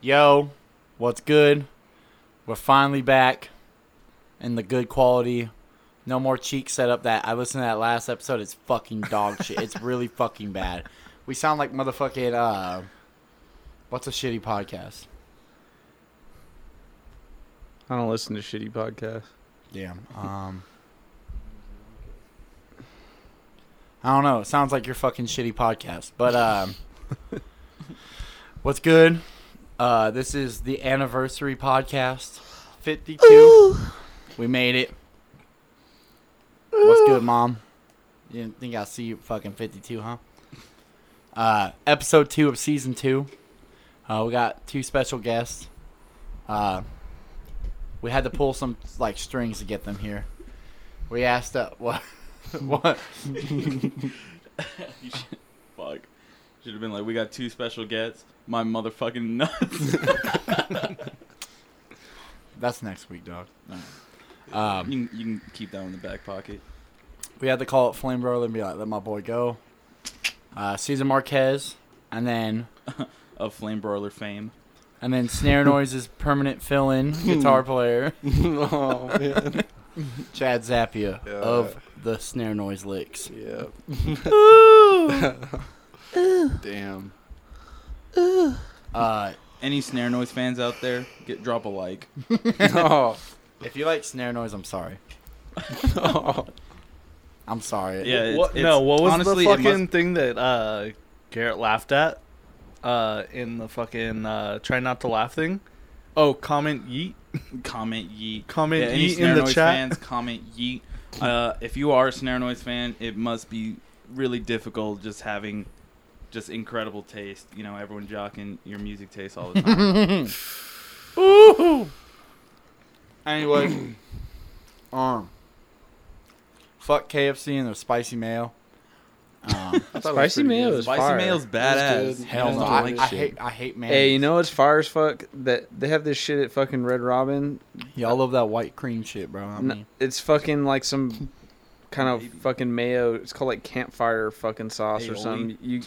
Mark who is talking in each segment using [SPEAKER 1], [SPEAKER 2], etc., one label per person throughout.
[SPEAKER 1] Yo, what's good? We're finally back in the good quality. No more cheek setup that I listened to that last episode. It's fucking dog shit. It's really fucking bad. We sound like motherfucking uh what's a shitty podcast?
[SPEAKER 2] I don't listen to shitty podcasts.
[SPEAKER 1] Damn. Um I don't know. It sounds like your fucking shitty podcast. But um what's good? Uh this is the anniversary podcast. 52. We made it. What's good, mom? You didn't think I'd see you at fucking 52, huh? Uh, episode two of season two. Uh, we got two special guests. Uh, we had to pull some like strings to get them here. We asked uh, what, what?
[SPEAKER 3] You should, fuck. Should have been like, we got two special guests. My motherfucking nuts.
[SPEAKER 1] That's next week, dog. Um,
[SPEAKER 3] you, can, you can keep that in the back pocket.
[SPEAKER 1] we had to call it Flame Broiler and be like, "Let my boy go." Uh, Cesar Marquez, and then
[SPEAKER 3] Of flame broiler fame.
[SPEAKER 1] and then Snare Noise's permanent fill-in guitar player.
[SPEAKER 2] oh man.
[SPEAKER 1] Chad Zappia
[SPEAKER 2] Yeah.
[SPEAKER 1] of the snare noise licks.
[SPEAKER 2] Yeah. Damn.
[SPEAKER 1] Uh,
[SPEAKER 3] Any snare noise fans out there, get drop a like.
[SPEAKER 2] Oh.
[SPEAKER 1] if you like snare noise, I'm sorry.
[SPEAKER 2] oh.
[SPEAKER 1] I'm sorry.
[SPEAKER 3] Yeah, it's-
[SPEAKER 4] What,
[SPEAKER 3] it's-
[SPEAKER 4] no, what was
[SPEAKER 3] honestly,
[SPEAKER 4] the
[SPEAKER 3] it must-
[SPEAKER 4] fucking thing that uh, Garrett laughed at uh, in the fucking uh, try not to laugh thing? Oh, comment yeet.
[SPEAKER 3] Comment yeet.
[SPEAKER 4] Comment
[SPEAKER 3] Yeah, any
[SPEAKER 4] yeet
[SPEAKER 3] snare
[SPEAKER 4] in the
[SPEAKER 3] noise
[SPEAKER 4] chat.
[SPEAKER 3] fans, comment yeet. Uh, if you are a snare noise fan, it must be really difficult just having just incredible taste. You know, everyone jocking your music taste all the time.
[SPEAKER 1] Anyway, um, fuck KFC and their spicy mayo. Um,
[SPEAKER 2] Spicy mayo is
[SPEAKER 3] Spicy
[SPEAKER 2] fire.
[SPEAKER 3] mayo's
[SPEAKER 2] It was
[SPEAKER 3] badass.
[SPEAKER 2] good.
[SPEAKER 1] hell
[SPEAKER 3] Just
[SPEAKER 1] no,
[SPEAKER 3] don't
[SPEAKER 1] I,
[SPEAKER 3] like
[SPEAKER 1] I
[SPEAKER 3] shit.
[SPEAKER 1] hate I hate mayo.
[SPEAKER 2] Hey, you know what's fire as fuck? That they have this shit at fucking Red Robin.
[SPEAKER 1] y'all love that white cream shit, bro. I
[SPEAKER 2] N-
[SPEAKER 1] mean,
[SPEAKER 2] It's fucking like some kind of
[SPEAKER 3] Maybe.
[SPEAKER 2] fucking mayo. It's called like campfire fucking sauce or
[SPEAKER 3] Aioli.
[SPEAKER 2] something. You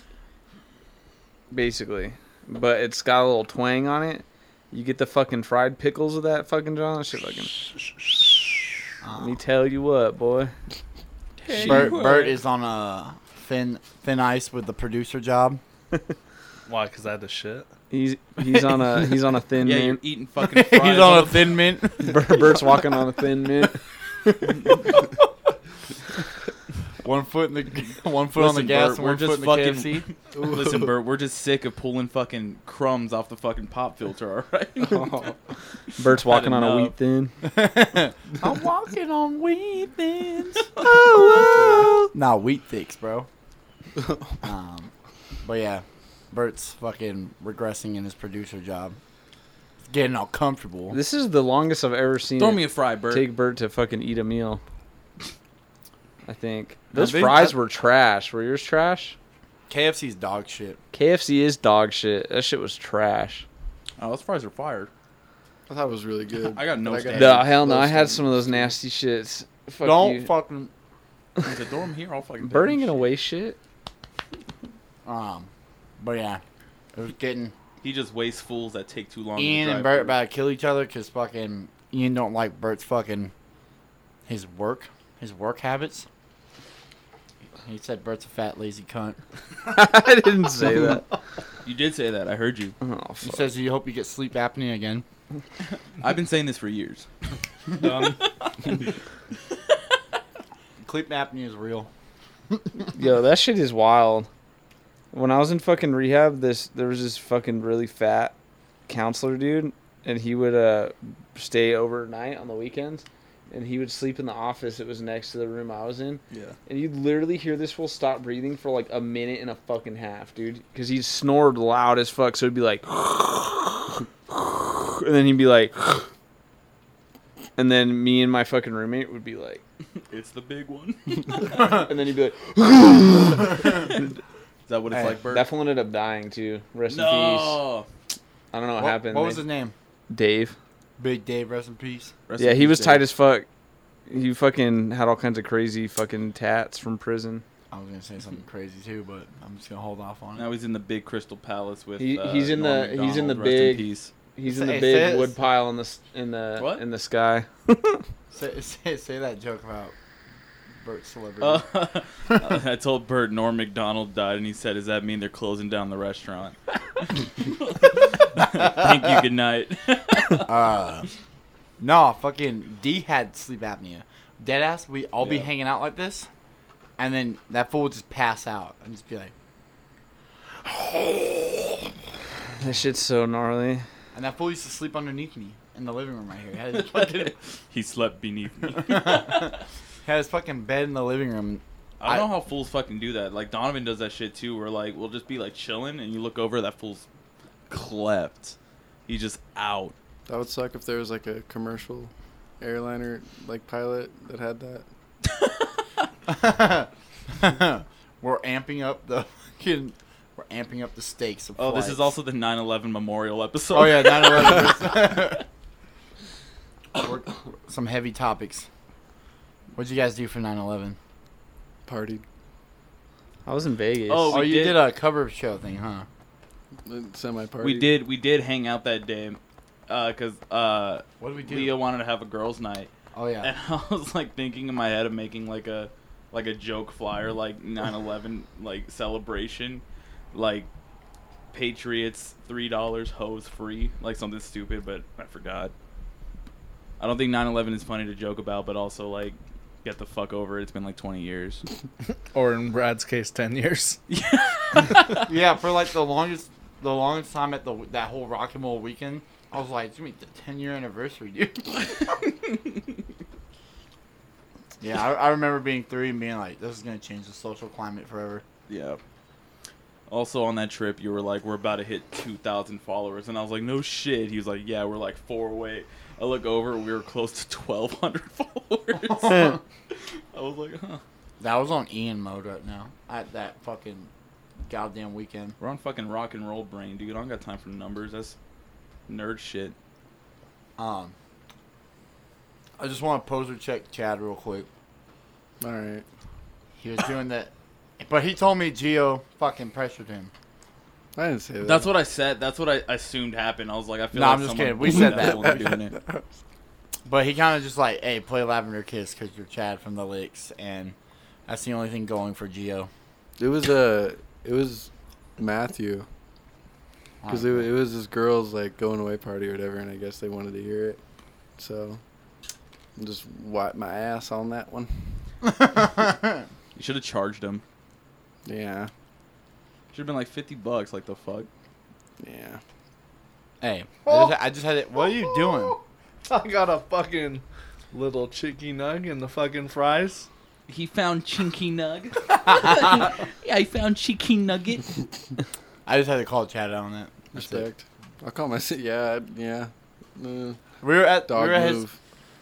[SPEAKER 2] basically, but it's got a little twang on it. You get the fucking fried pickles of that fucking John. That Shit, fucking. Let me tell you what, boy.
[SPEAKER 1] Bert, Bert is on a thin thin ice with the producer job.
[SPEAKER 4] Why? Because I had to shit.
[SPEAKER 2] He's he's on a he's on a thin
[SPEAKER 3] Yeah, you're
[SPEAKER 2] mint.
[SPEAKER 3] eating fucking fries. all the-
[SPEAKER 1] thin mint.
[SPEAKER 2] Bert- Bert's walking on a thin mint.
[SPEAKER 1] one foot in the one foot on the
[SPEAKER 3] Listen,
[SPEAKER 1] gas.
[SPEAKER 3] Bert,
[SPEAKER 1] and
[SPEAKER 3] we're
[SPEAKER 1] one
[SPEAKER 3] just
[SPEAKER 1] foot in the
[SPEAKER 3] fucking-
[SPEAKER 1] KFC.
[SPEAKER 3] Listen, Bert, we're just sick of pulling fucking crumbs off the fucking pop filter, alright?
[SPEAKER 2] Bert's walking on a
[SPEAKER 3] enough.
[SPEAKER 2] wheat thin.
[SPEAKER 1] I'm walking on wheat thins.
[SPEAKER 3] Oh,
[SPEAKER 1] Nah, wheat thicks, bro. Um, but yeah, Bert's fucking regressing in his producer job. He's getting all comfortable.
[SPEAKER 2] This is the longest I've ever seen.
[SPEAKER 3] Throw
[SPEAKER 2] it
[SPEAKER 3] me a fry, Bert.
[SPEAKER 2] take Bert to fucking eat a meal. I think
[SPEAKER 1] No,
[SPEAKER 2] those
[SPEAKER 1] they-
[SPEAKER 2] fries were trash. Were yours trash?
[SPEAKER 1] KFC's dog shit.
[SPEAKER 2] KFC is dog shit. That shit was trash.
[SPEAKER 3] oh, those fries are fired.
[SPEAKER 5] I thought it was really good.
[SPEAKER 3] I got no
[SPEAKER 5] But
[SPEAKER 3] standards.
[SPEAKER 2] No, hell no. I
[SPEAKER 5] those
[SPEAKER 2] had
[SPEAKER 5] things.
[SPEAKER 2] some of those nasty shits. Fuck
[SPEAKER 1] Don't
[SPEAKER 2] you.
[SPEAKER 1] fucking
[SPEAKER 3] I said, throw 'em here, I'll fucking
[SPEAKER 2] Bert ain't
[SPEAKER 3] take 'em."
[SPEAKER 2] gonna waste shit.
[SPEAKER 1] um. But yeah, it was getting
[SPEAKER 3] He just wastes fools that take too long. to
[SPEAKER 1] Ian and
[SPEAKER 3] drive
[SPEAKER 1] Bert
[SPEAKER 3] through.
[SPEAKER 1] about to kill each other because fucking Ian don't like Bert's fucking his work, his work habits. He said Bert's a fat lazy cunt.
[SPEAKER 2] I didn't say that.
[SPEAKER 3] You did say that. I heard you.
[SPEAKER 2] Oh,
[SPEAKER 1] He
[SPEAKER 2] fuck.
[SPEAKER 1] says he hope you get sleep apnea again.
[SPEAKER 3] I've been saying this for years.
[SPEAKER 1] Sleep apnea is real.
[SPEAKER 2] Yo, that shit is wild. When I was in fucking rehab, this there was this fucking really fat counselor dude, and he would uh stay overnight on the weekends, and he would sleep in the office that was next to the room I was in.
[SPEAKER 3] Yeah.
[SPEAKER 2] And you'd literally hear this fool stop breathing for like a minute and a fucking half, dude. Because he snored loud as fuck. So it'd be like. And then he'd be like. And then me and my fucking roommate would be like.
[SPEAKER 3] It's the big one. Is
[SPEAKER 2] And then he'd be like.
[SPEAKER 3] that what it's
[SPEAKER 1] Hey,
[SPEAKER 3] like, Bert?
[SPEAKER 2] That fool ended up dying too. Rest in peace.
[SPEAKER 3] no.
[SPEAKER 2] I don't know what,
[SPEAKER 1] what,
[SPEAKER 2] happened.
[SPEAKER 1] what was
[SPEAKER 2] They-
[SPEAKER 1] his name?
[SPEAKER 2] Dave.
[SPEAKER 1] Big Dave, rest in peace.
[SPEAKER 3] Rest
[SPEAKER 2] Yeah,
[SPEAKER 3] in
[SPEAKER 2] he
[SPEAKER 3] peace,
[SPEAKER 2] was tight
[SPEAKER 3] Dave.
[SPEAKER 2] as fuck. He fucking had all kinds of crazy fucking tats from prison.
[SPEAKER 1] I was gonna say something crazy too, but I'm just gonna hold off on it.
[SPEAKER 3] Now he's in the big Crystal Palace with.
[SPEAKER 2] He-
[SPEAKER 3] uh,
[SPEAKER 2] he's in the-
[SPEAKER 3] Norm
[SPEAKER 2] he's in the big-
[SPEAKER 3] Macdonald. Rest in peace.
[SPEAKER 2] He's in the
[SPEAKER 1] Say
[SPEAKER 2] big
[SPEAKER 1] this.
[SPEAKER 2] wood pile in the s- in the
[SPEAKER 3] What?
[SPEAKER 2] in the sky.
[SPEAKER 1] Say, say, say that joke about Bert celebrity.
[SPEAKER 3] Uh,
[SPEAKER 2] Oh.
[SPEAKER 3] I told Bert Norm Macdonald died, and he said, "Does that mean they're closing down the restaurant?" Thank you. Good night.
[SPEAKER 1] Uh, no, fucking D had sleep apnea. Deadass, we all be
[SPEAKER 3] Yeah.
[SPEAKER 1] hanging out like this, and then that fool would just pass out and just be like,
[SPEAKER 2] That shit's so gnarly.
[SPEAKER 1] and that fool used to sleep underneath me in the living room right here. He had his fucking,
[SPEAKER 3] he slept beneath me.
[SPEAKER 1] had his fucking bed in the living room.
[SPEAKER 3] I
[SPEAKER 1] I-
[SPEAKER 3] don't know how fools fucking do that. Like Donovan does that shit too. Where like we'll just be like chilling, and you look over, that fool's clept. He's just out.
[SPEAKER 5] That would suck if there was like a commercial airliner like pilot that had that.
[SPEAKER 1] we're amping up the fucking, we're amping up the stakes. Of
[SPEAKER 3] Oh, this is
[SPEAKER 1] flights.
[SPEAKER 3] also the 9/11 memorial episode.
[SPEAKER 1] Oh yeah, 9/11. We're- Some heavy topics. What'd you guys do for 9/11?
[SPEAKER 5] Partied.
[SPEAKER 2] I was in Vegas.
[SPEAKER 3] Oh,
[SPEAKER 1] Oh,
[SPEAKER 3] we
[SPEAKER 1] you
[SPEAKER 3] did-
[SPEAKER 1] did a cover show thing, huh?
[SPEAKER 5] Semi partied.
[SPEAKER 3] we did. We did hang out that day, because uh,
[SPEAKER 1] What did we do?
[SPEAKER 3] Leah wanted to have a girls' night,
[SPEAKER 1] Oh yeah.
[SPEAKER 3] and I was like thinking in my head of making like a like a joke flyer, like 9/11 like celebration, like Patriots three dollars hose free, like something stupid, but I forgot. I don't think 9/11 is funny to joke about, but also like get the fuck over it. It's been like 20 years.
[SPEAKER 4] Or in Brad's case, ten years.
[SPEAKER 1] yeah, for like the longest, the longest time at the that whole Rock and Roll weekend, I was like, it's gonna be the 10 year anniversary, dude. yeah, I, I remember being three and being like, this is gonna change the social climate forever.
[SPEAKER 3] Yeah. Also on that trip, you were like, "We're about to hit two thousand followers," and I was like, "No shit." He was like, "Yeah, we're like four away." I look over, we were close to twelve hundred followers. I was like, "Huh."
[SPEAKER 1] That was on Ian mode right now. At that fucking goddamn weekend.
[SPEAKER 3] We're on fucking rock and roll brain, dude. I don't got time for numbers. That's nerd shit.
[SPEAKER 1] Um, I just want to poser check Chad real quick.
[SPEAKER 5] All right.
[SPEAKER 1] He was doing that, but he told me Geo fucking pressured him.
[SPEAKER 5] I didn't say that.
[SPEAKER 3] That's what I said. That's what I assumed happened. I was like, "I feel
[SPEAKER 1] No,
[SPEAKER 3] like
[SPEAKER 1] I'm just
[SPEAKER 3] someone
[SPEAKER 1] kidding. We
[SPEAKER 3] bullied
[SPEAKER 1] said
[SPEAKER 3] that
[SPEAKER 1] that.
[SPEAKER 3] one doing it.
[SPEAKER 1] But he kind of just like, hey, play Lavender Kiss because you're Chad from the Licks, and that's the only thing going for Geo.
[SPEAKER 5] It was uh, it was Matthew
[SPEAKER 1] Oh,
[SPEAKER 5] because it, wa- it was his girl's like going away party or whatever, and I guess they wanted to hear it. So, I just wipe my ass on that one.
[SPEAKER 3] You should have charged him.
[SPEAKER 5] Yeah.
[SPEAKER 3] Should have been like fifty bucks. Like the fuck."
[SPEAKER 5] Yeah.
[SPEAKER 1] hey, I just, I just had it. What are you doing?
[SPEAKER 4] I got a fucking little cheeky nug and the fucking fries.
[SPEAKER 3] He found Chinky Nug. yeah, he found Chinky Nugget.
[SPEAKER 1] I just had to call Chad out on that. That's it.
[SPEAKER 5] Respect. I'll call my city. Yeah. I- Yeah. Uh,
[SPEAKER 1] We were at
[SPEAKER 5] dog
[SPEAKER 1] we were at his,
[SPEAKER 5] move.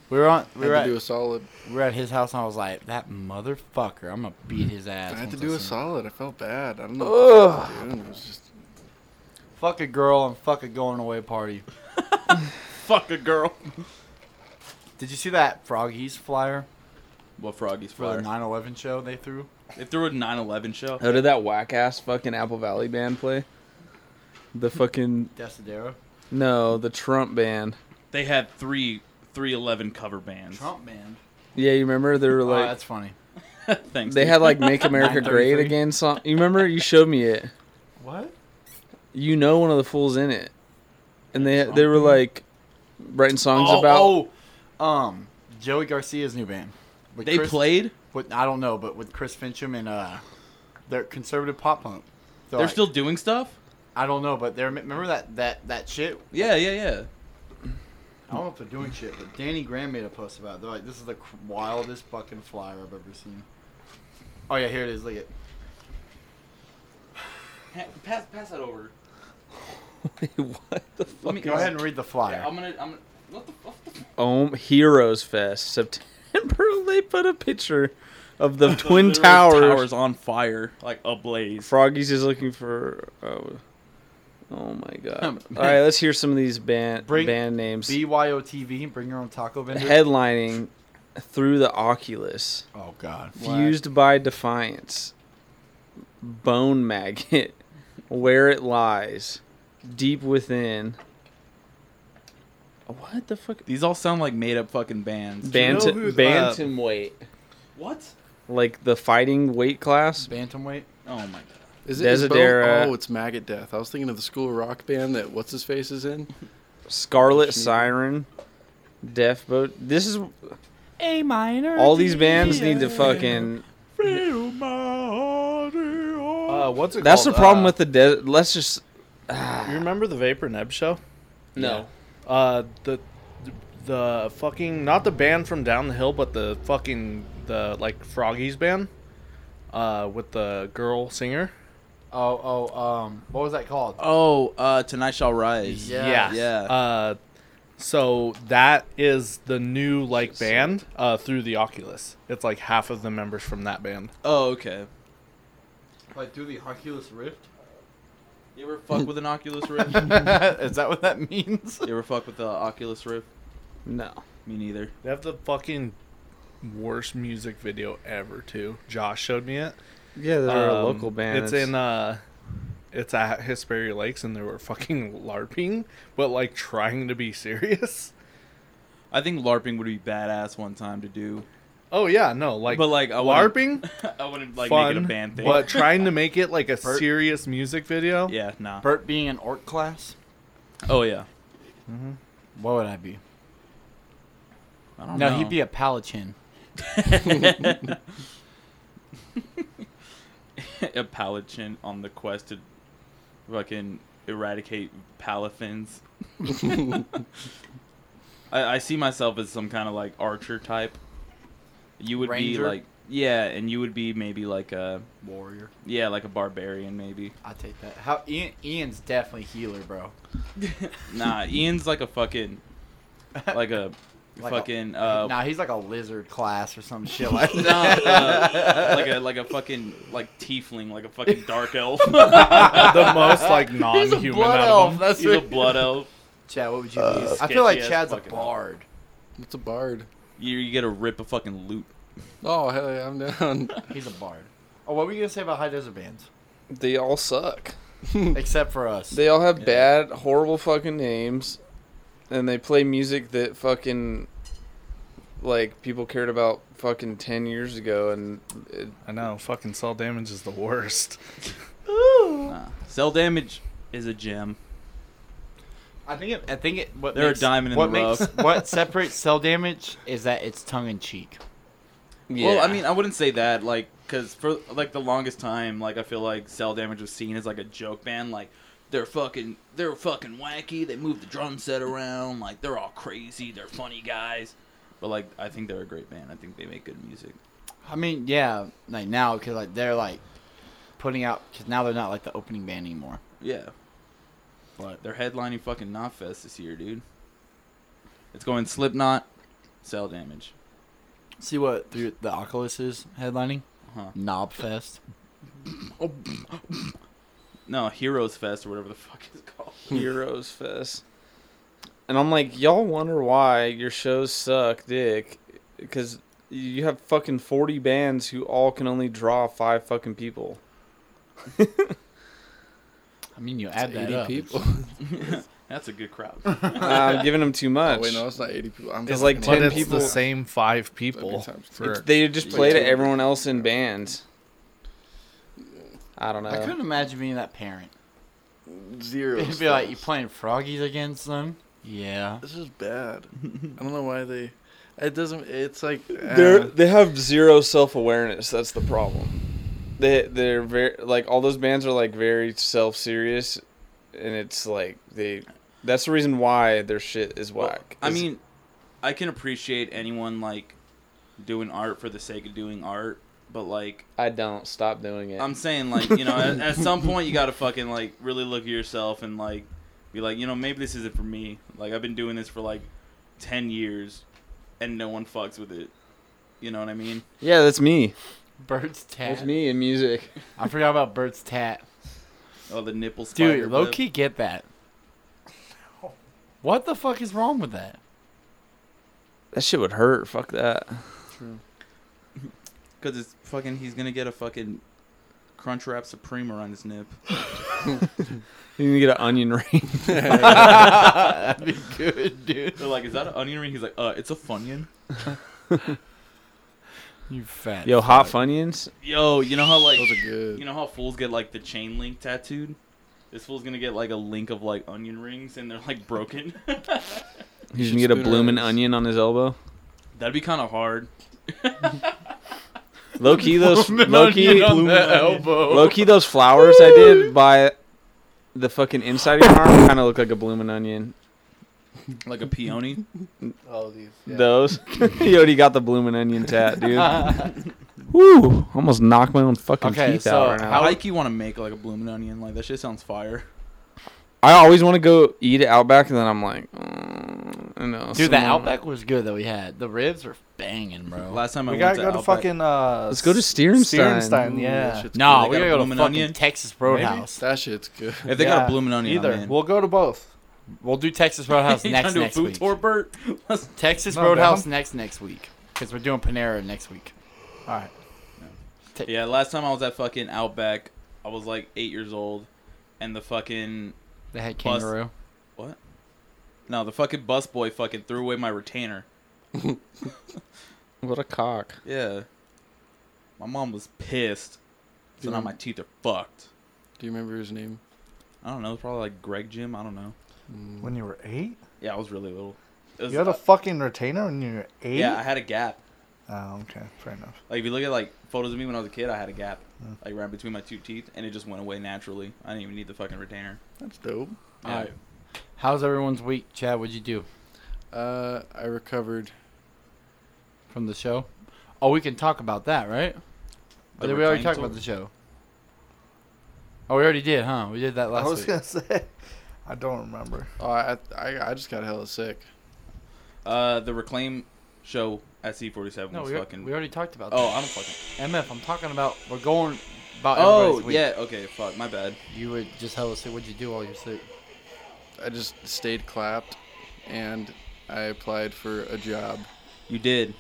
[SPEAKER 1] we were on we
[SPEAKER 5] We
[SPEAKER 1] were
[SPEAKER 5] had to do a
[SPEAKER 1] at,
[SPEAKER 5] solid.
[SPEAKER 1] we were at his house, and I was like, that motherfucker, I'm gonna beat his ass.
[SPEAKER 5] I had to
[SPEAKER 1] once
[SPEAKER 5] do a
[SPEAKER 1] see him."
[SPEAKER 5] solid. I felt bad. I don't know. What the fuck to do. and It was just
[SPEAKER 1] Fuck a girl and fuck a going away party.
[SPEAKER 3] Fuck a girl.
[SPEAKER 1] Did you see that Froggies flyer
[SPEAKER 3] What Froggy's
[SPEAKER 1] for
[SPEAKER 3] flyer?
[SPEAKER 1] the 9/11 show they threw?
[SPEAKER 3] They threw a 9/11 show.
[SPEAKER 2] How did that whack ass fucking Apple Valley band play? The fucking
[SPEAKER 1] Desidero.
[SPEAKER 2] no, the Trump band.
[SPEAKER 3] They had three 311 cover bands.
[SPEAKER 1] Trump man.
[SPEAKER 2] Yeah, you remember they were
[SPEAKER 1] Oh,
[SPEAKER 2] like
[SPEAKER 1] that's funny.
[SPEAKER 3] Thanks.
[SPEAKER 2] they
[SPEAKER 3] dude.
[SPEAKER 2] had like "Make America Great
[SPEAKER 1] 933.
[SPEAKER 2] Again" song. You remember you showed me it.
[SPEAKER 1] What?
[SPEAKER 2] You know one of the fools in it, and they they were like writing songs
[SPEAKER 3] Oh,
[SPEAKER 2] about.
[SPEAKER 1] oh, um Joey Garcia's new band. With
[SPEAKER 3] they
[SPEAKER 1] Chris-
[SPEAKER 3] played.
[SPEAKER 1] with I don't know, but with Chris Fincham and uh, their conservative pop punk. So,
[SPEAKER 3] They're
[SPEAKER 1] like,
[SPEAKER 3] still doing stuff.
[SPEAKER 1] I don't know, but they're remember that that that shit.
[SPEAKER 3] Yeah, yeah, yeah.
[SPEAKER 1] I don't know if they're doing shit, but Danny Graham made a post about. It. They're like, this is the cr- wildest fucking flyer I've ever seen. Oh yeah, here it is. Look at.
[SPEAKER 3] Ha- Pass, pass that over.
[SPEAKER 2] what the fuck?
[SPEAKER 3] me
[SPEAKER 1] Go ahead and read the flyer.
[SPEAKER 3] Yeah, I'm gonna. I'm. gonna- What the fuck?
[SPEAKER 2] Ohm Oh, Heroes Fest September. They put a picture of the Twin
[SPEAKER 3] Literally
[SPEAKER 2] Towers.
[SPEAKER 3] Towers on fire, like ablaze.
[SPEAKER 2] Froggies is looking for. Oh, oh my god! All right, let's hear some of these band
[SPEAKER 1] Bring-
[SPEAKER 2] band names.
[SPEAKER 1] BYOTV, bring your own taco vendor.
[SPEAKER 2] Headlining through the Oculus,
[SPEAKER 1] oh god.
[SPEAKER 2] fused by Defiance, bone maggot where it lies deep within. What the fuck?
[SPEAKER 3] These all sound like made up fucking bands.
[SPEAKER 4] you know
[SPEAKER 2] Bantam,
[SPEAKER 4] who's, uh,
[SPEAKER 2] bantam weight.
[SPEAKER 3] What?
[SPEAKER 2] Like the fighting weight class?
[SPEAKER 1] Bantamweight.
[SPEAKER 3] Oh my god.
[SPEAKER 5] Is it is Bo-
[SPEAKER 2] Desidera.
[SPEAKER 5] oh, it's Maggot Death. I was thinking of the school rock band that what's his face is in.
[SPEAKER 2] Scarlet
[SPEAKER 5] Sneaky.
[SPEAKER 2] Siren. Deaf Boat. This is
[SPEAKER 1] A minor.
[SPEAKER 2] all these bands need to fucking
[SPEAKER 4] Uh, what's it
[SPEAKER 2] That's the
[SPEAKER 4] called?
[SPEAKER 2] problem
[SPEAKER 4] Uh,
[SPEAKER 2] with the de- let's just
[SPEAKER 4] You remember the Vapor Neb show?
[SPEAKER 2] no.
[SPEAKER 4] Uh, the the fucking not the band from down the hill, but the fucking the like Froggies band, uh, with the girl singer.
[SPEAKER 1] Oh, oh, um, what was that called?
[SPEAKER 3] Oh, uh, Tonight Shall Rise.
[SPEAKER 1] Yeah.
[SPEAKER 3] Yeah.
[SPEAKER 4] Uh, so that is the new like band uh, through the Oculus. It's like half of the members from that band.
[SPEAKER 3] Oh, okay.
[SPEAKER 1] Like through the Oculus Rift.
[SPEAKER 3] You ever fuck with an Oculus Rift? you
[SPEAKER 1] is that what that means?
[SPEAKER 3] ever fuck with the Oculus Rift?
[SPEAKER 2] No.
[SPEAKER 3] Me neither.
[SPEAKER 4] They have the fucking worst music video ever too. Josh showed me it.
[SPEAKER 2] Yeah, they're a
[SPEAKER 4] Um,
[SPEAKER 2] Uh, local band.
[SPEAKER 4] It's in uh it's at Hesperia Lakes and they were fucking LARPing, but like trying to be serious.
[SPEAKER 3] I think LARPing would be badass one time to do.
[SPEAKER 4] Oh yeah, no, like
[SPEAKER 3] but like I wouldn't-
[SPEAKER 4] LARPing
[SPEAKER 3] I wouldn't like
[SPEAKER 4] fun,
[SPEAKER 3] make it a band thing.
[SPEAKER 4] but trying to make it like a
[SPEAKER 1] Bert-
[SPEAKER 4] serious music video.
[SPEAKER 3] yeah, nah.
[SPEAKER 1] Bert being an orc class.
[SPEAKER 3] Oh yeah.
[SPEAKER 1] What would I be?
[SPEAKER 3] I
[SPEAKER 1] No,
[SPEAKER 3] don't know.
[SPEAKER 1] he'd be a paladin.
[SPEAKER 3] a paladin on the quest to fucking eradicate palafins. I, I see myself as some kind of like archer type. You would
[SPEAKER 1] Ranger?
[SPEAKER 3] be like yeah, and you would be maybe like a
[SPEAKER 1] Warrior.
[SPEAKER 3] yeah, like a barbarian maybe.
[SPEAKER 1] I take that. How Ian, Ian's definitely healer, bro.
[SPEAKER 3] Nah, Ian's like a fucking like a
[SPEAKER 1] Like a-
[SPEAKER 3] fucking uh
[SPEAKER 1] nah, he's like a lizard class or some shit like
[SPEAKER 3] no,
[SPEAKER 1] that.
[SPEAKER 3] uh, like a like a fucking like tiefling, like a fucking dark elf.
[SPEAKER 4] the most like non-human
[SPEAKER 1] He's a blood
[SPEAKER 4] out
[SPEAKER 1] elf.
[SPEAKER 4] of them.
[SPEAKER 1] That's
[SPEAKER 3] He's a
[SPEAKER 1] right.
[SPEAKER 3] blood elf.
[SPEAKER 1] Chad, what would you
[SPEAKER 3] Uh,
[SPEAKER 1] be? I feel like
[SPEAKER 3] sketchy-ass
[SPEAKER 1] Chad's a
[SPEAKER 3] fucking
[SPEAKER 1] bard.
[SPEAKER 5] It's a bard.
[SPEAKER 3] You, you get to rip a fucking loot.
[SPEAKER 5] Oh hell yeah, I'm down.
[SPEAKER 1] He's a bard. Oh, what were you gonna say about high desert bands?
[SPEAKER 2] they all suck.
[SPEAKER 1] Except for us.
[SPEAKER 2] They all have
[SPEAKER 3] Yeah.
[SPEAKER 2] bad, horrible fucking names, and they play music that fucking like people cared about fucking ten years ago, and it,
[SPEAKER 4] I know, fucking Cell Damage is the worst.
[SPEAKER 3] Nah. Cell damage is a gem.
[SPEAKER 1] I think it. I think it. What
[SPEAKER 3] They're a
[SPEAKER 1] makes-
[SPEAKER 3] diamond in
[SPEAKER 1] what
[SPEAKER 3] the
[SPEAKER 1] makes-
[SPEAKER 3] rough.
[SPEAKER 1] what separates cell damage is that it's tongue in cheek.
[SPEAKER 2] yeah.
[SPEAKER 3] Well, I mean, I wouldn't say that, like, because for like the longest time, like, I feel like Cell Damage was seen as like a joke band, like. They're fucking, they're fucking wacky. They move the drum set around, like they're all crazy. They're funny guys, but like I think they're a great band. I think they make good music.
[SPEAKER 1] I mean, yeah, like now because like they're like putting out because now they're not like the opening band anymore.
[SPEAKER 3] Yeah, but they're headlining fucking Knotfest this year, dude. It's going Slipknot, Cell Damage.
[SPEAKER 1] See what through the Oculus is headlining?
[SPEAKER 3] Huh.
[SPEAKER 1] Knob Fest.
[SPEAKER 3] No, Heroes Fest or whatever the fuck it's called.
[SPEAKER 2] Heroes Fest, and I'm like, y'all wonder why your shows suck, dick, because you have fucking forty bands who all can only draw five fucking people.
[SPEAKER 1] I mean, you add that
[SPEAKER 5] eighty
[SPEAKER 1] up.
[SPEAKER 5] people.
[SPEAKER 3] That's a good crowd.
[SPEAKER 2] I'm giving them too
[SPEAKER 5] Oh,
[SPEAKER 2] much.
[SPEAKER 5] wait, no, it's not eighty people. I'm
[SPEAKER 2] It's like
[SPEAKER 4] But
[SPEAKER 2] 10
[SPEAKER 4] it's
[SPEAKER 2] people-
[SPEAKER 4] the same five people.
[SPEAKER 5] That'd be times
[SPEAKER 4] for-
[SPEAKER 2] They just play to
[SPEAKER 5] Yeah.
[SPEAKER 2] everyone else in bands. I don't know.
[SPEAKER 1] I couldn't imagine being that parent.
[SPEAKER 5] Zero.
[SPEAKER 1] It'd be like you
[SPEAKER 5] stars.
[SPEAKER 1] playing froggies against them. Yeah.
[SPEAKER 5] This is bad. I don't know why they. It doesn't. It's like
[SPEAKER 2] They're
[SPEAKER 5] uh,
[SPEAKER 2] they have zero self awareness. That's the problem. They they're very like all those bands are like very self serious, and it's like they. That's the reason why their shit is
[SPEAKER 3] Well,
[SPEAKER 2] whack.
[SPEAKER 3] I
[SPEAKER 2] is-
[SPEAKER 3] mean, I can appreciate anyone like doing art for the sake of doing art, but like
[SPEAKER 2] I don't stop doing it.
[SPEAKER 3] I'm saying, like you know, at, at some point you gotta fucking like really look at yourself and like be like, you know, maybe this isn't for me. Like I've been doing this for like ten years, and no one fucks with it. You know what I mean?
[SPEAKER 2] yeah, that's me.
[SPEAKER 1] Bird's
[SPEAKER 2] That's
[SPEAKER 1] tat.
[SPEAKER 2] me in music.
[SPEAKER 1] I forgot about Bird's tat.
[SPEAKER 3] Oh, the nipple spider.
[SPEAKER 1] Dude, low
[SPEAKER 3] web.
[SPEAKER 1] key get that. What the fuck is wrong with that?
[SPEAKER 2] That shit would hurt. Fuck that.
[SPEAKER 3] Because it's fucking. He's gonna get a fucking Crunchwrap Supreme around his nip.
[SPEAKER 2] You can get an onion ring.
[SPEAKER 1] That'd be good, dude.
[SPEAKER 3] They're like, "Is that an onion ring?" He's like, "Uh, it's a funyun."
[SPEAKER 1] You fat.
[SPEAKER 2] Yo, hot
[SPEAKER 1] fuck.
[SPEAKER 2] Funyuns.
[SPEAKER 3] Yo, you know how like
[SPEAKER 5] Those are good.
[SPEAKER 3] you know how fools get like the chain link tattooed? This fool's gonna get like a link of like onion rings and they're like broken.
[SPEAKER 2] He's
[SPEAKER 5] should
[SPEAKER 2] gonna get a
[SPEAKER 5] spoon
[SPEAKER 2] bloomin'
[SPEAKER 5] rings.
[SPEAKER 2] onion on his elbow.
[SPEAKER 3] That'd be kind of hard.
[SPEAKER 2] Low key, those
[SPEAKER 1] Bloomin'
[SPEAKER 2] low key,
[SPEAKER 1] onion on
[SPEAKER 3] bloomin'
[SPEAKER 1] the
[SPEAKER 3] onion.
[SPEAKER 1] elbow.
[SPEAKER 2] low key, those flowers I did by the fucking inside of your arm kind of look like a bloomin' onion.
[SPEAKER 3] Like a peony.
[SPEAKER 5] All these.
[SPEAKER 2] Those. you already got the bloomin' onion tat, dude. Woo! Almost knocked my own fucking
[SPEAKER 1] Okay,
[SPEAKER 2] teeth
[SPEAKER 1] so
[SPEAKER 2] out right now.
[SPEAKER 3] I like you want to make like a blooming onion. Like that shit sounds fire.
[SPEAKER 2] I always want to go eat at Outback, and then I'm like, mm, I know.
[SPEAKER 1] Dude, the
[SPEAKER 2] someone-
[SPEAKER 1] Outback was good that we had. The ribs were banging, bro.
[SPEAKER 3] Last time I
[SPEAKER 4] we
[SPEAKER 3] went
[SPEAKER 4] gotta
[SPEAKER 3] to
[SPEAKER 4] go to
[SPEAKER 3] Outback-
[SPEAKER 4] fucking. Uh,
[SPEAKER 2] Let's go to
[SPEAKER 4] S-
[SPEAKER 2] Steerenstein.
[SPEAKER 4] Steerenstein, yeah.
[SPEAKER 1] no,
[SPEAKER 3] They
[SPEAKER 1] we
[SPEAKER 3] got
[SPEAKER 1] gotta
[SPEAKER 3] a
[SPEAKER 1] go to
[SPEAKER 3] Bloomin'
[SPEAKER 1] fucking
[SPEAKER 3] Onion?
[SPEAKER 1] Texas
[SPEAKER 5] Roadhouse.
[SPEAKER 1] Roadhouse.
[SPEAKER 5] Oh, That shit's good.
[SPEAKER 3] If they got
[SPEAKER 4] Yeah,
[SPEAKER 3] a blooming onion,
[SPEAKER 4] Either
[SPEAKER 3] I'm in.
[SPEAKER 4] we'll go to both.
[SPEAKER 1] We'll do Texas Roadhouse
[SPEAKER 3] You
[SPEAKER 1] next
[SPEAKER 3] trying to do a
[SPEAKER 1] next
[SPEAKER 3] food
[SPEAKER 1] week.
[SPEAKER 3] tour, Bert? Let's-
[SPEAKER 1] Texas
[SPEAKER 4] No, but
[SPEAKER 1] Roadhouse
[SPEAKER 4] I'm-
[SPEAKER 1] next next week because we're doing Panera next week.
[SPEAKER 4] All right.
[SPEAKER 3] yeah, last time I was at fucking Outback, I was like eight years old, and the fucking
[SPEAKER 1] They had
[SPEAKER 3] Plus-
[SPEAKER 1] kangaroo.
[SPEAKER 3] no, the fucking busboy fucking threw away my retainer.
[SPEAKER 2] What a cock.
[SPEAKER 3] Yeah, my mom was pissed. So now my teeth are fucked.
[SPEAKER 5] Do you remember his name?
[SPEAKER 3] I don't know. It's probably like Greg Jim. I don't know.
[SPEAKER 5] Mm.
[SPEAKER 4] When you were eight,
[SPEAKER 3] Yeah, I was really little. It was- uh,
[SPEAKER 4] you had a fucking retainer when you were eight.
[SPEAKER 3] yeah, I had a gap.
[SPEAKER 4] Oh, okay, fair enough.
[SPEAKER 3] Like if you look at like photos of me when I was a kid, I had a gap,
[SPEAKER 1] Hmm.
[SPEAKER 3] like right between my two teeth, and it just went away naturally. I didn't even need the fucking retainer.
[SPEAKER 5] That's dope.
[SPEAKER 3] Yeah.
[SPEAKER 1] Alright. How's everyone's week, Chad? What'd you do
[SPEAKER 5] Uh, I recovered.
[SPEAKER 1] from the show? Oh, we can talk about that, right? Or
[SPEAKER 3] The
[SPEAKER 1] did we already
[SPEAKER 3] retainer
[SPEAKER 1] talk
[SPEAKER 3] tool?
[SPEAKER 1] about the show? Oh, we already did, huh? We did that
[SPEAKER 4] I
[SPEAKER 1] last
[SPEAKER 4] was
[SPEAKER 1] week.
[SPEAKER 4] gonna say, I don't remember.
[SPEAKER 5] Oh, I, I, I just got hella sick.
[SPEAKER 3] Uh, the reclaim show at C forty seven
[SPEAKER 1] No,
[SPEAKER 3] was
[SPEAKER 1] we,
[SPEAKER 3] fucking.
[SPEAKER 1] we already talked about.
[SPEAKER 3] oh, I don't fucking.
[SPEAKER 1] that. MF, I'm talking about. We're going about.
[SPEAKER 3] Oh
[SPEAKER 1] everybody's week.
[SPEAKER 3] yeah. Okay. Fuck. My bad.
[SPEAKER 1] You would just hella say, "What'd you do while you're sick?"
[SPEAKER 5] I just stayed clapped, and I applied for a job.
[SPEAKER 3] You did.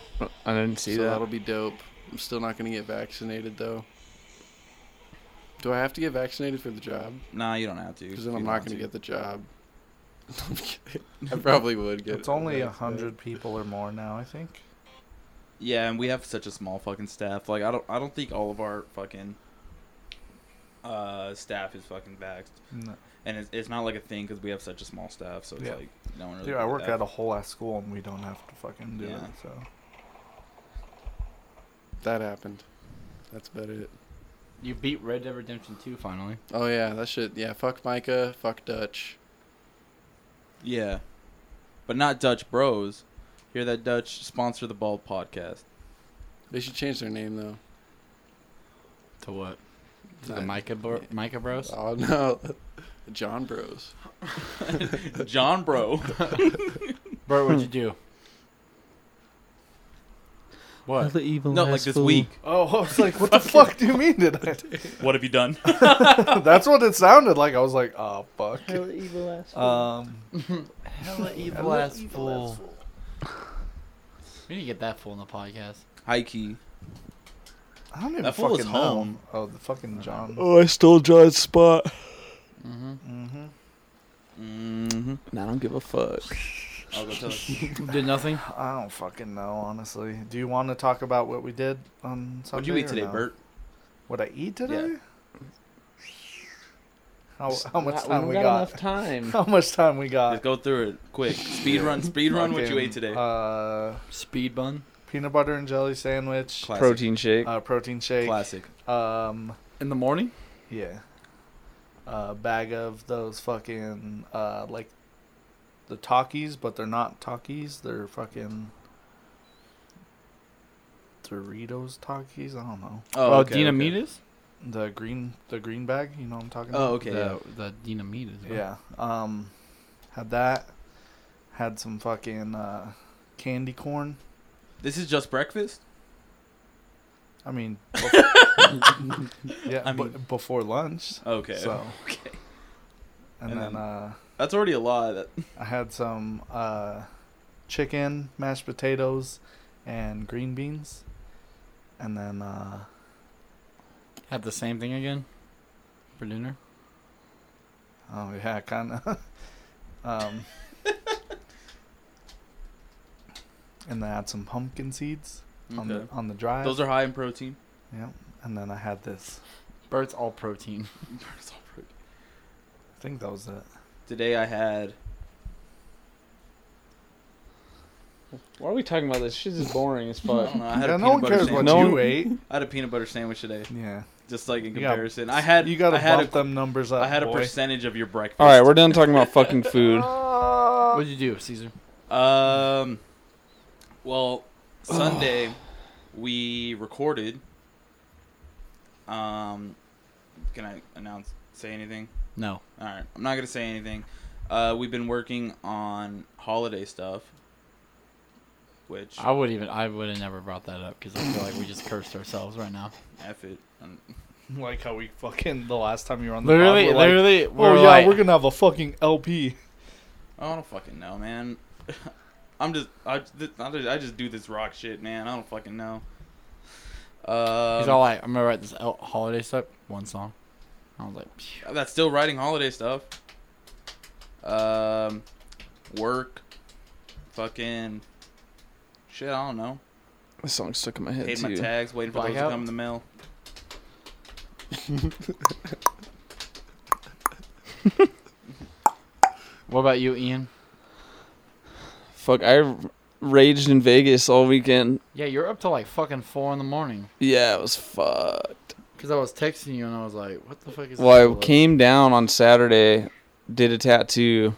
[SPEAKER 2] I didn't see
[SPEAKER 5] so
[SPEAKER 2] that.
[SPEAKER 5] will be dope. I'm still not gonna get vaccinated though. Do I have to get vaccinated for the job?
[SPEAKER 3] Nah, you don't have to. if
[SPEAKER 5] Because then
[SPEAKER 3] you
[SPEAKER 5] I'm
[SPEAKER 3] want
[SPEAKER 5] not gonna
[SPEAKER 3] to.
[SPEAKER 5] get the job. I'm kidding. I probably would get.
[SPEAKER 4] It's only uh, a
[SPEAKER 5] vaccinated.
[SPEAKER 4] hundred people or more now, I think.
[SPEAKER 3] Yeah, and we have such a small fucking staff. Like I don't. I don't think all of our fucking. Uh, staff is fucking vaxxed,
[SPEAKER 4] No.
[SPEAKER 3] and it's, it's not like a thing because we have such a small staff. So it's
[SPEAKER 4] Yeah.
[SPEAKER 3] like no one really.
[SPEAKER 4] Dude, I
[SPEAKER 3] did
[SPEAKER 4] work
[SPEAKER 3] that.
[SPEAKER 4] at a whole ass school and we don't have to fucking do
[SPEAKER 3] Yeah.
[SPEAKER 4] it. So
[SPEAKER 5] That happened. That's about it.
[SPEAKER 1] You beat Red Dead Redemption 2 finally.
[SPEAKER 5] Oh yeah, that shit. Yeah, fuck Micah. Fuck Dutch.
[SPEAKER 3] Yeah. But not Dutch Bros. Hear that Dutch sponsor the Bald podcast.
[SPEAKER 5] They should change their name though.
[SPEAKER 1] To what? To the
[SPEAKER 5] That-
[SPEAKER 1] Micah, bro- Micah Bros.
[SPEAKER 5] Oh no, John Bros.
[SPEAKER 3] John Bro.
[SPEAKER 1] Bert, what'd you do? What?
[SPEAKER 2] the evil
[SPEAKER 3] no, like this week.
[SPEAKER 4] Oh, I was like, what the fuck do you mean did
[SPEAKER 3] What have you done?
[SPEAKER 4] I? That's what it sounded like. I was like, oh fuck.
[SPEAKER 2] evil ass.
[SPEAKER 3] Uh,
[SPEAKER 4] Um,
[SPEAKER 1] Hella evil ass fool. We need to get that fool in the podcast.
[SPEAKER 3] High key.
[SPEAKER 4] I don't even
[SPEAKER 3] That fool was
[SPEAKER 4] fucking know.
[SPEAKER 3] home. Uh-huh.
[SPEAKER 4] Oh, the fucking John.
[SPEAKER 2] oh, I stole John's spot.
[SPEAKER 1] Mm-hmm.
[SPEAKER 4] hmm
[SPEAKER 3] Mm-hmm.
[SPEAKER 2] And I don't give a fuck.
[SPEAKER 3] I'll go tell her.
[SPEAKER 1] Did nothing.
[SPEAKER 4] I don't fucking know, honestly. Do you want to talk about what we did on
[SPEAKER 3] What'd
[SPEAKER 4] Sunday?
[SPEAKER 3] you eat
[SPEAKER 4] or
[SPEAKER 3] today,
[SPEAKER 4] no?
[SPEAKER 3] Bert?
[SPEAKER 4] What I eat today? How, how much
[SPEAKER 2] Not-
[SPEAKER 4] time
[SPEAKER 2] don't
[SPEAKER 4] we got?
[SPEAKER 2] Enough time.
[SPEAKER 4] How much time we got?
[SPEAKER 3] Just go through it quick. Speed run, speed run what you
[SPEAKER 4] Fucking,
[SPEAKER 3] ate today.
[SPEAKER 4] Uh,
[SPEAKER 1] Speed bun.
[SPEAKER 4] peanut butter and jelly sandwich,
[SPEAKER 3] Classic.
[SPEAKER 2] Protein shake.
[SPEAKER 4] uh, protein shake.
[SPEAKER 3] Classic.
[SPEAKER 4] Um,
[SPEAKER 1] In the morning?
[SPEAKER 4] yeah. A bag of those fucking uh like the talkies, but they're not talkies. They're fucking Doritos talkies. I don't know.
[SPEAKER 1] Oh,
[SPEAKER 3] okay, okay.
[SPEAKER 1] Dinamitas?
[SPEAKER 4] The green, the green bag. You know what I'm talking
[SPEAKER 3] Oh,
[SPEAKER 4] about.
[SPEAKER 3] okay.
[SPEAKER 1] The, the Dinamitas. bro.
[SPEAKER 4] Yeah. Um, had that. Had some fucking uh, candy corn.
[SPEAKER 3] This is just breakfast?
[SPEAKER 4] I mean, bef- yeah,
[SPEAKER 3] I
[SPEAKER 4] bu-
[SPEAKER 3] mean-
[SPEAKER 4] before lunch.
[SPEAKER 3] Okay.
[SPEAKER 4] So,
[SPEAKER 3] Okay.
[SPEAKER 4] and,
[SPEAKER 3] And
[SPEAKER 4] then,
[SPEAKER 3] then-
[SPEAKER 4] uh,
[SPEAKER 3] That's already a lot.
[SPEAKER 4] I had some uh, chicken, mashed potatoes, and green beans, and then uh,
[SPEAKER 1] Had the same thing again for dinner.
[SPEAKER 6] Oh yeah, kind of. um, and then I had some pumpkin seeds on the
[SPEAKER 3] Okay.
[SPEAKER 6] on the drive.
[SPEAKER 3] Those are high in protein.
[SPEAKER 6] yeah. And then I had this.
[SPEAKER 1] Bert's all protein.
[SPEAKER 3] It's all protein.
[SPEAKER 6] I think that was it.
[SPEAKER 3] Today I had
[SPEAKER 2] Why are we talking about this? Shit is boring as
[SPEAKER 3] I
[SPEAKER 2] fuck.
[SPEAKER 3] don't know, I had
[SPEAKER 6] yeah,
[SPEAKER 3] a
[SPEAKER 6] no
[SPEAKER 3] peanut
[SPEAKER 6] one
[SPEAKER 3] butter
[SPEAKER 6] cares
[SPEAKER 3] sandwich.
[SPEAKER 6] what
[SPEAKER 2] No
[SPEAKER 6] you
[SPEAKER 2] one-
[SPEAKER 6] ate.
[SPEAKER 3] I had a peanut butter sandwich today.
[SPEAKER 6] Yeah,
[SPEAKER 3] Just like in
[SPEAKER 6] You gotta-
[SPEAKER 3] comparison, I had
[SPEAKER 6] you gotta
[SPEAKER 3] I had
[SPEAKER 6] bump
[SPEAKER 3] a,
[SPEAKER 6] them numbers up.
[SPEAKER 3] I had a
[SPEAKER 6] boy.
[SPEAKER 3] percentage of your breakfast.
[SPEAKER 2] All right, we're done talking about fucking food.
[SPEAKER 1] What'd you do, Caesar?
[SPEAKER 3] Um, well, Sunday we recorded. Um, can I announce? Say anything?
[SPEAKER 1] No.
[SPEAKER 3] All right, I'm not gonna say anything. Uh, we've been working on holiday stuff, which
[SPEAKER 1] I would even. I would have never brought that up because I feel like we just cursed ourselves right now.
[SPEAKER 3] F it. Um,
[SPEAKER 6] like how we fucking the last time you were on the pod,
[SPEAKER 1] Literally,
[SPEAKER 6] we're like,
[SPEAKER 1] literally.
[SPEAKER 6] oh
[SPEAKER 1] We're
[SPEAKER 6] yeah,
[SPEAKER 1] like,
[SPEAKER 6] we're gonna have a fucking LP.
[SPEAKER 3] I don't fucking know, man. I'm just I, th- I just I just do this rock shit, man. I don't fucking know. Uh,
[SPEAKER 1] he's all like, I'm gonna write this out holiday stuff. One song. I was like, phew.
[SPEAKER 3] that's still writing holiday stuff. Um, work, fucking shit. I don't know.
[SPEAKER 2] This song stuck in my head
[SPEAKER 3] Paid my
[SPEAKER 2] too.
[SPEAKER 3] tags, waiting for those
[SPEAKER 1] Blackout?
[SPEAKER 3] to come in the mail.
[SPEAKER 1] what about you, Ian?
[SPEAKER 2] Fuck, I r- raged in Vegas all weekend.
[SPEAKER 1] Yeah, you're up till like fucking four in the morning.
[SPEAKER 2] Yeah, it was fucked.
[SPEAKER 1] Because I was texting you and I was like, what the fuck is this
[SPEAKER 2] Well,
[SPEAKER 1] all
[SPEAKER 2] I
[SPEAKER 1] about?
[SPEAKER 2] came down on Saturday, did a tattoo,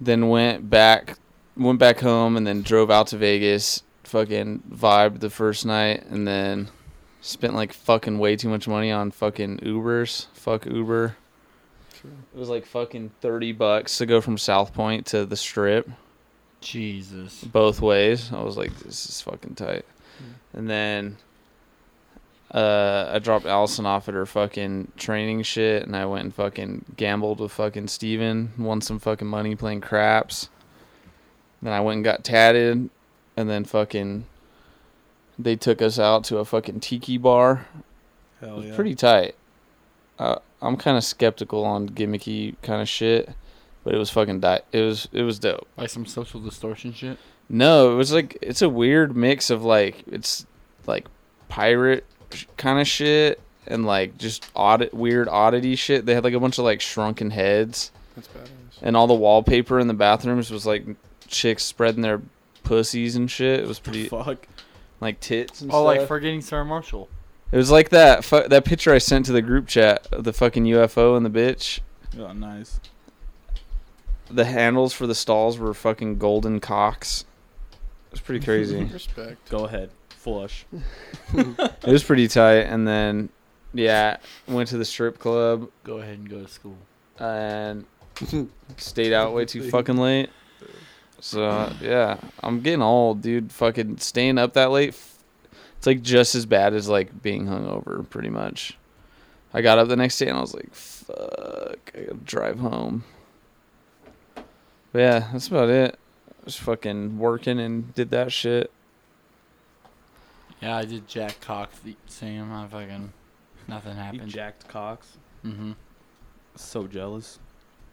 [SPEAKER 2] then went back, went back home, and then drove out to Vegas. Fucking vibed the first night, and then spent like fucking way too much money on fucking Ubers. Fuck Uber. It was like fucking thirty bucks to go from South Point to the Strip
[SPEAKER 1] Jesus.
[SPEAKER 2] both ways. I was like, this is fucking tight. And then uh, I dropped Allison off at her fucking training shit, and I went and fucking gambled with fucking Steven, won some fucking money playing craps. Then I went and got tatted, and then fucking they took us out to a fucking tiki bar. It
[SPEAKER 5] Oh,
[SPEAKER 3] Hell
[SPEAKER 2] was pretty tight. Uh, I'm kind of skeptical on gimmicky kind of shit, but it was fucking di- it was it was dope.
[SPEAKER 1] Like some social distortion shit.
[SPEAKER 2] No, it was like it's a weird mix of like it's like pirate kind of shit and like just odd weird oddity shit. They had like a bunch of like shrunken heads
[SPEAKER 5] That's badass.
[SPEAKER 2] and all the wallpaper in the bathrooms was like chicks spreading their pussies and shit. It was pretty
[SPEAKER 3] fuck.
[SPEAKER 2] like tits and
[SPEAKER 1] Oh,
[SPEAKER 2] stuff.
[SPEAKER 1] like forgetting Sarah Marshall.
[SPEAKER 2] it was like that fu- that picture I sent to the group chat of the fucking UFO and the bitch.
[SPEAKER 3] Oh, nice.
[SPEAKER 2] The handles for the stalls were fucking golden cocks. It was pretty crazy.
[SPEAKER 5] Respect.
[SPEAKER 3] Go ahead. Flush.
[SPEAKER 2] It was pretty tight, and then yeah, went to the strip club
[SPEAKER 1] Go ahead and go to school.
[SPEAKER 2] and stayed out way too fucking late. So yeah, I'm getting old, dude. Fucking staying up that late, f- it's like just as bad as like being hungover, pretty much. I got up the next day and I was like, "Fuck, I gotta drive home." But yeah, that's about it. I was fucking working and did that shit.
[SPEAKER 1] Yeah, I did Jack Cock the same. I fucking nothing
[SPEAKER 3] You
[SPEAKER 1] happened.
[SPEAKER 3] jacked Cox.
[SPEAKER 1] mm-hmm.
[SPEAKER 3] So jealous.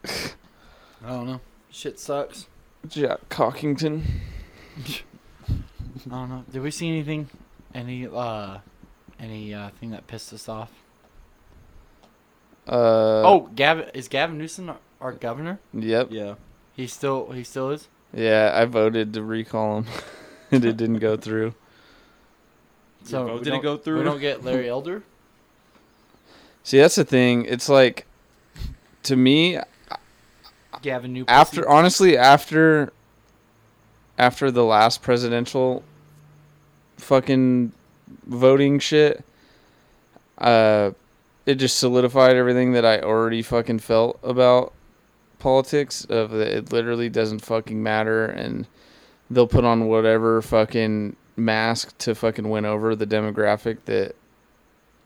[SPEAKER 1] I don't know. Shit sucks.
[SPEAKER 2] Jack Cockington.
[SPEAKER 1] I don't know. Did we see anything? Any uh, any uh thing that pissed us off?
[SPEAKER 2] Uh,
[SPEAKER 1] oh, Gavin is Gavin Newsom our governor?
[SPEAKER 2] yep.
[SPEAKER 3] Yeah.
[SPEAKER 1] He still he still is.
[SPEAKER 2] Yeah, I voted to recall him, and it didn't go through.
[SPEAKER 1] So
[SPEAKER 3] vote
[SPEAKER 1] we
[SPEAKER 3] didn't
[SPEAKER 1] don't-
[SPEAKER 3] go through?
[SPEAKER 1] We don't get Larry Elder.
[SPEAKER 2] See, that's the thing. It's like, to me,
[SPEAKER 1] Gavin Newsom.
[SPEAKER 2] after honestly, after, after the last presidential, fucking, voting shit, uh, it just solidified everything that I already fucking felt about politics. Of that, it literally doesn't fucking matter, and they'll put on whatever fucking mask to fucking win over the demographic that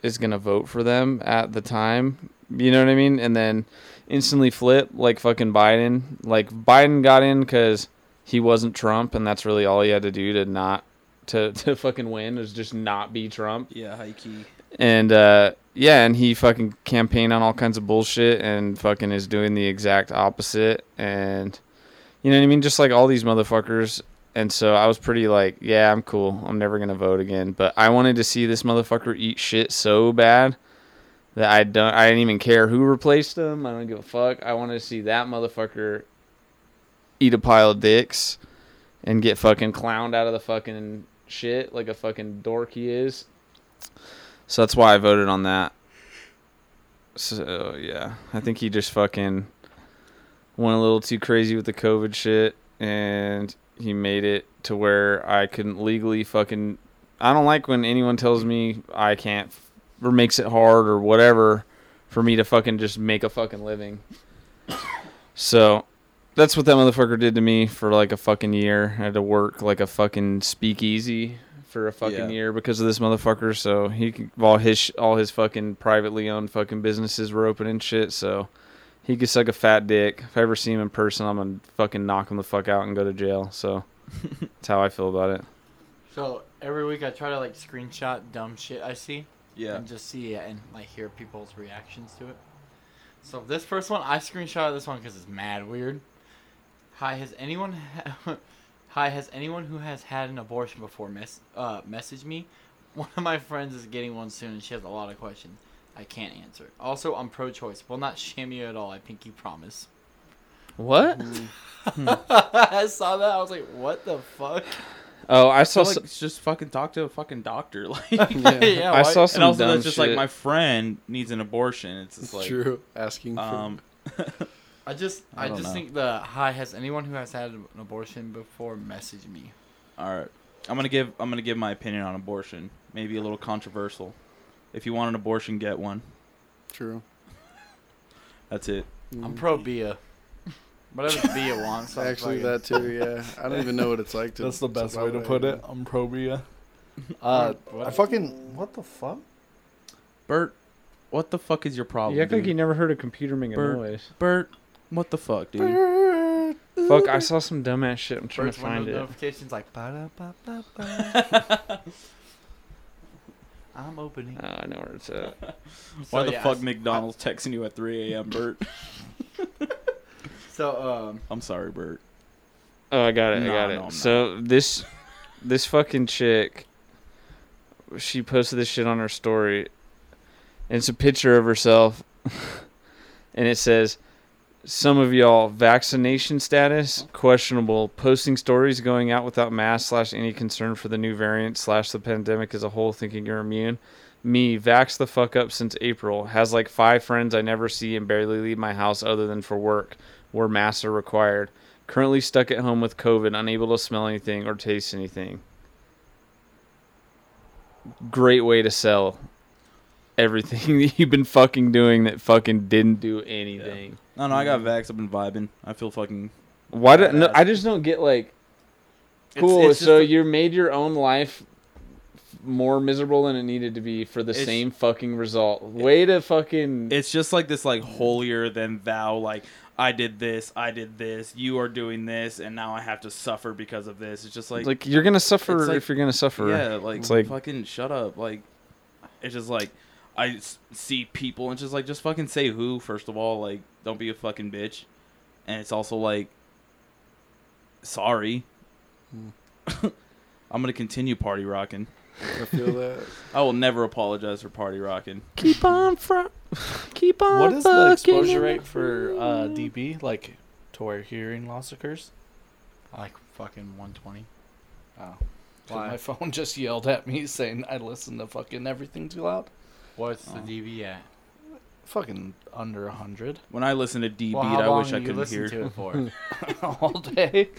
[SPEAKER 2] is going to vote for them at the time. You know what I mean? And then instantly flip like fucking Biden. Like Biden got in because he wasn't Trump, and that's really all he had to do to not to to fucking win is just not be Trump.
[SPEAKER 3] Yeah, high key.
[SPEAKER 2] and uh, yeah, and he fucking campaigned on all kinds of bullshit and fucking is doing the exact opposite, and you know what I mean, just like all these motherfuckers. And so I was pretty like, yeah, I'm cool. I'm never gonna vote again. But I wanted to see this motherfucker eat shit so bad that I don't. I didn't even care who replaced him. I don't give a fuck. I wanted to see that motherfucker eat a pile of dicks and get fucking clowned out of the fucking shit like a fucking dork he is. So that's why I voted on that. So yeah, I think he just fucking went a little too crazy with the COVID shit, and he made it to where I couldn't legally fucking. I don't like when anyone tells me I can't f- or makes it hard or whatever for me to fucking just make a fucking living. So that's what that motherfucker did to me for like a fucking year. I had to work like a fucking speakeasy for a fucking
[SPEAKER 3] Yeah.
[SPEAKER 2] year because of this motherfucker. So he could, all his sh- all his fucking privately owned fucking businesses were open and shit. So he could suck a fat dick. If I ever see him in person, I'm gonna fucking knock him the fuck out and go to jail. So that's how I feel about it.
[SPEAKER 1] So every week I try to like screenshot dumb shit I see
[SPEAKER 3] Yeah.
[SPEAKER 1] and just see it and like hear people's reactions to it. So this first one, I screenshot this one because it's mad weird. Hi, has anyone? Ha- Hi, has anyone who has had an abortion before mess uh message me? One of my friends is getting one soon, and she has a lot of questions I can't answer. Also, I'm pro-choice. Will not shame you at all. I pinky promise.
[SPEAKER 2] What?
[SPEAKER 1] I saw that. I was like, what the fuck?
[SPEAKER 2] Oh, I
[SPEAKER 3] I saw
[SPEAKER 2] saw. s
[SPEAKER 3] like, just fucking talk to a fucking doctor. Like, and
[SPEAKER 5] Yeah,
[SPEAKER 2] I
[SPEAKER 1] why-
[SPEAKER 2] saw some
[SPEAKER 3] also
[SPEAKER 2] dumb
[SPEAKER 3] that's just
[SPEAKER 2] shit.
[SPEAKER 3] like my friend needs an abortion. It's just
[SPEAKER 5] It's
[SPEAKER 3] like,
[SPEAKER 5] true. Asking for
[SPEAKER 3] um,
[SPEAKER 1] I just,
[SPEAKER 3] I
[SPEAKER 1] I,
[SPEAKER 3] don't
[SPEAKER 1] just
[SPEAKER 3] know.
[SPEAKER 1] think the hi has anyone who has had an abortion before message me.
[SPEAKER 3] all right. I'm gonna give I'm gonna give my opinion on abortion. Maybe a little controversial. If you want an abortion, get one.
[SPEAKER 5] true.
[SPEAKER 3] That's it.
[SPEAKER 1] I'm
[SPEAKER 5] Mm.
[SPEAKER 1] pro Bia. Whatever Bia wants. I'm
[SPEAKER 5] Actually,
[SPEAKER 1] fucking-
[SPEAKER 5] that too. Yeah, I don't even know what it's like to.
[SPEAKER 6] That's the best
[SPEAKER 5] buy
[SPEAKER 6] way to
[SPEAKER 5] that.
[SPEAKER 6] put it. I'm probia.
[SPEAKER 1] Uh,
[SPEAKER 6] Uh, I fucking what the fuck?
[SPEAKER 3] Bert, what the fuck is your problem?
[SPEAKER 2] You act like
[SPEAKER 3] dude?
[SPEAKER 2] you never heard a computer make a
[SPEAKER 3] Burp.
[SPEAKER 2] noise.
[SPEAKER 3] Bert, what the fuck, dude?
[SPEAKER 2] Fuck, I saw some dumbass shit. I'm trying
[SPEAKER 1] Bird's
[SPEAKER 2] to find
[SPEAKER 1] window
[SPEAKER 2] it.
[SPEAKER 1] notifications like. "Ba-da-ba-ba-ba." I'm opening.
[SPEAKER 2] Oh, I know where it's at.
[SPEAKER 3] Why
[SPEAKER 1] So,
[SPEAKER 3] the
[SPEAKER 1] yeah,
[SPEAKER 3] fuck McDonald's texting you at 3 a.m., Bert?
[SPEAKER 1] So um,
[SPEAKER 3] I'm sorry, Bert.
[SPEAKER 2] Oh, I got it. I
[SPEAKER 3] No,
[SPEAKER 2] got
[SPEAKER 3] no,
[SPEAKER 2] it.
[SPEAKER 3] I'm not.
[SPEAKER 2] so this this fucking chick, she posted this shit on her story, and it's a picture of herself, and it says, "Some of y'all vaccination status questionable. Posting stories going out without mask slash any concern for the new variant slash the pandemic as a whole, thinking you're immune." Me, vax the fuck up since April. Has like five friends I never see and barely leave my house other than for work, where masks are required. Currently stuck at home with COVID, unable to smell anything or taste anything. Great way to sell everything that you've been fucking doing that fucking didn't do anything.
[SPEAKER 3] No, no, I got vax. I've been vibing. I feel fucking.
[SPEAKER 2] Why do no, I just don't get like cool?
[SPEAKER 3] it's just
[SPEAKER 2] so
[SPEAKER 3] the-
[SPEAKER 2] you made your own life more miserable than it needed to be for the
[SPEAKER 3] It's-
[SPEAKER 2] same fucking result. Way to fucking
[SPEAKER 3] It's just like this, like, holier than thou, like, I did this, I did this, you are doing this, and now I have to suffer because of this. It's just like,
[SPEAKER 2] like, you're gonna suffer
[SPEAKER 3] it's like-
[SPEAKER 2] if you're gonna suffer.
[SPEAKER 3] yeah, like,
[SPEAKER 2] it's like-
[SPEAKER 3] fucking shut up. Like, it's just like, I s- see people, and it's just like, just fucking say who, first of all. Like, don't be a fucking bitch. And it's also like, sorry.
[SPEAKER 5] Hmm.
[SPEAKER 3] I'm going to continue party rocking.
[SPEAKER 5] I feel that.
[SPEAKER 3] I will never apologize for party rocking.
[SPEAKER 2] Keep on front. Keep on.
[SPEAKER 6] What is the
[SPEAKER 2] fucking
[SPEAKER 6] exposure rate for uh, DB? Like to where hearing loss occurs?
[SPEAKER 1] like fucking 120.
[SPEAKER 6] Oh. 'Cause
[SPEAKER 1] Why?
[SPEAKER 6] My phone just yelled at me saying I listen to fucking everything too loud.
[SPEAKER 1] What's the
[SPEAKER 3] Oh.
[SPEAKER 1] DV at?
[SPEAKER 6] Fucking under a hundred
[SPEAKER 3] When I listen to D
[SPEAKER 1] Well,
[SPEAKER 3] Beat,
[SPEAKER 1] how
[SPEAKER 3] I
[SPEAKER 1] long
[SPEAKER 3] wish
[SPEAKER 1] do
[SPEAKER 3] I
[SPEAKER 1] you
[SPEAKER 3] could
[SPEAKER 1] listen
[SPEAKER 3] hear.
[SPEAKER 1] to it for?
[SPEAKER 6] all day.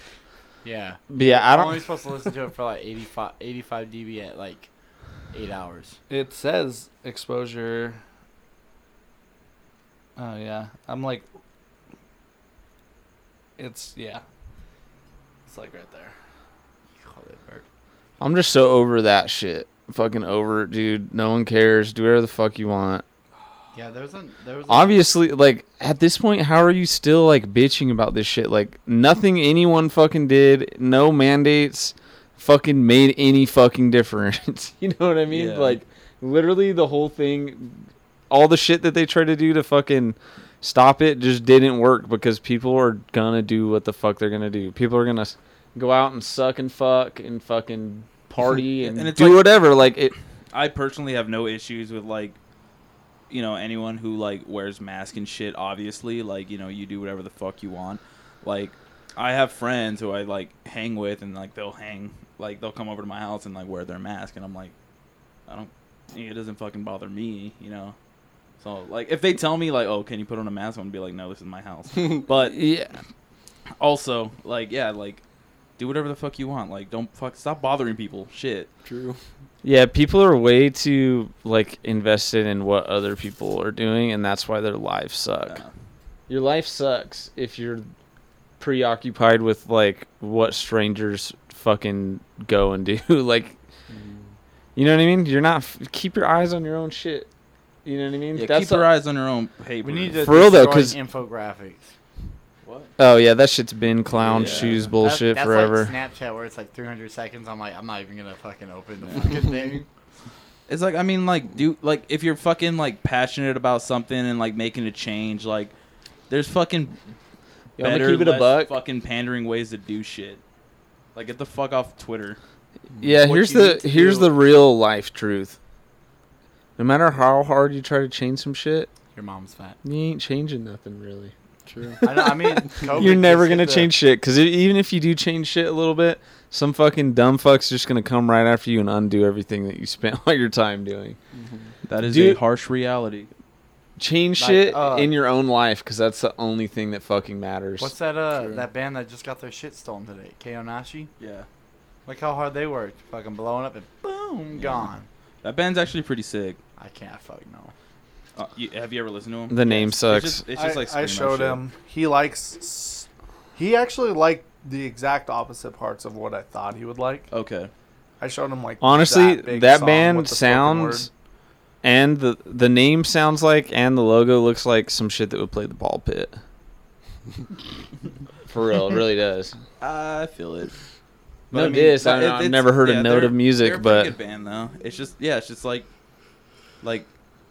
[SPEAKER 1] yeah.
[SPEAKER 2] Yeah, I
[SPEAKER 1] I'm
[SPEAKER 2] don't.
[SPEAKER 1] only supposed to listen to it for like 85, 85 DB at like eight hours.
[SPEAKER 6] It says exposure. Oh yeah, I'm like. It's yeah. It's like right there.
[SPEAKER 1] You call it Bert.
[SPEAKER 2] I'm just so over that shit. Fucking over it, dude. No one cares. Do whatever the fuck you want.
[SPEAKER 1] Yeah, there was a there was a-
[SPEAKER 2] Obviously, like at this point, how are you still like bitching about this shit? Like nothing anyone fucking did, no mandates, fucking made any fucking difference. you know what I mean?
[SPEAKER 3] Yeah.
[SPEAKER 2] Like Literally, the whole thing, all the shit that they tried to do to fucking stop it just didn't work because people are gonna do what the fuck they're gonna do. People are gonna s- go out and suck and fuck and fucking party and,
[SPEAKER 3] And it's
[SPEAKER 2] do
[SPEAKER 3] like-
[SPEAKER 2] whatever. Like it,
[SPEAKER 3] I personally have no issues with like, you know, anyone who like wears mask and shit. Obviously, like you know, you do whatever the fuck you want. Like, I have friends who I like hang with, and like they'll hang, like they'll come over to my house and like wear their mask, and I'm like, I don't, it doesn't fucking bother me, you know. So like, if they tell me like, oh, can you put on a mask? I'm gonna be like, no, this is my house. but
[SPEAKER 2] yeah,
[SPEAKER 3] also, like, yeah, like, do whatever the fuck you want. Like, don't fuck, stop bothering people. Shit.
[SPEAKER 5] True.
[SPEAKER 2] yeah. People are way too like invested in what other people are doing, and that's why their lives suck.
[SPEAKER 3] Uh,
[SPEAKER 2] Your life sucks if you're preoccupied with like what strangers fucking go and do. like, Mm-hmm. you know what I mean? You're not f- keep your eyes on your own shit. You know what I mean?
[SPEAKER 3] yeah,
[SPEAKER 2] That's
[SPEAKER 3] keep your
[SPEAKER 2] the-
[SPEAKER 3] eyes on your own paper.
[SPEAKER 1] We need to
[SPEAKER 2] For real though,
[SPEAKER 1] destroy
[SPEAKER 2] 'cause-
[SPEAKER 1] infographics.
[SPEAKER 2] Oh yeah, that shit's been clown
[SPEAKER 3] Yeah.
[SPEAKER 2] shoes
[SPEAKER 3] That-
[SPEAKER 2] bullshit
[SPEAKER 1] That's- that's
[SPEAKER 2] forever.
[SPEAKER 1] Like Snapchat, where it's like 300 seconds. I'm like, I'm not even gonna fucking open the fucking thing.
[SPEAKER 3] It's like I mean, like do like if you're fucking like passionate about something and like making a change, like there's fucking
[SPEAKER 2] You want me to
[SPEAKER 3] better,
[SPEAKER 2] keep it a
[SPEAKER 3] less
[SPEAKER 2] buck?
[SPEAKER 3] fucking pandering ways to do shit. Like get the fuck off Twitter.
[SPEAKER 2] yeah,
[SPEAKER 1] what
[SPEAKER 2] here's
[SPEAKER 1] you
[SPEAKER 2] the
[SPEAKER 1] need to
[SPEAKER 2] here's
[SPEAKER 1] do-
[SPEAKER 2] the real life truth. No matter how hard you try to change some shit,
[SPEAKER 1] Your mom's fat.
[SPEAKER 2] you ain't changing nothing really.
[SPEAKER 5] True.
[SPEAKER 1] I, know, I mean, COVID
[SPEAKER 2] You're never
[SPEAKER 1] Oh, just hit
[SPEAKER 2] gonna
[SPEAKER 1] the-
[SPEAKER 2] change shit because even if you do change shit a little bit, some fucking dumb fuck's just gonna come right after you and undo everything that you spent all your time doing.
[SPEAKER 5] Mm-hmm.
[SPEAKER 3] That is
[SPEAKER 2] Dude-
[SPEAKER 3] a harsh reality.
[SPEAKER 2] Change
[SPEAKER 1] Like,
[SPEAKER 2] shit
[SPEAKER 1] uh,
[SPEAKER 2] in your own life because that's the only thing that fucking matters.
[SPEAKER 1] What's that? Uh,
[SPEAKER 5] True.
[SPEAKER 1] that band that just got their shit stolen today, Kayonashi.
[SPEAKER 3] Yeah,
[SPEAKER 1] Look how hard they worked, fucking blowing up and boom,
[SPEAKER 3] Yeah.
[SPEAKER 1] gone.
[SPEAKER 3] that band's actually pretty sick.
[SPEAKER 1] I can't fucking know.
[SPEAKER 3] Uh, you, have you ever listened to him?
[SPEAKER 2] The name sucks.
[SPEAKER 3] It's just, it's just
[SPEAKER 6] I,
[SPEAKER 3] like
[SPEAKER 6] I
[SPEAKER 3] screamo
[SPEAKER 6] showed
[SPEAKER 3] shit.
[SPEAKER 6] him. He likes. s- He actually liked the exact opposite parts of what I thought he would like.
[SPEAKER 3] Okay,
[SPEAKER 6] I showed him like
[SPEAKER 2] Honestly,
[SPEAKER 6] big
[SPEAKER 2] that,
[SPEAKER 6] song
[SPEAKER 2] band
[SPEAKER 6] with the spoken word.
[SPEAKER 2] sounds and the the name sounds like and the logo looks like some shit that would play the ball pit. For real, it really does.
[SPEAKER 3] I feel it.
[SPEAKER 2] No diss, I- I've never heard a
[SPEAKER 3] yeah,
[SPEAKER 2] note
[SPEAKER 3] they're-
[SPEAKER 2] of music,
[SPEAKER 3] they're a pretty
[SPEAKER 2] but-
[SPEAKER 3] good band though. It's just yeah, it's just like like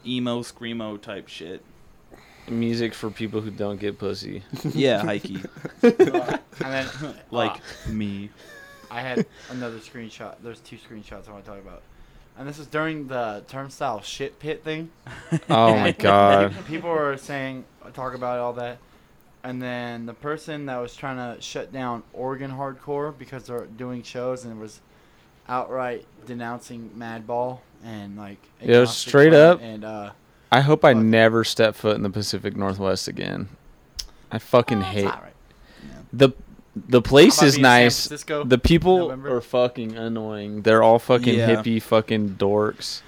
[SPEAKER 3] emo screamo type shit.
[SPEAKER 2] Music for people who don't get pussy.
[SPEAKER 3] Yeah, hikey.
[SPEAKER 1] And then uh,
[SPEAKER 3] like me.
[SPEAKER 1] I had another screenshot. There's two screenshots I want to talk about. And this is during the turnstile shit pit thing.
[SPEAKER 2] Oh my god.
[SPEAKER 1] People were saying, talk about all that. And then the person that was trying to shut down Oregon hardcore because they're doing shows and was outright denouncing Madball and like
[SPEAKER 2] Yeah, it was
[SPEAKER 1] Agnostic
[SPEAKER 2] straight
[SPEAKER 1] Front
[SPEAKER 2] up.
[SPEAKER 1] And uh,
[SPEAKER 2] I hope I
[SPEAKER 1] Fuck.
[SPEAKER 2] never step foot in the Pacific Northwest again. I fucking
[SPEAKER 1] it's
[SPEAKER 2] hate
[SPEAKER 1] alright.
[SPEAKER 2] the the
[SPEAKER 1] How
[SPEAKER 2] place
[SPEAKER 1] about
[SPEAKER 2] is
[SPEAKER 1] being in San
[SPEAKER 2] nice.
[SPEAKER 1] Francisco?
[SPEAKER 2] The people
[SPEAKER 1] November?
[SPEAKER 2] are fucking annoying. They're all fucking
[SPEAKER 3] Yeah.
[SPEAKER 2] hippie fucking dorks.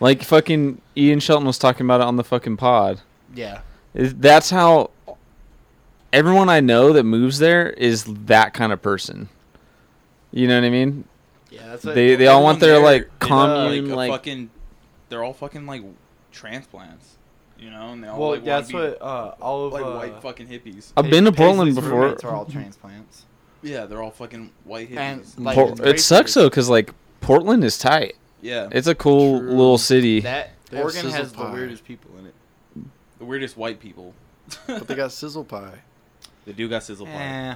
[SPEAKER 2] Like fucking Ian Shelton was talking about it on the fucking pod.
[SPEAKER 1] yeah,
[SPEAKER 2] Is- That's how everyone I know that moves there is that kind of person. You know what I mean?
[SPEAKER 1] yeah. That's what
[SPEAKER 2] They they all want their
[SPEAKER 3] Everyone there
[SPEAKER 2] like
[SPEAKER 3] is,
[SPEAKER 2] commune
[SPEAKER 3] a
[SPEAKER 2] like
[SPEAKER 3] fucking. They're all fucking like transplants, you know,
[SPEAKER 6] Oh,
[SPEAKER 3] and they all
[SPEAKER 1] well,
[SPEAKER 3] like,
[SPEAKER 1] yeah, that's
[SPEAKER 3] wanna
[SPEAKER 1] what uh, all
[SPEAKER 3] be,
[SPEAKER 1] of
[SPEAKER 3] like
[SPEAKER 1] uh,
[SPEAKER 3] white fucking hippies.
[SPEAKER 2] I've been to
[SPEAKER 1] Paisley's
[SPEAKER 2] Portland before.
[SPEAKER 1] roommates Are all transplants.
[SPEAKER 3] Yeah, they're all fucking white hippies.
[SPEAKER 1] And, like,
[SPEAKER 2] Por-
[SPEAKER 1] it's
[SPEAKER 2] it
[SPEAKER 1] great
[SPEAKER 2] sucks
[SPEAKER 1] for-
[SPEAKER 2] though, cause like Portland is tight.
[SPEAKER 3] yeah,
[SPEAKER 2] It's a cool
[SPEAKER 5] True.
[SPEAKER 2] little city.
[SPEAKER 1] That
[SPEAKER 5] They have
[SPEAKER 1] Oregon
[SPEAKER 5] sizzle
[SPEAKER 1] has the
[SPEAKER 5] pie.
[SPEAKER 1] weirdest people in it.
[SPEAKER 3] the weirdest white people.
[SPEAKER 5] But they got sizzle pie.
[SPEAKER 3] They do got sizzle pie.
[SPEAKER 1] Eh,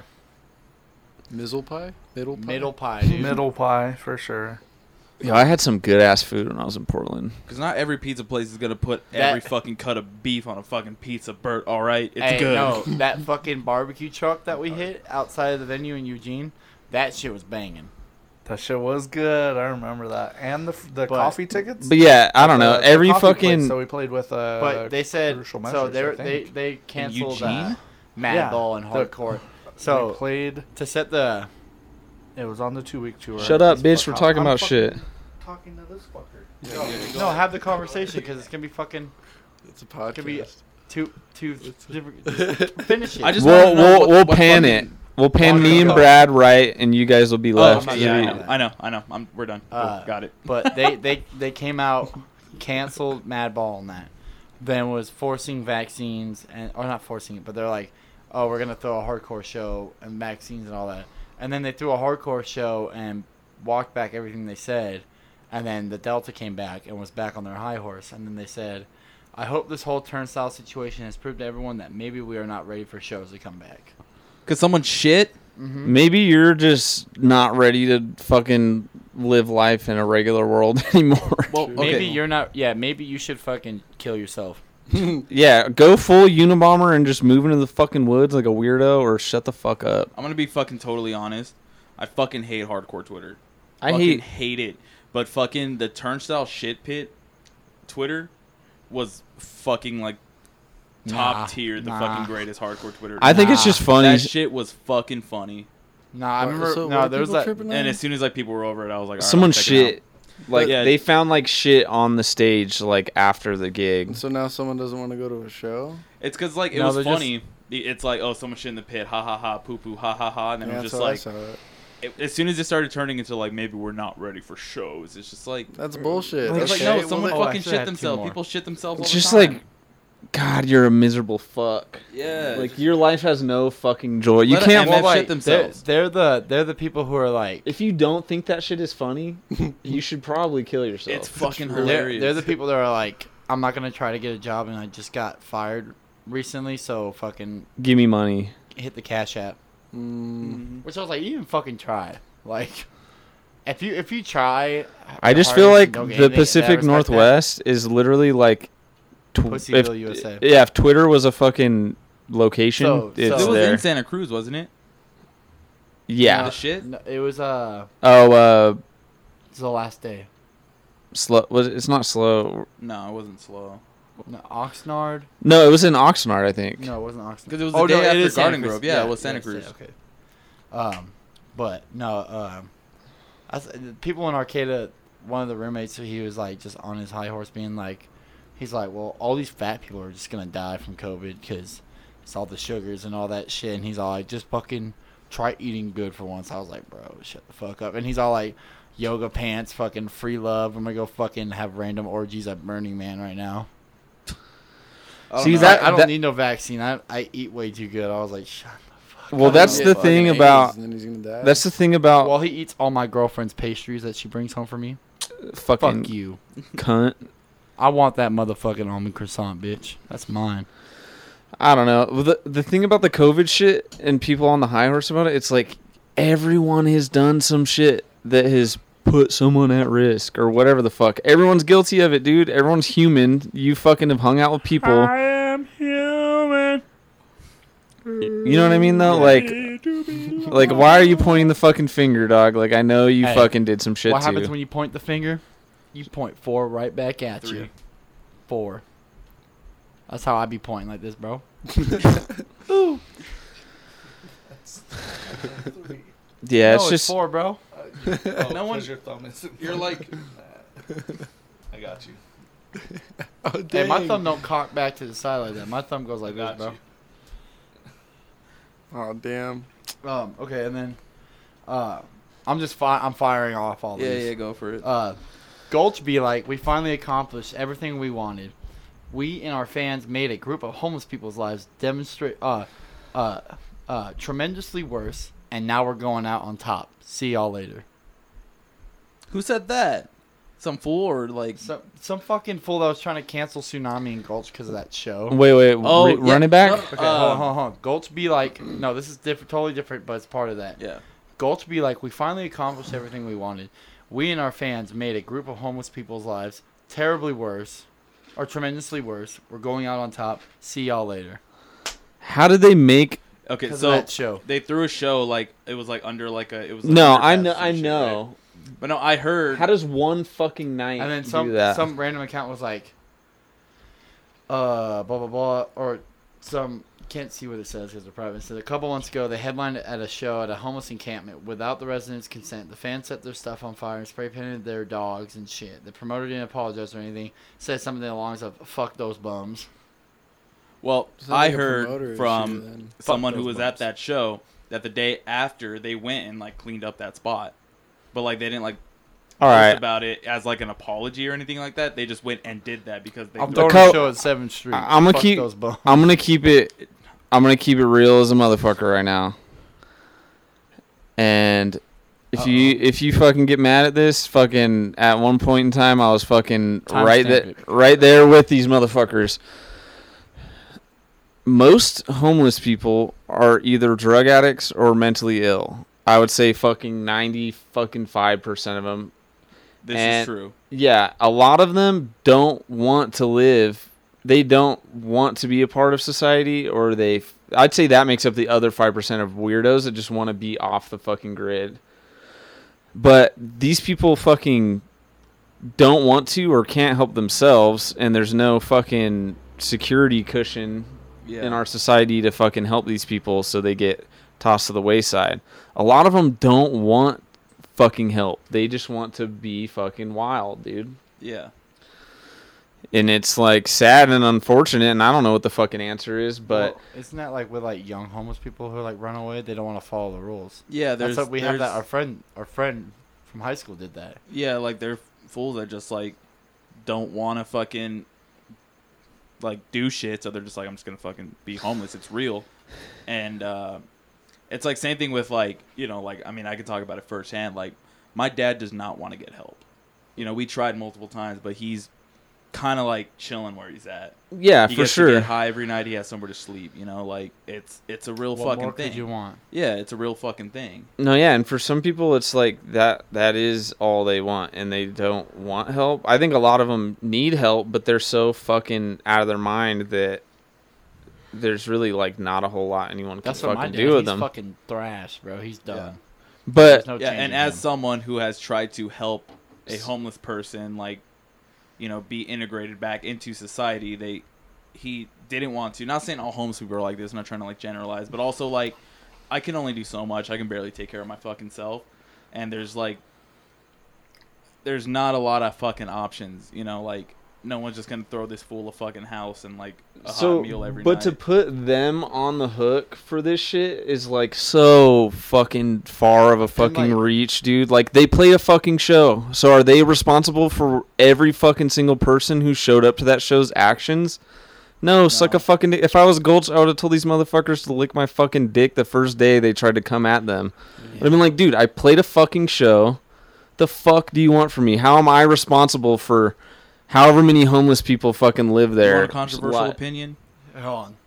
[SPEAKER 5] Mizzle pie? Middle pie?
[SPEAKER 1] middle pie, dude.
[SPEAKER 6] middle pie for sure.
[SPEAKER 2] Yo, I had some good ass food when I was in Portland.
[SPEAKER 3] Because not every pizza place is gonna put
[SPEAKER 1] That-
[SPEAKER 3] every fucking cut of beef on a fucking pizza, Bert. All right, it's
[SPEAKER 1] Hey,
[SPEAKER 3] good.
[SPEAKER 1] no, that fucking barbecue truck that we hit outside of the venue in Eugene, that shit was banging.
[SPEAKER 6] That shit was good. I remember that. And the f- the
[SPEAKER 1] But-
[SPEAKER 6] coffee tickets.
[SPEAKER 2] But yeah, I don't know.
[SPEAKER 6] The- the
[SPEAKER 2] Every
[SPEAKER 6] coffee place
[SPEAKER 2] fucking
[SPEAKER 6] that we played with. Uh,
[SPEAKER 1] But they said
[SPEAKER 6] Crucial
[SPEAKER 1] so
[SPEAKER 6] Measures,
[SPEAKER 1] they
[SPEAKER 6] I
[SPEAKER 1] were- they
[SPEAKER 6] think.
[SPEAKER 1] they canceled uh,
[SPEAKER 3] Eugene?
[SPEAKER 6] Yeah,
[SPEAKER 1] Madball and
[SPEAKER 6] the-
[SPEAKER 1] hardcore.
[SPEAKER 6] so
[SPEAKER 1] So
[SPEAKER 6] played.
[SPEAKER 1] to set the
[SPEAKER 6] It was on the two week tour.
[SPEAKER 2] shut up, bitch. We're
[SPEAKER 6] Fuck
[SPEAKER 2] talking
[SPEAKER 6] off.
[SPEAKER 2] about shit.
[SPEAKER 6] Talking to this fucker.
[SPEAKER 1] no, have the conversation because it's gonna be fucking
[SPEAKER 5] It's a
[SPEAKER 1] Could be-
[SPEAKER 5] podcast.
[SPEAKER 1] two two different. just Finish it.
[SPEAKER 3] I just
[SPEAKER 2] We'll
[SPEAKER 3] wanna know
[SPEAKER 2] we'll
[SPEAKER 3] what-
[SPEAKER 2] we'll
[SPEAKER 3] what
[SPEAKER 2] pan
[SPEAKER 3] fucking-
[SPEAKER 2] it. We'll pan
[SPEAKER 1] Walk
[SPEAKER 2] me and
[SPEAKER 1] up.
[SPEAKER 2] Brad right, and you guys will be
[SPEAKER 3] Oh,
[SPEAKER 2] left.
[SPEAKER 1] okay,
[SPEAKER 3] yeah,
[SPEAKER 1] yeah,
[SPEAKER 3] I
[SPEAKER 1] yeah.
[SPEAKER 3] know, I know, I know. I'm, we're done. Cool,
[SPEAKER 1] Uh,
[SPEAKER 3] got it.
[SPEAKER 1] but they they they came out canceled Madball and that. Then was forcing vaccines and or not forcing it, but they're like, oh, we're gonna throw a hardcore show and vaccines and all that. And then they threw a hardcore show and walked back everything they said. And then the Delta came back and was back on their high horse. And then they said, I hope this whole turnstile situation has proved to everyone that maybe we are not ready for shows to come back.
[SPEAKER 3] Could someone shit?
[SPEAKER 2] Maybe you're just not ready to fucking live life in a regular world anymore.
[SPEAKER 1] Well, maybe
[SPEAKER 3] Okay.
[SPEAKER 1] you're not. Yeah, maybe you should fucking kill yourself.
[SPEAKER 2] yeah, go full Unabomber and just move into the fucking woods like a weirdo or shut the fuck up.
[SPEAKER 3] I'm gonna be fucking totally honest. I fucking hate hardcore Twitter.
[SPEAKER 2] I
[SPEAKER 3] Fucking
[SPEAKER 2] hate
[SPEAKER 3] hate it. But fucking the turnstile shit pit Twitter was fucking like top
[SPEAKER 1] Nah,
[SPEAKER 3] tier, the
[SPEAKER 1] nah.
[SPEAKER 3] fucking greatest hardcore Twitter.
[SPEAKER 2] I think it's
[SPEAKER 1] Nah.
[SPEAKER 2] just funny.
[SPEAKER 3] that shit was fucking funny.
[SPEAKER 1] No, I
[SPEAKER 5] Why-
[SPEAKER 1] remember.
[SPEAKER 5] so what
[SPEAKER 1] no,
[SPEAKER 5] are
[SPEAKER 1] there was
[SPEAKER 5] people
[SPEAKER 1] that.
[SPEAKER 5] tripping
[SPEAKER 3] And
[SPEAKER 5] on?
[SPEAKER 3] as soon as like people were over it, I was like, All right,
[SPEAKER 2] Someone
[SPEAKER 3] I'll check it out.
[SPEAKER 2] shit. Like
[SPEAKER 3] Yeah.
[SPEAKER 2] they found like shit on the stage like after the gig.
[SPEAKER 5] So now someone doesn't want to go to a show.
[SPEAKER 3] It's because like it
[SPEAKER 1] No,
[SPEAKER 3] was
[SPEAKER 1] they're just-
[SPEAKER 3] funny. The- It's like oh, someone shit in the pit, ha ha ha, poo poo, ha ha ha, and then
[SPEAKER 5] Yeah,
[SPEAKER 3] I'm
[SPEAKER 5] that's
[SPEAKER 3] just
[SPEAKER 5] how I
[SPEAKER 3] like,
[SPEAKER 5] saw it.
[SPEAKER 3] it- as soon as it started turning into like maybe we're not ready for shows, it's just like
[SPEAKER 5] That's bullshit.
[SPEAKER 1] Like,
[SPEAKER 3] it's like
[SPEAKER 1] Okay,
[SPEAKER 3] no,
[SPEAKER 1] well,
[SPEAKER 3] someone
[SPEAKER 1] oh, I
[SPEAKER 3] fucking
[SPEAKER 1] actually
[SPEAKER 3] shit
[SPEAKER 1] had two
[SPEAKER 3] themselves.
[SPEAKER 1] more.
[SPEAKER 3] People shit themselves.
[SPEAKER 2] It's
[SPEAKER 3] all the
[SPEAKER 2] just
[SPEAKER 3] time.
[SPEAKER 2] like God, you're a miserable fuck.
[SPEAKER 3] yeah,
[SPEAKER 2] Like your life has no fucking joy. You
[SPEAKER 3] Let an
[SPEAKER 2] can't
[SPEAKER 3] MF
[SPEAKER 2] like,
[SPEAKER 3] shit themselves.
[SPEAKER 1] They're, they're the they're the people who are like.
[SPEAKER 2] if you don't think that shit is funny, you should probably kill yourself.
[SPEAKER 3] It's fucking
[SPEAKER 1] They're,
[SPEAKER 3] hilarious.
[SPEAKER 1] they're the people that are like, I'm not gonna try to get a job, and I just got fired recently, so fucking
[SPEAKER 2] Give me money.
[SPEAKER 1] hit the cash app.
[SPEAKER 5] Mm,
[SPEAKER 3] Mhm.
[SPEAKER 1] Which I was like, you didn't fucking try. Like, if you if you try,
[SPEAKER 2] I just
[SPEAKER 1] hardest
[SPEAKER 2] feel
[SPEAKER 1] and
[SPEAKER 2] like
[SPEAKER 1] don't get
[SPEAKER 2] the
[SPEAKER 1] anything, I
[SPEAKER 2] Pacific
[SPEAKER 1] respect that.
[SPEAKER 2] Northwest is literally like tw-
[SPEAKER 1] Pussyville, USA.
[SPEAKER 2] Yeah, if Twitter was a fucking location,
[SPEAKER 1] So-
[SPEAKER 2] it's
[SPEAKER 1] so-
[SPEAKER 3] It was
[SPEAKER 2] there.
[SPEAKER 3] in Santa Cruz, wasn't it?
[SPEAKER 2] yeah.
[SPEAKER 3] The shit.
[SPEAKER 1] No, it was uh,
[SPEAKER 2] Oh, uh,
[SPEAKER 1] it's the last day.
[SPEAKER 2] slow. Was it's not slow?
[SPEAKER 3] No, it wasn't slow.
[SPEAKER 1] No, Oxnard.
[SPEAKER 2] No, it was in Oxnard, I think.
[SPEAKER 1] No, it wasn't Oxnard.
[SPEAKER 3] 'Cause it was the day after
[SPEAKER 1] is Santa
[SPEAKER 3] Garden
[SPEAKER 1] Cruz.
[SPEAKER 3] Grove. Yeah, it was Santa
[SPEAKER 1] it's Santa-
[SPEAKER 3] Cruz.
[SPEAKER 1] okay. Um, but no, um, I s people in Arcata. One of the roommates, he was like just on his high horse, being like, he's like, well, all these fat people are just gonna die from COVID because it's all the sugars and all that shit. And he's all like, just fucking try eating good for once. I was like, bro, shut the fuck up. And he's all like, yoga pants, fucking free love. I'm gonna go fucking have random orgies at Burning Man right now.
[SPEAKER 3] I don't
[SPEAKER 2] See,
[SPEAKER 3] know.
[SPEAKER 2] that-
[SPEAKER 1] I don't need no vaccine. I I eat way too good. I was like, shut
[SPEAKER 2] Well, that's
[SPEAKER 5] Yeah,
[SPEAKER 2] the
[SPEAKER 5] fucking
[SPEAKER 2] thing
[SPEAKER 5] AIDS,
[SPEAKER 2] about.
[SPEAKER 5] and then he's gonna die.
[SPEAKER 2] That's the thing about
[SPEAKER 1] While he eats all my girlfriend's pastries that she brings home for me,
[SPEAKER 2] fucking
[SPEAKER 1] fuck you.
[SPEAKER 2] cunt.
[SPEAKER 1] I want that motherfucking almond croissant, bitch. That's mine.
[SPEAKER 2] I don't know. The the thing about the COVID shit and people on the high horse about it, it's like everyone has done some shit that has put someone at risk or whatever the fuck. Everyone's guilty of it, dude. Everyone's human. You fucking have hung out with people. I am human. You know what I mean though? Like like why are you pointing the fucking finger, dog? Like I know you
[SPEAKER 1] Hey,
[SPEAKER 2] fucking did some shit
[SPEAKER 1] what
[SPEAKER 2] too.
[SPEAKER 1] happens when you point the finger? You point four right back at you.
[SPEAKER 3] Three.
[SPEAKER 1] Four. That's how I be pointing like this, bro. no,
[SPEAKER 2] yeah, it's just
[SPEAKER 1] four, bro.
[SPEAKER 3] No one-
[SPEAKER 6] your thumb is.
[SPEAKER 3] You're like,
[SPEAKER 6] I got you.
[SPEAKER 5] oh,
[SPEAKER 1] Hey, my
[SPEAKER 5] dang.
[SPEAKER 1] thumb don't cock back to the side like that. My thumb goes like this,
[SPEAKER 6] Got
[SPEAKER 1] bro.
[SPEAKER 5] Oh damn.
[SPEAKER 1] Um, okay, and then uh, I'm just fi- I'm firing off all
[SPEAKER 3] yeah,
[SPEAKER 1] these.
[SPEAKER 3] yeah, go for it.
[SPEAKER 1] uh, Gulch be like, we finally accomplished everything we wanted. We and our fans made a group of homeless people's lives demonstrate uh, uh, uh, tremendously worse, and now we're going out on top. See y'all later.
[SPEAKER 3] Who said that? Some fool or like?
[SPEAKER 1] Some some fucking fool that was trying to cancel Tsunami and Gulch because of that show.
[SPEAKER 2] Wait, wait.
[SPEAKER 3] Oh,
[SPEAKER 2] re-
[SPEAKER 3] yeah,
[SPEAKER 2] running back?
[SPEAKER 3] no,
[SPEAKER 1] Okay,
[SPEAKER 3] uh,
[SPEAKER 1] hold on, hold on, hold on. Gulch be like, no, this is different, totally different, but it's part of that.
[SPEAKER 3] Yeah.
[SPEAKER 1] Gulch be like, we finally accomplished everything we wanted. We and our fans made a group of homeless people's lives terribly worse, or tremendously worse. We're going out on top. See y'all later.
[SPEAKER 2] How did they make
[SPEAKER 3] Okay,
[SPEAKER 1] 'Cause of
[SPEAKER 3] so
[SPEAKER 1] that show.
[SPEAKER 3] they threw a show like it was like under like a it was. Like
[SPEAKER 2] No,
[SPEAKER 3] underpass
[SPEAKER 2] I know
[SPEAKER 3] and
[SPEAKER 2] I
[SPEAKER 3] shit,
[SPEAKER 2] know.
[SPEAKER 3] right? But no, I heard.
[SPEAKER 2] How does one fucking night
[SPEAKER 1] And then
[SPEAKER 2] do
[SPEAKER 1] some
[SPEAKER 2] that?
[SPEAKER 1] some random account was like, uh, blah blah blah, or some can't see what it says because they're private. It says a couple months ago they headlined at a show at a homeless encampment without the residents' consent. The fans set their stuff on fire and spray painted their dogs and shit. The promoter didn't apologize or anything. Said something along the lines of "fuck those bums."
[SPEAKER 3] well,
[SPEAKER 5] Sounds
[SPEAKER 3] I
[SPEAKER 5] like a promoter
[SPEAKER 3] heard
[SPEAKER 5] issue
[SPEAKER 3] from
[SPEAKER 5] then.
[SPEAKER 3] someone
[SPEAKER 1] Fuck
[SPEAKER 3] who
[SPEAKER 1] those
[SPEAKER 3] was
[SPEAKER 1] bums.
[SPEAKER 3] at that show that the day after they went and like cleaned up that spot, but like they didn't like
[SPEAKER 2] All
[SPEAKER 3] post
[SPEAKER 2] right.
[SPEAKER 3] about it as like an apology or anything like that. They just went and did that because they.
[SPEAKER 1] I'm
[SPEAKER 3] knew-
[SPEAKER 1] throwing
[SPEAKER 2] co-
[SPEAKER 1] a show at Seventh Street.
[SPEAKER 2] I- I'ma
[SPEAKER 1] Fuck
[SPEAKER 2] keep-
[SPEAKER 1] those bums.
[SPEAKER 2] I'm gonna keep it. I'm gonna keep it real as a motherfucker right now. And If you if you fucking get mad at this, fucking at one point in time I was fucking
[SPEAKER 1] Timestamp
[SPEAKER 2] right there
[SPEAKER 1] it.
[SPEAKER 2] right there with these motherfuckers. Most homeless people are either drug addicts or mentally ill. I would say fucking 90 fucking 5% of them.
[SPEAKER 3] This
[SPEAKER 2] And-
[SPEAKER 3] is true.
[SPEAKER 2] Yeah, a lot of them don't want to live. They don't want to be a part of society or they I'd say that makes up the other 5% of weirdos that just want to be off the fucking grid. But these people fucking don't want to or can't help themselves and there's no fucking security cushion
[SPEAKER 3] Yeah.
[SPEAKER 2] in our society to fucking help these people so they get tossed to the wayside. A lot of them don't want fucking help. They just want to be fucking wild, dude.
[SPEAKER 3] yeah.
[SPEAKER 2] And it's like sad and unfortunate and I don't know what the fucking answer is, but
[SPEAKER 1] Well, isn't that like with like young homeless people who like run away? They don't want to follow the rules.
[SPEAKER 3] Yeah, there's
[SPEAKER 1] That's what we have that
[SPEAKER 3] there's-
[SPEAKER 1] our friend our friend from high school did that.
[SPEAKER 3] Yeah, like they're fools that just like don't want to fucking like do shit, so they're just like, I'm just gonna fucking be homeless. It's real, and uh, it's like same thing with like you know like I mean I could talk about it firsthand. Like my dad does not want to get help. You know we tried multiple times, but he's kind of like chilling where he's at.
[SPEAKER 2] yeah,
[SPEAKER 3] he
[SPEAKER 2] for
[SPEAKER 3] gets to
[SPEAKER 2] sure.
[SPEAKER 3] get high every night. He has somewhere to sleep. You know, like it's it's a real
[SPEAKER 1] what
[SPEAKER 3] fucking
[SPEAKER 1] more
[SPEAKER 3] thing.
[SPEAKER 1] could you want?
[SPEAKER 3] yeah, it's a real fucking thing.
[SPEAKER 2] No, yeah, and for some people, it's like that. That is all they want, and they don't want help. I think a lot of them need help, but they're so fucking out of their mind that there's really like not a whole lot anyone can
[SPEAKER 1] That's what my
[SPEAKER 2] fucking
[SPEAKER 1] dad.
[SPEAKER 2] do with
[SPEAKER 1] He's
[SPEAKER 2] them.
[SPEAKER 1] fucking thrashed, bro. He's done.
[SPEAKER 2] but
[SPEAKER 1] There's no
[SPEAKER 3] yeah, and
[SPEAKER 1] changing
[SPEAKER 3] as
[SPEAKER 1] him.
[SPEAKER 3] someone who has tried to help a
[SPEAKER 2] S-
[SPEAKER 3] homeless person, like, you know, be integrated back into society, they he didn't want to. Not saying all homeless people are like this. I'm not trying to like generalize, but also like, I can only do so much. I can barely take care of my fucking self, and there's like, there's not a lot of fucking options. You know, like. No one's just gonna throw this fool a fucking house and like a hot meal every
[SPEAKER 2] but
[SPEAKER 3] night.
[SPEAKER 2] to put them on the hook for this shit is like so fucking far of a fucking
[SPEAKER 1] like-
[SPEAKER 2] reach, dude. Like they play a fucking show, so are they responsible for every fucking single person who showed up to that show's actions? No, suck
[SPEAKER 3] No.
[SPEAKER 2] a fucking. Dick. If I was Gulch, I would have told these motherfuckers to lick my fucking dick the first day they tried to come at them. I'd have been like, dude, I played a fucking show. The fuck do you want from me? How am I responsible for however many homeless people fucking live
[SPEAKER 3] You want
[SPEAKER 2] there?
[SPEAKER 3] a controversial
[SPEAKER 2] Lot-
[SPEAKER 3] opinion.
[SPEAKER 1] Hold on.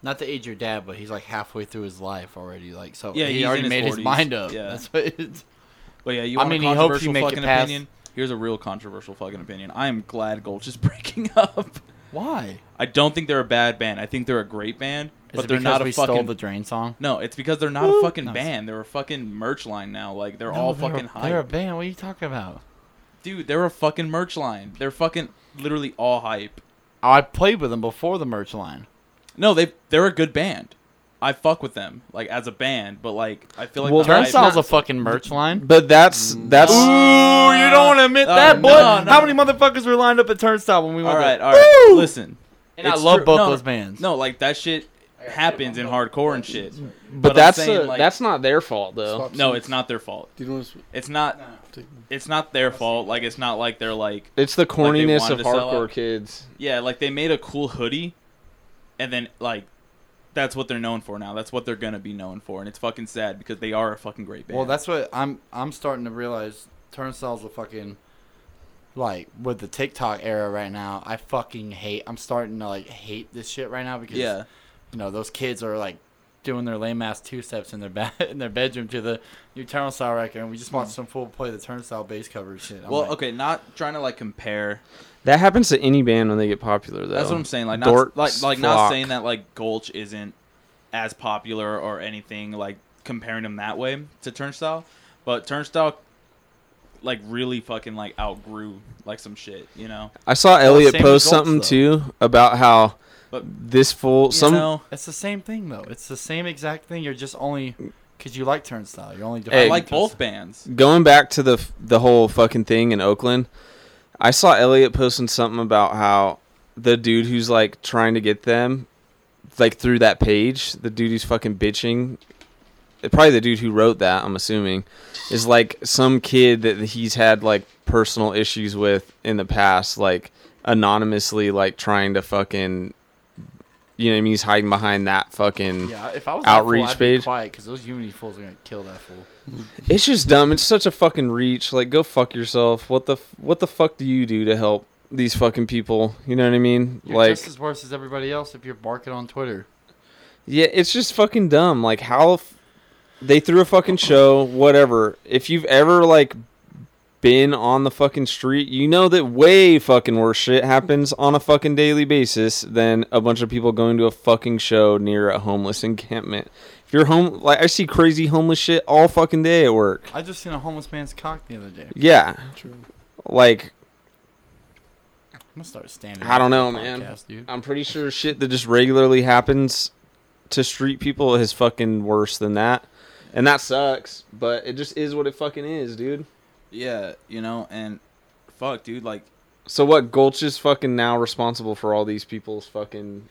[SPEAKER 1] Not to age your dad, but he's like halfway through his life already. Like so,
[SPEAKER 3] Yeah, he's
[SPEAKER 1] he
[SPEAKER 3] in
[SPEAKER 1] already
[SPEAKER 3] his
[SPEAKER 1] made his
[SPEAKER 3] 40s.
[SPEAKER 1] mind up.
[SPEAKER 3] Yeah.
[SPEAKER 1] That's what it's,
[SPEAKER 3] But yeah, you
[SPEAKER 1] I
[SPEAKER 3] want
[SPEAKER 1] mean, he
[SPEAKER 3] a
[SPEAKER 1] hopes you
[SPEAKER 3] controversial
[SPEAKER 1] make it
[SPEAKER 3] fucking
[SPEAKER 1] past-
[SPEAKER 3] opinion? Here's a real controversial fucking opinion. I am glad Gulch is breaking up.
[SPEAKER 1] why.
[SPEAKER 3] I don't think they're a bad band. I think they're a great band,
[SPEAKER 1] Is
[SPEAKER 3] but
[SPEAKER 1] it
[SPEAKER 3] they're
[SPEAKER 1] because
[SPEAKER 3] not a
[SPEAKER 1] we
[SPEAKER 3] fucking.
[SPEAKER 1] stole the drain song.
[SPEAKER 3] No, it's because they're not a fucking
[SPEAKER 1] No, it's-
[SPEAKER 3] band. They're a fucking merch line now. Like they're
[SPEAKER 1] No,
[SPEAKER 3] all
[SPEAKER 1] they're-
[SPEAKER 3] fucking
[SPEAKER 1] They're a
[SPEAKER 3] hype.
[SPEAKER 1] band. What are you talking about?
[SPEAKER 3] Dude, they're a fucking merch line. They're fucking literally all hype.
[SPEAKER 1] Oh, I played with them before the merch line.
[SPEAKER 3] No, they they're a good band. I fuck with them like as a band, but like I feel like
[SPEAKER 2] Well,
[SPEAKER 3] the hype-
[SPEAKER 1] Turnstile's a fucking merch line.
[SPEAKER 2] But that's
[SPEAKER 3] Mm.
[SPEAKER 2] that's
[SPEAKER 1] Ooh, you don't want to admit
[SPEAKER 3] Uh,
[SPEAKER 1] that, boy.
[SPEAKER 3] no, no.
[SPEAKER 1] How many motherfuckers were lined up at Turnstile when we
[SPEAKER 3] all
[SPEAKER 1] went
[SPEAKER 3] right,
[SPEAKER 1] there?
[SPEAKER 3] all right.
[SPEAKER 1] Woo!
[SPEAKER 3] Listen,
[SPEAKER 1] And I
[SPEAKER 3] It's
[SPEAKER 1] love
[SPEAKER 3] true.
[SPEAKER 1] both
[SPEAKER 3] No,
[SPEAKER 1] those bands.
[SPEAKER 3] no, like that shit happens in hardcore and shit.
[SPEAKER 2] but
[SPEAKER 3] I'm
[SPEAKER 2] that's
[SPEAKER 3] saying,
[SPEAKER 2] a-
[SPEAKER 3] like-
[SPEAKER 2] that's not their fault though.
[SPEAKER 5] Swap
[SPEAKER 3] No,
[SPEAKER 5] some-
[SPEAKER 3] it's not their fault.
[SPEAKER 5] Do you want to
[SPEAKER 3] It's not.
[SPEAKER 5] take
[SPEAKER 3] It's not their fault. Like it's not like they're like
[SPEAKER 2] It's the corniness
[SPEAKER 3] wanted
[SPEAKER 2] of
[SPEAKER 3] to sell
[SPEAKER 2] hardcore
[SPEAKER 3] out.
[SPEAKER 2] kids.
[SPEAKER 3] yeah, like they made a cool hoodie, and then like that's what they're known for now. That's what they're gonna be known for, and it's fucking sad because they are a fucking great band.
[SPEAKER 1] Well, that's what I'm. I'm starting to realize. Turnstile's a fucking like with the TikTok era right now. I fucking hate. I'm starting to like hate this shit right now because
[SPEAKER 3] yeah,
[SPEAKER 1] you know those kids are like doing their lame ass two steps in their ba- in their bedroom to the new Turnstile record, and we just watched some fool play the Turnstile bass cover shit. I'm
[SPEAKER 3] Mm. well,
[SPEAKER 1] like,
[SPEAKER 3] okay, not trying to like compare.
[SPEAKER 2] That happens to any band when they get popular though.
[SPEAKER 3] That's what I'm saying. Like not
[SPEAKER 2] Dorks
[SPEAKER 3] like
[SPEAKER 2] flock.
[SPEAKER 3] like not saying that like Gulch isn't as popular or anything. Like comparing them that way to Turnstile, but Turnstile like really fucking like outgrew like some shit, you know.
[SPEAKER 2] I saw Elliot
[SPEAKER 1] same results,
[SPEAKER 2] post something
[SPEAKER 1] though.
[SPEAKER 2] too about how
[SPEAKER 3] But
[SPEAKER 2] this full some
[SPEAKER 3] you know,
[SPEAKER 1] It's the same thing though. It's the same exact thing. You're just only because you like Turnstile. You're only. defined by
[SPEAKER 2] Hey.
[SPEAKER 3] I Mm. like
[SPEAKER 1] Turnstile.
[SPEAKER 3] both bands.
[SPEAKER 2] going back to the f- the whole fucking thing in Oakland. I saw Elliot posting something about how the dude who's like trying to get them like through that page, the dude who's fucking bitching probably the dude who wrote that, I'm assuming, is like some kid that he's had like personal issues with in the past, like anonymously, like trying to fucking you know what I mean? He's hiding behind that fucking.
[SPEAKER 1] Yeah, if I was
[SPEAKER 2] Outreach
[SPEAKER 1] that fool, I'd
[SPEAKER 2] page.
[SPEAKER 1] be quiet because those Unity fools are gonna kill that fool.
[SPEAKER 2] It's just dumb. It's such a fucking reach. Like, go fuck yourself. What the f- what the fuck do you do to help these fucking people? You know what I mean?
[SPEAKER 1] You're
[SPEAKER 2] like,
[SPEAKER 1] just as worse as everybody else if you're barking on Twitter.
[SPEAKER 2] yeah, it's just fucking dumb. Like, how f- they threw a fucking show, whatever. If you've ever like been on the fucking street, you know that way fucking worse shit happens on a fucking daily basis than a bunch of people going to a fucking show near a homeless encampment. If you're home, like, I see crazy homeless shit all fucking day at work.
[SPEAKER 1] I just seen a homeless man's cock the other day. I'm
[SPEAKER 2] Yeah,
[SPEAKER 5] True.
[SPEAKER 2] like.
[SPEAKER 1] gonna start standing.
[SPEAKER 2] I don't
[SPEAKER 1] up on
[SPEAKER 2] know,
[SPEAKER 1] the
[SPEAKER 2] man.
[SPEAKER 1] podcast, dude.
[SPEAKER 2] I'm pretty sure shit that just regularly happens to street people is fucking worse than that. And that sucks, but it just is what it fucking is, dude.
[SPEAKER 3] Yeah, you know, and fuck, dude, like
[SPEAKER 2] So what? Gulch is fucking now responsible for all these people's fucking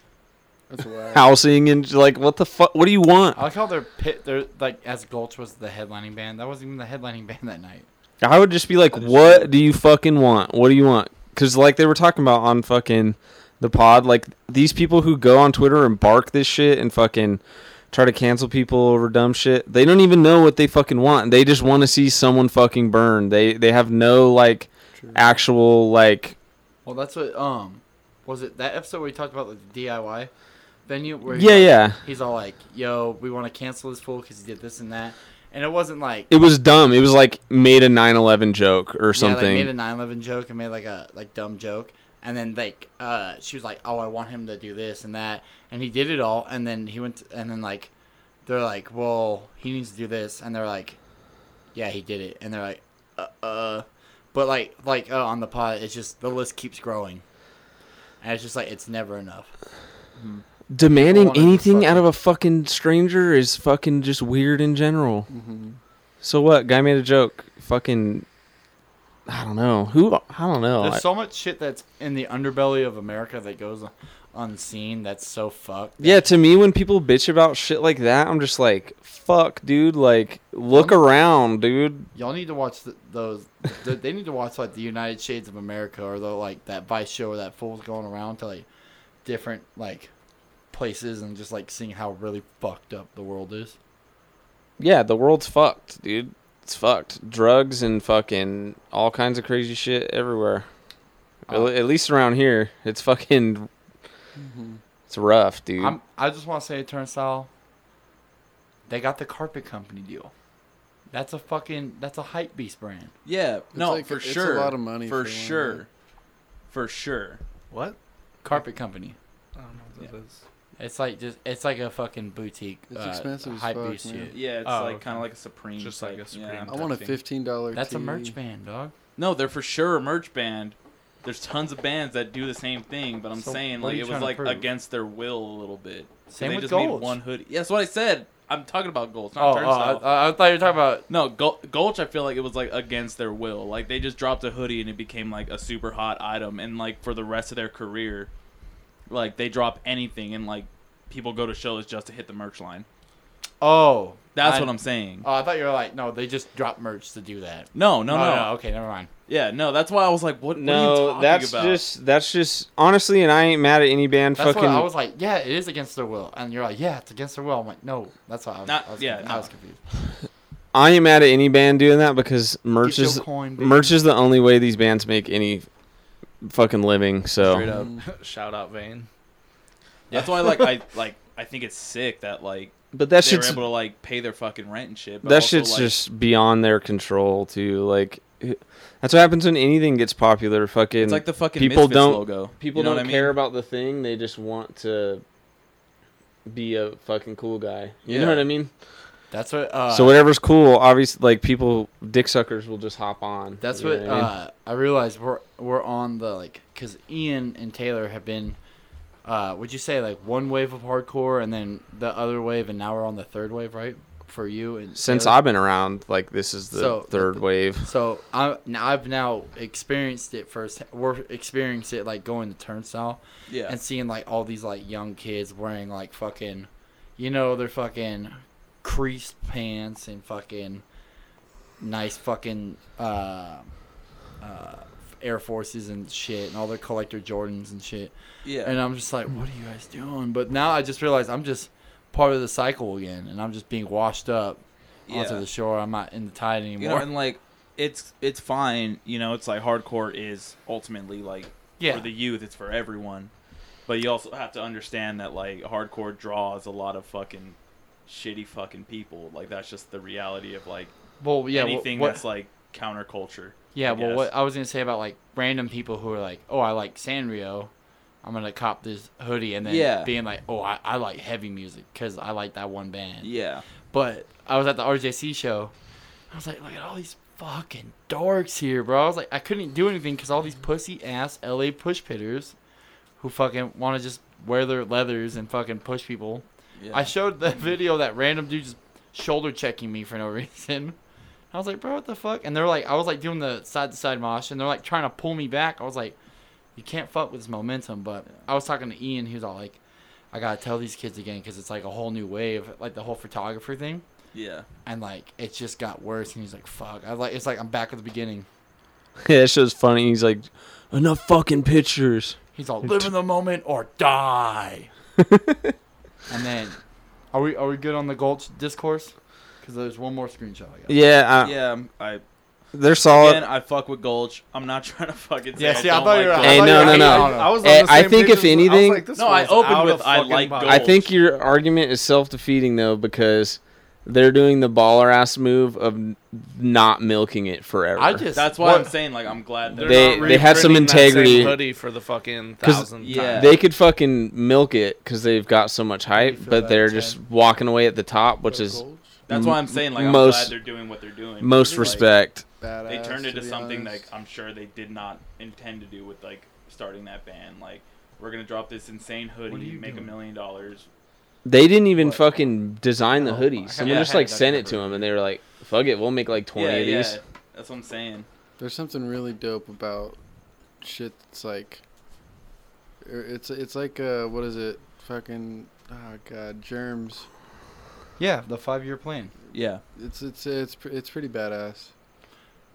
[SPEAKER 5] That's wild.
[SPEAKER 2] housing and like what the fuck? What do you want?
[SPEAKER 1] I like how their pit, their like as Gulch was the headlining band. That wasn't even the headlining band that night.
[SPEAKER 2] I would just be like, what do you fucking want? What do you want? Because like they were talking about on fucking the pod, like these people who go on Twitter and bark this shit and fucking try to cancel people over dumb shit, they don't even know what they fucking want. They just want to see someone fucking burn. They they have no like
[SPEAKER 5] True.
[SPEAKER 2] actual like
[SPEAKER 1] Well, that's what um was it that episode where we talked about like, the DIY venue where he's
[SPEAKER 2] yeah
[SPEAKER 1] like-
[SPEAKER 2] yeah.
[SPEAKER 1] he's all like, "Yo, we want to cancel this fool because he did this and that," and it wasn't like
[SPEAKER 2] It was dumb. It was like made a 9/11 joke or
[SPEAKER 1] Yeah,
[SPEAKER 2] something.
[SPEAKER 1] like made a 9/11 joke and made like a like dumb joke, and then like uh, she was like, "Oh, I want him to do this and that," and he did it all, and then he went, to, and then like, they're like, "Well, he needs to do this," and they're like, "Yeah, he did it," and they're like, "Uh, uh," but like like uh, on the pod, it's just the list keeps growing, and it's just like it's never enough.
[SPEAKER 2] Demanding
[SPEAKER 1] People wanna
[SPEAKER 2] anything
[SPEAKER 1] fucking-
[SPEAKER 2] out of a fucking stranger is fucking just weird in general.
[SPEAKER 5] Mhm.
[SPEAKER 2] So what? Guy made a joke. Fucking. I don't know. Who? I don't know. Oh, I-
[SPEAKER 1] There's so much shit that's in the underbelly of America that goes unseen. That's so fucked.
[SPEAKER 2] yeah, to me, when people bitch about shit like that, I'm just like, fuck, dude. Like, look
[SPEAKER 1] Um,
[SPEAKER 2] around, dude.
[SPEAKER 1] Y'all need to watch th those. th they need to watch like the United Shades of America or the like that Vice show where that fool's going around to like different like places and just like seeing how really fucked up the world is.
[SPEAKER 2] Yeah, the world's fucked, dude. It's fucked. Drugs and fucking all kinds of crazy shit everywhere. At-
[SPEAKER 1] Uh,
[SPEAKER 2] at least around here, it's fucking. It's rough, dude.
[SPEAKER 1] Mm-hmm. I'm, I just want to say, Turnstile, they got the carpet company deal. That's a fucking that's a hype beast brand.
[SPEAKER 3] yeah, no,
[SPEAKER 5] like-
[SPEAKER 3] for
[SPEAKER 5] it's a
[SPEAKER 3] sure.
[SPEAKER 5] lot of money
[SPEAKER 3] for,
[SPEAKER 5] for one,
[SPEAKER 3] sure.
[SPEAKER 5] right?
[SPEAKER 3] For sure.
[SPEAKER 4] What?
[SPEAKER 1] Carpet company.
[SPEAKER 4] I don't know what that is.
[SPEAKER 1] It's like just it's like a fucking boutique. uh,
[SPEAKER 5] It's expensive as
[SPEAKER 1] hype
[SPEAKER 5] fuck,
[SPEAKER 1] beast
[SPEAKER 5] man.
[SPEAKER 1] shit.
[SPEAKER 3] Yeah, it's
[SPEAKER 4] Oh,
[SPEAKER 3] like
[SPEAKER 4] okay.
[SPEAKER 3] kind of like a Supreme.
[SPEAKER 4] Just like a
[SPEAKER 3] type,
[SPEAKER 4] Supreme
[SPEAKER 3] yeah.
[SPEAKER 5] I want a
[SPEAKER 4] Texting.
[SPEAKER 5] fifteen dollar.
[SPEAKER 1] That's a merch band, dog.
[SPEAKER 3] No, they're for sure a merch band. There's tons of bands that do the same thing, but I'm
[SPEAKER 1] So
[SPEAKER 3] saying
[SPEAKER 1] what are
[SPEAKER 3] like
[SPEAKER 1] you
[SPEAKER 3] it
[SPEAKER 1] trying
[SPEAKER 3] was
[SPEAKER 1] to
[SPEAKER 3] like
[SPEAKER 1] prove?
[SPEAKER 3] against their will a little bit. So
[SPEAKER 1] Same
[SPEAKER 3] they
[SPEAKER 1] with
[SPEAKER 3] just
[SPEAKER 1] Gulch.
[SPEAKER 3] need one hoodie. Yeah, that's what I said. I'm talking about Gulch,
[SPEAKER 1] Oh,
[SPEAKER 3] not
[SPEAKER 1] oh I,
[SPEAKER 3] Turnstile.
[SPEAKER 1] I- I thought you were talking about
[SPEAKER 3] no, Gul- Gulch. I feel like it was like against their will. Like they just dropped a hoodie and it became like a super hot item. And like for the rest of their career, like they drop anything and like people go to shows just to hit the merch line.
[SPEAKER 1] oh.
[SPEAKER 3] That's
[SPEAKER 1] I-
[SPEAKER 3] what I'm saying.
[SPEAKER 1] Oh, I thought you were like, no, they just drop merch to do that.
[SPEAKER 3] No, no, no,
[SPEAKER 1] Oh, Okay, never mind.
[SPEAKER 3] Yeah, no. That's why I was like, what? what are you
[SPEAKER 2] no,
[SPEAKER 3] talking
[SPEAKER 2] that's
[SPEAKER 3] about?
[SPEAKER 2] just that's just honestly, and I ain't mad at any band.
[SPEAKER 1] That's
[SPEAKER 2] fucking
[SPEAKER 1] what I was like. Yeah, it is against their will, and you're like, yeah, it's against their will. I'm like, no, that's why I was,
[SPEAKER 3] Not-
[SPEAKER 1] I was,
[SPEAKER 3] yeah,
[SPEAKER 1] confused.
[SPEAKER 3] no.
[SPEAKER 1] I was confused.
[SPEAKER 2] I ain't mad at any band doing that because merch
[SPEAKER 1] Get your
[SPEAKER 2] is
[SPEAKER 1] coin, baby.
[SPEAKER 2] merch is the only way these bands make any fucking living.
[SPEAKER 3] Straight
[SPEAKER 2] So
[SPEAKER 3] up.
[SPEAKER 5] Mm.
[SPEAKER 4] Shout out Vane.
[SPEAKER 3] That's why, like, I like I think it's sick that like
[SPEAKER 2] but that
[SPEAKER 3] they were
[SPEAKER 2] shit's
[SPEAKER 3] able to like pay their fucking rent and shit. But
[SPEAKER 2] that
[SPEAKER 3] also,
[SPEAKER 2] shit's
[SPEAKER 3] like,
[SPEAKER 2] just beyond their control too. Like it- that's what happens when anything gets popular. Fucking
[SPEAKER 3] it's like the fucking
[SPEAKER 2] people
[SPEAKER 3] Misfits
[SPEAKER 2] don't-
[SPEAKER 3] logo.
[SPEAKER 2] people
[SPEAKER 3] You know
[SPEAKER 2] don't
[SPEAKER 3] what I mean?
[SPEAKER 2] care about the thing. They just want to be a fucking cool guy. You
[SPEAKER 3] Yeah.
[SPEAKER 2] know what I mean?
[SPEAKER 1] That's what. Uh,
[SPEAKER 2] so whatever's cool, obviously, like people dick suckers will just hop on.
[SPEAKER 1] That's
[SPEAKER 2] You know
[SPEAKER 1] what
[SPEAKER 2] I mean?
[SPEAKER 1] uh, I realized. We're we're on the like because Ian and Taylor have been. Uh, would you say like one wave of hardcore and then the other wave, and now we're on the third wave, right? For you and
[SPEAKER 2] since
[SPEAKER 1] Taylor?
[SPEAKER 2] I've been around, like this is the
[SPEAKER 1] So,
[SPEAKER 2] third wave.
[SPEAKER 1] So I now I've now experienced it first. We're experienced it like going to Turnstile
[SPEAKER 3] Yeah,
[SPEAKER 1] and seeing like all these like young kids wearing like fucking, you know, their fucking creased pants and fucking nice fucking uh, uh, Air Forces and shit, and all their collector Jordans and shit.
[SPEAKER 3] Yeah.
[SPEAKER 1] And I'm just like, what are you guys doing? But now I just realize I'm just part of the cycle again, and I'm just being washed up onto
[SPEAKER 3] Yeah.
[SPEAKER 1] the shore. I'm not in the tide anymore.
[SPEAKER 3] you know, and like it's it's fine. You know, it's like hardcore is ultimately like
[SPEAKER 1] yeah,
[SPEAKER 3] for the youth, it's for everyone. But you also have to understand that like hardcore draws a lot of fucking shitty fucking people. Like that's just the reality of like
[SPEAKER 1] well, yeah, wh-
[SPEAKER 3] anything
[SPEAKER 1] what,
[SPEAKER 3] that's like counterculture.
[SPEAKER 1] yeah.
[SPEAKER 3] I
[SPEAKER 1] well,
[SPEAKER 3] guess.
[SPEAKER 1] what I was gonna say about like random people who are like, oh, I like Sanrio, I'm gonna cop this hoodie, and then
[SPEAKER 3] Yeah.
[SPEAKER 1] being like, oh, I, I like heavy music because I like that one band.
[SPEAKER 3] Yeah.
[SPEAKER 1] But I was at the RJC show. I was like, look at all these fucking dorks here, bro. I was like, I couldn't do anything because all these pussy ass LA push pitters who fucking want to just wear their leathers and fucking push people.
[SPEAKER 3] Yeah.
[SPEAKER 1] I showed the video of that random dude just shoulder checking me for no reason. I was like, bro, what the fuck? And they're like, I was like doing the side to side mosh, and they're like trying to pull me back. I was like, you can't fuck with this momentum. But I was talking to Ian, he was all like, I gotta tell these kids again because it's like a whole new wave, like the whole photographer thing
[SPEAKER 3] yeah.
[SPEAKER 1] and like it just got worse and he's like fuck i like it's like i'm back at the beginning
[SPEAKER 2] Yeah, that show's funny. He's like, enough fucking pictures.
[SPEAKER 1] he's all live in the moment or die and then are we are we good on the gulch discourse because there's one more screenshot i got
[SPEAKER 2] Yeah,
[SPEAKER 1] Ah.
[SPEAKER 2] I,
[SPEAKER 3] Yeah, I'm- I
[SPEAKER 2] they're solid.
[SPEAKER 3] again I fuck with Gulch. I'm not trying to fucking say
[SPEAKER 1] Yeah,
[SPEAKER 3] I
[SPEAKER 1] see, I
[SPEAKER 3] don't
[SPEAKER 1] thought
[SPEAKER 3] like
[SPEAKER 1] you were- I
[SPEAKER 3] Gulch.
[SPEAKER 2] Hey,
[SPEAKER 1] thought
[SPEAKER 2] no,
[SPEAKER 1] you
[SPEAKER 2] no,
[SPEAKER 1] were
[SPEAKER 2] no.
[SPEAKER 1] hating on
[SPEAKER 4] I,
[SPEAKER 1] it.
[SPEAKER 4] was on
[SPEAKER 2] Hey,
[SPEAKER 4] the
[SPEAKER 2] I
[SPEAKER 4] same
[SPEAKER 2] think
[SPEAKER 4] page
[SPEAKER 2] if
[SPEAKER 4] as- I was
[SPEAKER 2] anything-
[SPEAKER 4] like, this
[SPEAKER 3] No, I
[SPEAKER 4] one's
[SPEAKER 3] opened
[SPEAKER 4] out of
[SPEAKER 3] with I
[SPEAKER 4] fucking
[SPEAKER 3] like
[SPEAKER 4] bounds.
[SPEAKER 3] gold.
[SPEAKER 2] I think you're arguing itself defeating though because they're doing the baller ass move of n- not milking it forever.
[SPEAKER 1] i just
[SPEAKER 3] That's why I'm
[SPEAKER 1] what-
[SPEAKER 3] saying like I'm glad
[SPEAKER 4] They're
[SPEAKER 3] that
[SPEAKER 2] They-
[SPEAKER 4] not
[SPEAKER 2] they have some
[SPEAKER 4] reprinting that same
[SPEAKER 2] integrity.
[SPEAKER 4] hoodie for the fucking
[SPEAKER 2] 'Cause-
[SPEAKER 4] thousand
[SPEAKER 3] yeah.
[SPEAKER 4] times.
[SPEAKER 2] they could fucking milk it because they've got so much hype,
[SPEAKER 6] You feel
[SPEAKER 2] but
[SPEAKER 6] that
[SPEAKER 2] they're
[SPEAKER 6] ten?
[SPEAKER 2] just walking away at the top, which is
[SPEAKER 3] that's why I'm saying like I'm
[SPEAKER 2] Most-
[SPEAKER 3] glad they're doing what they're doing.
[SPEAKER 2] most
[SPEAKER 3] Like,
[SPEAKER 2] respect.
[SPEAKER 5] Badass,
[SPEAKER 3] they turned
[SPEAKER 5] to
[SPEAKER 3] into
[SPEAKER 5] be
[SPEAKER 3] something
[SPEAKER 5] honest.
[SPEAKER 3] like I'm sure they did not intend to do with like starting that band. Like we're gonna drop this insane
[SPEAKER 1] What are
[SPEAKER 3] hoodie,
[SPEAKER 1] you
[SPEAKER 3] make a
[SPEAKER 1] doing?
[SPEAKER 3] million dollars.
[SPEAKER 2] They didn't even
[SPEAKER 1] What?
[SPEAKER 2] fucking design the
[SPEAKER 1] Oh,
[SPEAKER 2] hoodies.
[SPEAKER 1] I
[SPEAKER 2] Someone
[SPEAKER 3] had-
[SPEAKER 2] just
[SPEAKER 3] I had
[SPEAKER 2] like
[SPEAKER 1] that
[SPEAKER 2] sent it
[SPEAKER 1] covered.
[SPEAKER 2] to them, and they were like, "Fuck it, we'll make like twenty
[SPEAKER 3] yeah,
[SPEAKER 2] of these."
[SPEAKER 3] yeah, that's what I'm saying.
[SPEAKER 5] There's something really dope about shit that's like er, it's it's like uh what is it? Fucking oh god, germs.
[SPEAKER 1] yeah the five year plan
[SPEAKER 3] Yeah,
[SPEAKER 5] It's it's it's pr- it's pretty badass.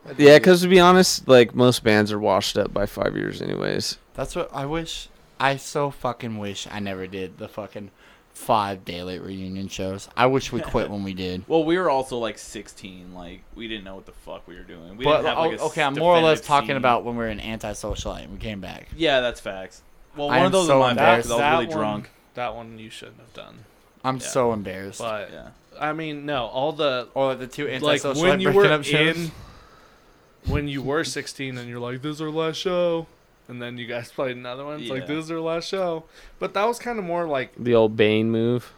[SPEAKER 5] I dig
[SPEAKER 2] Yeah,
[SPEAKER 5] it.
[SPEAKER 2] because to be honest, like most bands are washed up by five years, anyways.
[SPEAKER 1] that's what i wish i so fucking wish i never did the fucking five daylight reunion shows i wish we quit when we did
[SPEAKER 3] Well, we were also like 16. Like we didn't know what the fuck we were doing. We
[SPEAKER 1] but
[SPEAKER 3] didn't have like a
[SPEAKER 1] oh, okay i'm
[SPEAKER 3] s-
[SPEAKER 1] more or less
[SPEAKER 3] definitive
[SPEAKER 1] talking
[SPEAKER 3] scene.
[SPEAKER 1] about when we were in anti-socialite and we came back
[SPEAKER 3] Yeah, that's facts. Well,
[SPEAKER 1] I
[SPEAKER 3] one
[SPEAKER 1] am
[SPEAKER 3] of those
[SPEAKER 1] so
[SPEAKER 3] is my fault 'cause I
[SPEAKER 4] That
[SPEAKER 3] was really
[SPEAKER 4] one-
[SPEAKER 3] drunk.
[SPEAKER 4] That one you shouldn't have done.
[SPEAKER 1] i'm
[SPEAKER 3] Yeah.
[SPEAKER 1] so embarrassed
[SPEAKER 4] But
[SPEAKER 3] Yeah,
[SPEAKER 4] I mean, no, all the
[SPEAKER 1] Or like the two
[SPEAKER 4] like
[SPEAKER 1] antisocial
[SPEAKER 4] when you
[SPEAKER 1] breaking
[SPEAKER 4] were
[SPEAKER 1] up shows.
[SPEAKER 4] in, when you were 16 and you're like, this is our last show, and then you guys played another one. It's
[SPEAKER 3] Yeah.
[SPEAKER 4] like this is our last show. But that was kind of more like
[SPEAKER 2] The old Bane move.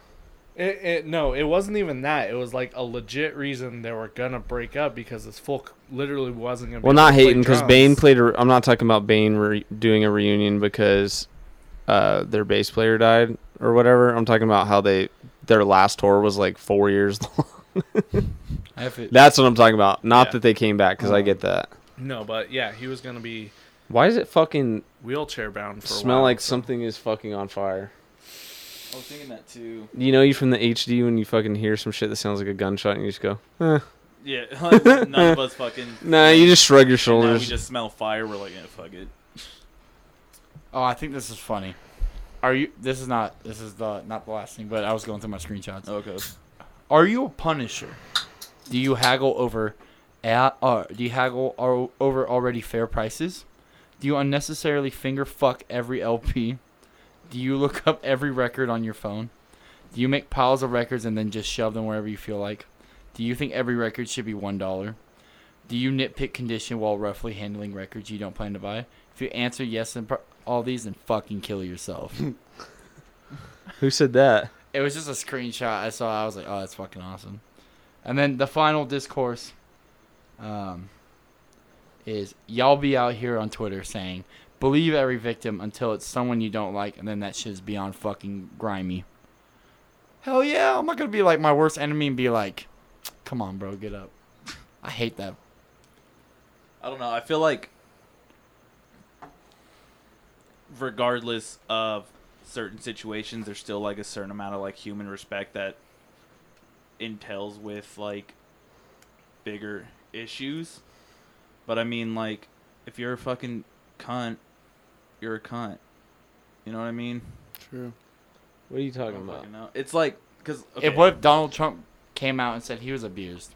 [SPEAKER 4] It, it no, it wasn't even that. It was like a legit reason they were gonna break up because this folk literally wasn't gonna.
[SPEAKER 2] Well,
[SPEAKER 4] be able
[SPEAKER 2] not
[SPEAKER 4] to play
[SPEAKER 2] hating because
[SPEAKER 4] drums.
[SPEAKER 2] Bane played. A re- I'm not talking about Bane re- doing a reunion because uh, their bass player died or whatever. I'm talking about how they their last tour was like four years long.
[SPEAKER 1] I have it.
[SPEAKER 2] That's what I'm talking about. Not
[SPEAKER 4] Yeah.
[SPEAKER 2] that they came back because I get that.
[SPEAKER 4] No, but yeah, he was gonna be
[SPEAKER 2] Why is it fucking
[SPEAKER 4] wheelchair bound for. a
[SPEAKER 2] smell
[SPEAKER 4] while,
[SPEAKER 2] like
[SPEAKER 4] so-
[SPEAKER 2] something is fucking on fire?
[SPEAKER 3] I was thinking that too.
[SPEAKER 2] You know, you from the HD when you fucking hear some shit that sounds like a gunshot and you just go, eh.
[SPEAKER 3] Yeah, like, none of us fucking.
[SPEAKER 2] nah, you just shrug your
[SPEAKER 3] Now we
[SPEAKER 2] shoulders.
[SPEAKER 3] just smell fire. We're like, yeah, fuck it.
[SPEAKER 1] Oh, I think this is funny. Are you? This is not. This is the not the last thing. But I was going through my screenshots.
[SPEAKER 3] Okay.
[SPEAKER 1] Are you a punisher? Do you haggle over? a- Uh, do you haggle ar- over already fair prices? Do you unnecessarily finger fuck every LP? Do you look up every record on your phone? Do you make piles of records and then just shove them wherever you feel like? Do you think every record should be one dollar? Do you nitpick condition while roughly handling records you don't plan to buy? If you answer yes in pro- all these, then fucking kill yourself.
[SPEAKER 2] Who said that?
[SPEAKER 1] it was just a screenshot I saw. I was like, oh, that's fucking awesome. And then the final discourse um, is y'all be out here on Twitter saying, believe every victim until it's someone you don't like, and then that shit is beyond fucking grimy. Hell yeah, I'm not going to be like my worst enemy and be like, come on, bro, get up. I hate that.
[SPEAKER 3] I don't know. I feel like, regardless of certain situations, there's still like a certain amount of like human respect that entails with like bigger issues. But I mean, like, if you're a fucking cunt, you're a cunt. You know what I mean?
[SPEAKER 5] True.
[SPEAKER 2] What are you
[SPEAKER 3] I
[SPEAKER 2] talking
[SPEAKER 3] don't
[SPEAKER 2] about?
[SPEAKER 3] fucking know. It's like because
[SPEAKER 1] If what if Donald Trump came out and said he was abused?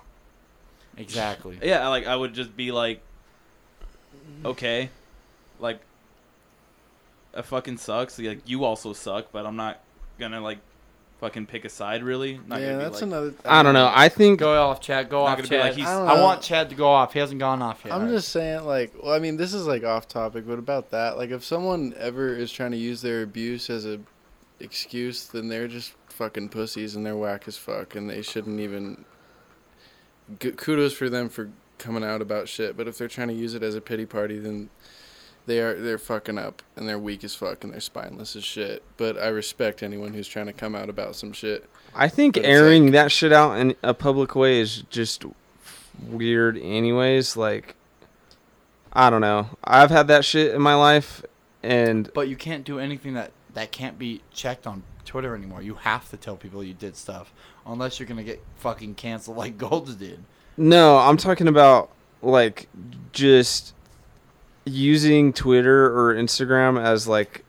[SPEAKER 1] Exactly.
[SPEAKER 3] Yeah, like I would just be like, okay, like, it fucking sucks. Like you also suck, but I'm not gonna like fucking pick a side. Really, not
[SPEAKER 5] yeah,
[SPEAKER 3] gonna
[SPEAKER 5] that's
[SPEAKER 3] be like,
[SPEAKER 5] another.
[SPEAKER 2] I don't know. I think
[SPEAKER 1] go off, Chad. Go
[SPEAKER 3] not
[SPEAKER 1] off,
[SPEAKER 3] gonna
[SPEAKER 1] Chad.
[SPEAKER 3] be like he's.
[SPEAKER 5] I don't
[SPEAKER 1] I
[SPEAKER 5] know.
[SPEAKER 1] want Chad to go off. He hasn't gone off yet.
[SPEAKER 5] I'm just saying, like, well, I mean, this is like off topic, but about that, like, if someone ever is trying to use their abuse as a excuse, then they're just fucking pussies and they're whack as fuck, and they shouldn't even. G- kudos for them for coming out about shit, but if they're trying to use it as a pity party, then they are they're fucking up and they're weak as fuck and they're spineless as shit. But I respect anyone who's trying to come out about some shit.
[SPEAKER 2] I think
[SPEAKER 5] But it's
[SPEAKER 2] airing that shit out in a public way is just weird anyways, like I don't know. I've had that shit in my life and
[SPEAKER 1] But you can't do anything that that can't be checked on Twitter anymore. You have to tell people you did stuff, unless you're gonna get fucking canceled like Golds did.
[SPEAKER 2] no, I'm talking about like just using Twitter or Instagram as like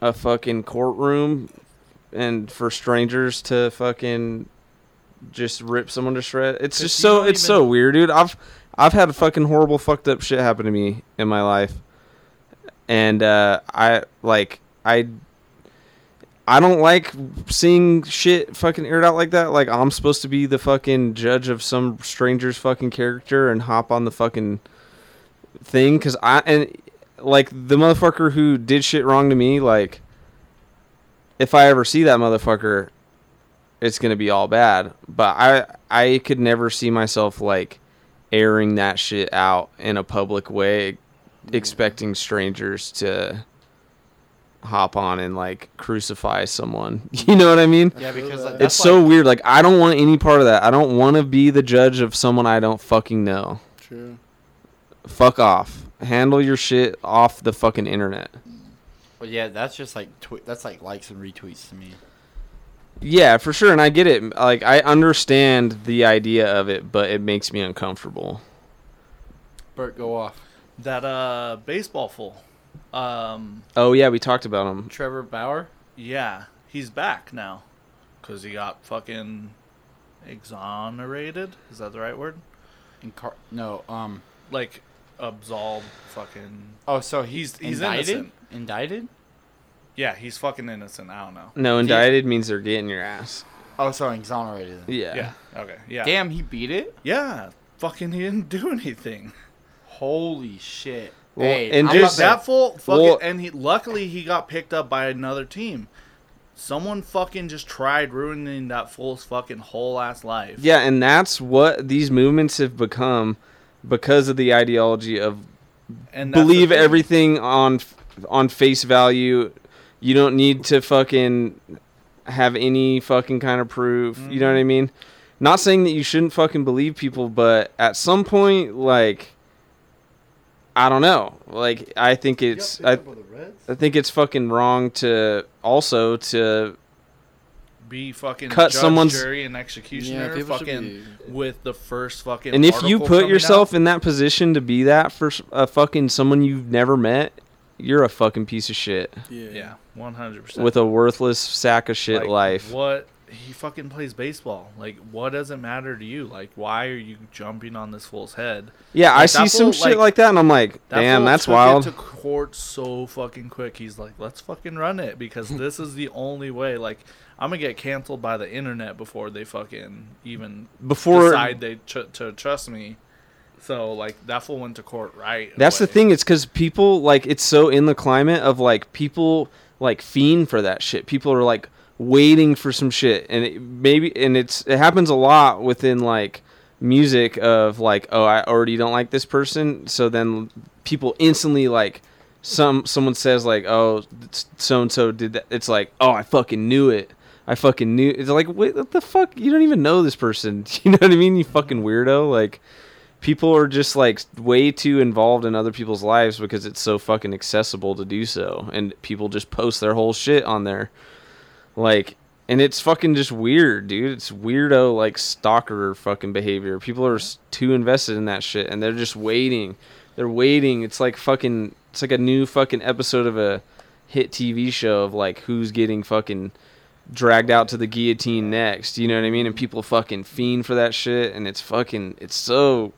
[SPEAKER 2] a fucking courtroom and for strangers to fucking just rip someone to shreds. It's
[SPEAKER 1] 'Cause
[SPEAKER 2] just
[SPEAKER 1] you
[SPEAKER 2] so
[SPEAKER 1] don't
[SPEAKER 2] it's
[SPEAKER 1] even-
[SPEAKER 2] so weird, dude. I've I've had fucking horrible fucked up shit happen to me in my life. And uh I like I I don't like seeing shit fucking aired out like that. Like I'm supposed to be the fucking judge of some stranger's fucking character and hop on the fucking thing cuz I and like the motherfucker who did shit wrong to me like if I ever see that motherfucker it's going to be all bad. But I I could never see myself like airing that shit out in a public way expecting strangers to hop on and like crucify someone. You know what I mean?
[SPEAKER 1] Yeah, because like,
[SPEAKER 5] It's
[SPEAKER 1] that's
[SPEAKER 2] it's so
[SPEAKER 1] like-
[SPEAKER 2] weird. Like I don't want any part of that. I don't want to be the judge of someone I don't fucking know.
[SPEAKER 5] True.
[SPEAKER 2] Fuck off. Handle your shit off the fucking internet.
[SPEAKER 1] Well, yeah, that's just like twi- that's like likes and retweets to me.
[SPEAKER 2] Yeah, for sure, and I get it. Like I understand the idea of it, but it makes me uncomfortable.
[SPEAKER 1] Bert, go off.
[SPEAKER 4] That uh baseball full. Um
[SPEAKER 2] Oh yeah, we talked about him.
[SPEAKER 1] Trevor Bauer.
[SPEAKER 4] yeah, he's back now cuz he got fucking exonerated. Is that the right word?
[SPEAKER 1] And Car- no, um.
[SPEAKER 4] Like absolved fucking
[SPEAKER 1] Oh, so he's
[SPEAKER 4] He's- he's
[SPEAKER 1] indicted.
[SPEAKER 4] innocent.
[SPEAKER 1] Indicted.
[SPEAKER 4] Yeah, he's fucking innocent. I don't know.
[SPEAKER 2] No,
[SPEAKER 1] If you-
[SPEAKER 2] indicted means they're getting your ass.
[SPEAKER 1] Oh, sorry, exonerated.
[SPEAKER 2] Yeah.
[SPEAKER 4] Yeah. Okay. Yeah.
[SPEAKER 1] Damn, he beat it.
[SPEAKER 4] Yeah. Fucking he didn't do anything.
[SPEAKER 1] Holy shit.
[SPEAKER 2] Well,
[SPEAKER 1] hey,
[SPEAKER 2] and
[SPEAKER 1] I'm not
[SPEAKER 2] there's
[SPEAKER 4] Dude,
[SPEAKER 1] saying-
[SPEAKER 4] that full fucking
[SPEAKER 2] Well-
[SPEAKER 4] and he luckily he got picked up by another team. Someone fucking just tried ruining that fool's fucking whole ass life.
[SPEAKER 2] Yeah, and that's what these movements have become because of the ideology of
[SPEAKER 4] and that's the
[SPEAKER 2] believe
[SPEAKER 4] thing.
[SPEAKER 2] everything on on face value. You don't need to fucking have any fucking kind of proof. You know what I
[SPEAKER 4] Mm-hmm.
[SPEAKER 2] mean? Not saying that you shouldn't fucking believe people, but at some point, like, I don't know. Like, I think it's I, I think it's fucking wrong to also to
[SPEAKER 4] Be fucking
[SPEAKER 2] cut
[SPEAKER 4] cut judge,
[SPEAKER 2] someone's-
[SPEAKER 4] jury and executioner
[SPEAKER 5] people should
[SPEAKER 4] fucking
[SPEAKER 5] be-
[SPEAKER 4] with the first fucking.
[SPEAKER 2] and if you
[SPEAKER 4] article
[SPEAKER 2] put
[SPEAKER 4] coming
[SPEAKER 2] yourself
[SPEAKER 4] out.
[SPEAKER 2] in that position to be that for s- a fucking someone you've never met, you're a fucking piece of shit
[SPEAKER 4] yeah, one hundred percent
[SPEAKER 2] with a worthless sack of shit
[SPEAKER 4] Like,
[SPEAKER 2] life.
[SPEAKER 4] What he fucking plays baseball. Like, what does it matter to you? Like, why are you jumping on this fool's head?
[SPEAKER 2] Yeah, I
[SPEAKER 4] like,
[SPEAKER 2] see
[SPEAKER 4] that
[SPEAKER 2] some
[SPEAKER 4] fool,
[SPEAKER 2] shit
[SPEAKER 4] like-
[SPEAKER 2] like, that, and I'm like,
[SPEAKER 4] That
[SPEAKER 2] damn,
[SPEAKER 4] fool
[SPEAKER 2] that's
[SPEAKER 4] took it
[SPEAKER 2] wild.
[SPEAKER 4] to court so fucking quick. He's like, let's fucking run it because this is the only way. Like, I'm gonna get canceled by the internet before they fucking even
[SPEAKER 2] Before
[SPEAKER 4] decide they tr- to trust me. So like that fool went to court right.
[SPEAKER 2] that's the
[SPEAKER 4] away.
[SPEAKER 2] thing, it's because people like it's so in the climate of like people like fiend for that shit. People are like waiting for some shit, and it, maybe and it's it happens a lot within like music of like oh I already don't like this person, so then people instantly like some someone says like oh so and so did that it's like oh i fucking knew it i fucking knew it's like wait what the fuck you don't even know this person you know what i mean you fucking weirdo like people are just like way too involved in other people's lives because it's so fucking accessible to do so and people just post their whole shit on there like and it's fucking just weird dude it's weirdo like stalker fucking behavior people are s- too invested in that shit and they're just waiting They're waiting. It's like fucking. It's like a new fucking episode of a hit TV show of like who's getting fucking dragged out to the guillotine next. You know what I mean? And people fucking fiend for that shit. And it's fucking. It's so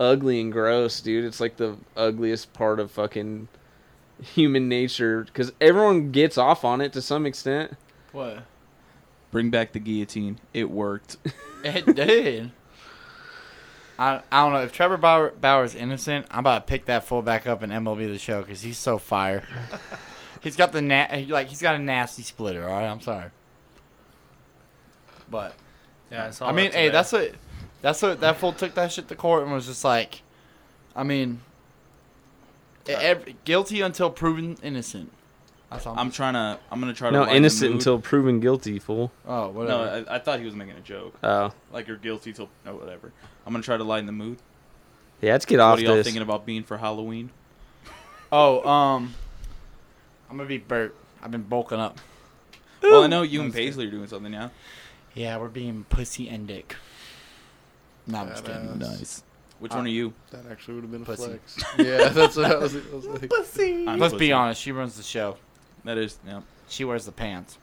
[SPEAKER 2] ugly and gross, dude. It's like the ugliest part of fucking human nature because everyone gets off on it to some extent.
[SPEAKER 1] What?
[SPEAKER 3] Bring back the guillotine. It worked.
[SPEAKER 1] It did. I, I don't know if Trevor Bauer, Bauer is innocent. I'm about to pick that fool back up in MLB the Show because he's so fire. he's got the na- he- like he's got a nasty splitter. All right, I'm sorry, but
[SPEAKER 6] Yeah, I saw.
[SPEAKER 1] I
[SPEAKER 6] that
[SPEAKER 1] mean, hey,
[SPEAKER 6] today.
[SPEAKER 1] Oh, that's what that's what that fool took that shit to court and was just like, I mean, e- ev- guilty until proven innocent. That's all.
[SPEAKER 3] I'm trying to. I'm gonna try to.
[SPEAKER 2] No,
[SPEAKER 3] lighten the
[SPEAKER 2] innocent
[SPEAKER 3] mood.
[SPEAKER 2] until proven guilty, fool.
[SPEAKER 1] oh, whatever.
[SPEAKER 3] No, I, I thought he was making a joke.
[SPEAKER 2] Oh,
[SPEAKER 3] Like you're guilty till no whatever. I'm gonna try to lighten the mood.
[SPEAKER 2] yeah, let's get
[SPEAKER 3] What
[SPEAKER 2] off
[SPEAKER 3] are y'all
[SPEAKER 2] this.
[SPEAKER 3] thinking about being for Halloween?
[SPEAKER 1] oh, um, I'm gonna be Bert. I've been bulking up.
[SPEAKER 3] Well, I know you and
[SPEAKER 1] That's good.
[SPEAKER 3] Paisley are doing something now.
[SPEAKER 1] Yeah, we're being pussy and dick. No, I'm just kidding.
[SPEAKER 5] Badass. Nice.
[SPEAKER 3] Which
[SPEAKER 1] Uh,
[SPEAKER 3] one are you?
[SPEAKER 5] That actually would have been a
[SPEAKER 1] Pussy.
[SPEAKER 5] flex. yeah, that's what I was, I was like.
[SPEAKER 3] I'm
[SPEAKER 1] Let's
[SPEAKER 3] pussy.
[SPEAKER 1] be honest. She runs the show.
[SPEAKER 3] That is yeah.
[SPEAKER 1] She wears the pants.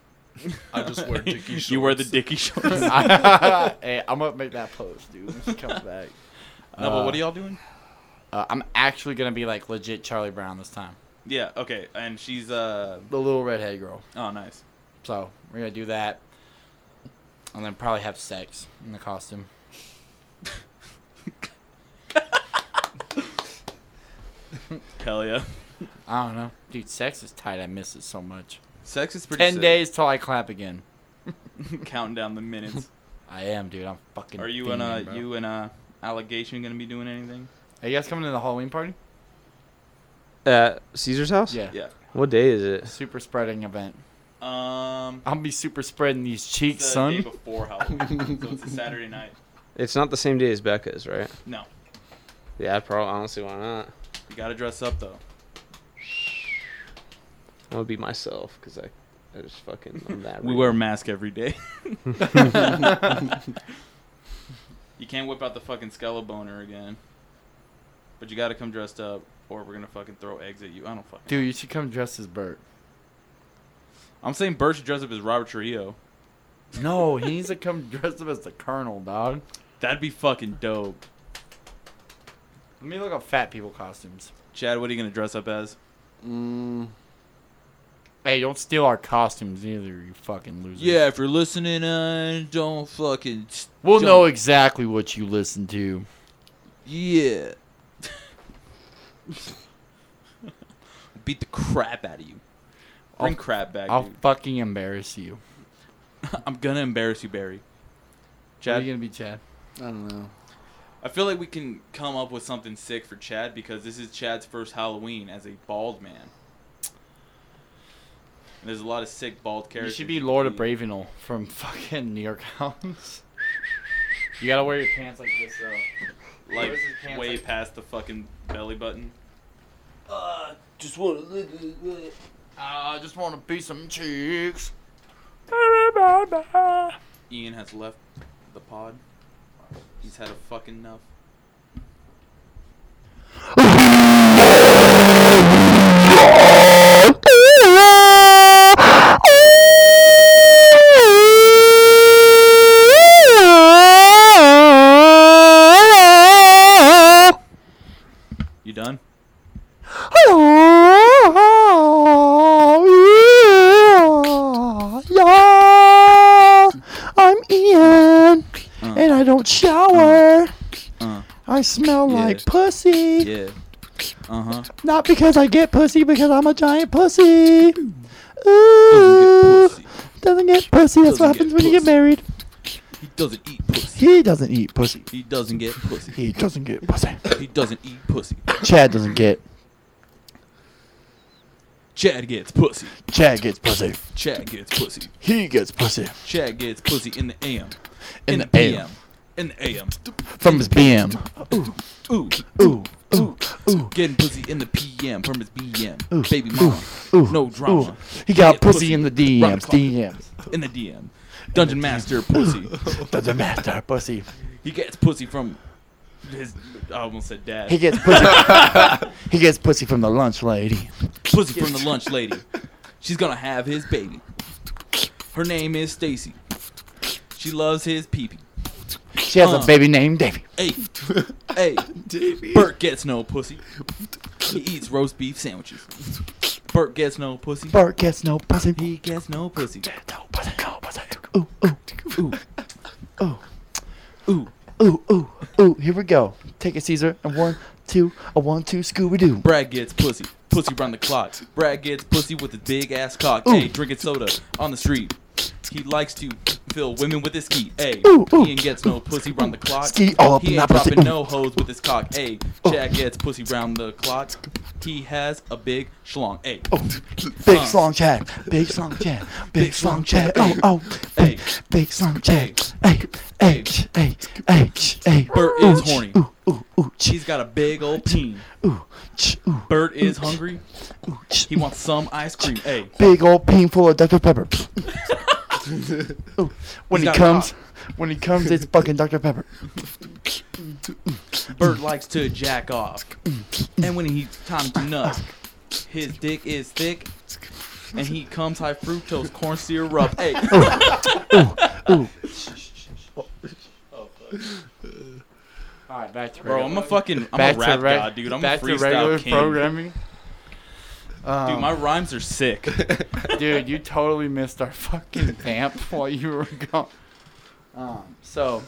[SPEAKER 6] I just wear dicky shorts.
[SPEAKER 3] you wear the dicky shorts. no,
[SPEAKER 1] hey, I'm gonna make that post, dude. When she comes back.
[SPEAKER 3] but what are y'all doing?
[SPEAKER 1] Uh, I'm actually gonna be like legit Charlie Brown this time.
[SPEAKER 3] Yeah. Okay. And she's uh.
[SPEAKER 1] The little redhead girl.
[SPEAKER 3] Oh, nice.
[SPEAKER 1] So we're gonna do that, and then probably have sex in the costume.
[SPEAKER 3] Hell yeah.
[SPEAKER 1] I don't know, dude. Sex is tight. I miss it so much.
[SPEAKER 3] Sex is pretty.
[SPEAKER 1] Ten
[SPEAKER 3] sick.
[SPEAKER 1] days till I clap again.
[SPEAKER 3] Counting down the minutes.
[SPEAKER 1] I am, dude. I'm fucking.
[SPEAKER 3] Are you and
[SPEAKER 1] fiending,
[SPEAKER 3] uh
[SPEAKER 1] bro.
[SPEAKER 3] you and uh allegation gonna be doing anything?
[SPEAKER 1] Are you guys coming to the Halloween party?
[SPEAKER 2] At Uh, Caesar's house?
[SPEAKER 1] Yeah.
[SPEAKER 3] Yeah.
[SPEAKER 2] What day is it?
[SPEAKER 1] Super spreading event.
[SPEAKER 3] Um.
[SPEAKER 1] I'll be super spreading these
[SPEAKER 3] it's
[SPEAKER 1] cheeks,
[SPEAKER 3] the Day
[SPEAKER 1] son.
[SPEAKER 3] before Halloween, so it's a Saturday night.
[SPEAKER 2] It's not the same day as Becca's, right?
[SPEAKER 3] No,
[SPEAKER 2] Yeah, probably. Honestly, why not?
[SPEAKER 3] you gotta dress up though.
[SPEAKER 2] I'm gonna be myself because I, I just fucking I'm that.
[SPEAKER 3] We
[SPEAKER 2] rude.
[SPEAKER 3] wear a mask every day. you can't whip out the fucking skeleton boner again. But you gotta come dressed up, or we're gonna fucking throw eggs at you. I don't fucking.
[SPEAKER 1] Dude, you should come dressed as Bert.
[SPEAKER 3] I'm saying Bert should dress up as Robert Trujillo.
[SPEAKER 1] No, he needs to come dressed up as the Colonel, dog.
[SPEAKER 3] That'd be fucking dope.
[SPEAKER 1] Let me look up fat people costumes.
[SPEAKER 3] Chad, what are you gonna dress up as?
[SPEAKER 5] Mm,
[SPEAKER 1] Hey, don't steal our costumes either, you fucking loser.
[SPEAKER 3] if you're listening, uh, don't fucking.
[SPEAKER 1] We'll know exactly what you listen to.
[SPEAKER 3] Yeah. Beat the crap out of you. Bring
[SPEAKER 1] I'll-
[SPEAKER 3] crap back,
[SPEAKER 1] I'll
[SPEAKER 3] dude.
[SPEAKER 1] fucking embarrass you.
[SPEAKER 3] I'm gonna embarrass you, Barry.
[SPEAKER 1] Chad?
[SPEAKER 3] Chad,
[SPEAKER 1] you gonna be Chad?
[SPEAKER 5] I don't know.
[SPEAKER 3] I feel like we can come up with something sick for Chad because this is Chad's first Halloween as a bald man. And there's a lot of sick bald
[SPEAKER 1] You
[SPEAKER 3] characters.
[SPEAKER 1] should be Lord of
[SPEAKER 3] He-
[SPEAKER 1] Bravenel from fucking New York Hounds. you gotta wear your pants like this, though.
[SPEAKER 3] Like
[SPEAKER 1] Where's his pants
[SPEAKER 3] way
[SPEAKER 1] like-
[SPEAKER 3] past the fucking belly button.
[SPEAKER 1] Uh, I just want to be some cheeks.
[SPEAKER 3] Ian has left the pod. He's had a fucking enough. You done?
[SPEAKER 7] Oh, yeah. I'm Ian,
[SPEAKER 3] Uh.
[SPEAKER 7] and I don't shower.
[SPEAKER 3] Uh.
[SPEAKER 7] I smell
[SPEAKER 3] Yeah.
[SPEAKER 7] like pussy.
[SPEAKER 3] Yeah. Uh huh.
[SPEAKER 7] Not because I get pussy, because I'm a giant pussy. Ooh, doesn't get pussy. That's
[SPEAKER 3] Doesn't
[SPEAKER 7] what
[SPEAKER 3] get
[SPEAKER 7] happens when you get
[SPEAKER 3] pussy.
[SPEAKER 7] married.
[SPEAKER 3] He doesn't eat pussy.
[SPEAKER 7] He doesn't eat pussy.
[SPEAKER 3] He doesn't get pussy.
[SPEAKER 7] He doesn't get pussy.
[SPEAKER 3] He doesn't eat pussy.
[SPEAKER 7] Chad doesn't get.
[SPEAKER 3] Chad gets pussy.
[SPEAKER 7] Chad gets pussy.
[SPEAKER 3] Chad gets pussy.
[SPEAKER 7] He gets pussy
[SPEAKER 3] Chad gets pussy in the AM.
[SPEAKER 7] In the AM.
[SPEAKER 3] In the AM.
[SPEAKER 7] from his BM.
[SPEAKER 3] Ooh.
[SPEAKER 7] Ooh, ooh, ooh,
[SPEAKER 3] Getting pussy in the PM from his BM.
[SPEAKER 7] Ooh.
[SPEAKER 3] Baby mama.
[SPEAKER 7] ooh.
[SPEAKER 3] No drama.
[SPEAKER 7] He got
[SPEAKER 3] Get pussy.
[SPEAKER 7] pussy in the
[SPEAKER 3] Rock
[SPEAKER 7] DMs.
[SPEAKER 3] clock.
[SPEAKER 7] DMs.
[SPEAKER 3] In the DM. Dungeon Master pussy.
[SPEAKER 7] Doesn't matter, pussy.
[SPEAKER 3] He gets pussy from His, I almost said dad.
[SPEAKER 7] He gets pussy. he gets pussy from the lunch lady.
[SPEAKER 3] pussy from the lunch lady. She's gonna have his baby. Her name is Stacy. She loves his peepee.
[SPEAKER 7] She has
[SPEAKER 3] Uh.
[SPEAKER 7] a baby named Davy.
[SPEAKER 3] Hey, hey, Bert gets no pussy. He eats roast beef sandwiches. Bert gets no pussy.
[SPEAKER 7] Bart gets no pussy.
[SPEAKER 3] He gets no pussy.
[SPEAKER 7] No pussy. No pussy. Ooh ooh ooh
[SPEAKER 3] Ooh,
[SPEAKER 7] ooh ooh ooh ooh. Here we go. Take it, Caesar. And one two. A one two. Scooby Doo.
[SPEAKER 3] Brad gets pussy. Pussy round the clock. Brad gets pussy with his big ass cock.
[SPEAKER 7] Ooh.
[SPEAKER 3] Hey, drinking soda on the street. He likes to fill women with his ski. Hey,
[SPEAKER 7] Ooh, ooh,
[SPEAKER 3] Ian gets no pussy round the clock.
[SPEAKER 7] Ski all up
[SPEAKER 3] he
[SPEAKER 7] in
[SPEAKER 3] ain't
[SPEAKER 7] that pussy.
[SPEAKER 3] dropping no hoes with his cock. Hey, Chad gets pussy round the clock. He has a big schlong. Hey,
[SPEAKER 7] Big
[SPEAKER 3] Uh.
[SPEAKER 7] slong chat. Big slong chat. Big slong
[SPEAKER 3] slong
[SPEAKER 7] chat. Oh oh.
[SPEAKER 3] Hey.
[SPEAKER 7] Big big slong chat. Hey hey hey hey hey.
[SPEAKER 3] Bert
[SPEAKER 7] Ooh,
[SPEAKER 3] is
[SPEAKER 7] ch-
[SPEAKER 3] horny.
[SPEAKER 7] Ooh ooh ooh. ch-
[SPEAKER 3] He's got a big old peen.
[SPEAKER 7] Ooh ch- ooh
[SPEAKER 3] Bert is hungry.
[SPEAKER 7] ooh. ch-
[SPEAKER 3] He wants some ice cream. Hey,
[SPEAKER 7] big old painful of Dr. Pepper. Ooh, when
[SPEAKER 3] He's got
[SPEAKER 7] he
[SPEAKER 3] a
[SPEAKER 7] comes, when he comes, it's fucking Dr. Pepper.
[SPEAKER 3] Bert likes to jack off. And when he's time to nut, his dick is thick. And he comes high fructose corn syrup. Hey,
[SPEAKER 7] Ooh,
[SPEAKER 1] All right, back to
[SPEAKER 3] bro, I'm a fucking I'm
[SPEAKER 1] back
[SPEAKER 3] a rap
[SPEAKER 1] to reg-
[SPEAKER 3] god, dude. I'm
[SPEAKER 1] back
[SPEAKER 3] a
[SPEAKER 1] to regular
[SPEAKER 3] freestyle king.
[SPEAKER 1] programming. Um,
[SPEAKER 3] Dude, my rhymes are sick.
[SPEAKER 1] Dude, you totally missed our fucking vamp while you were gone. Um, so,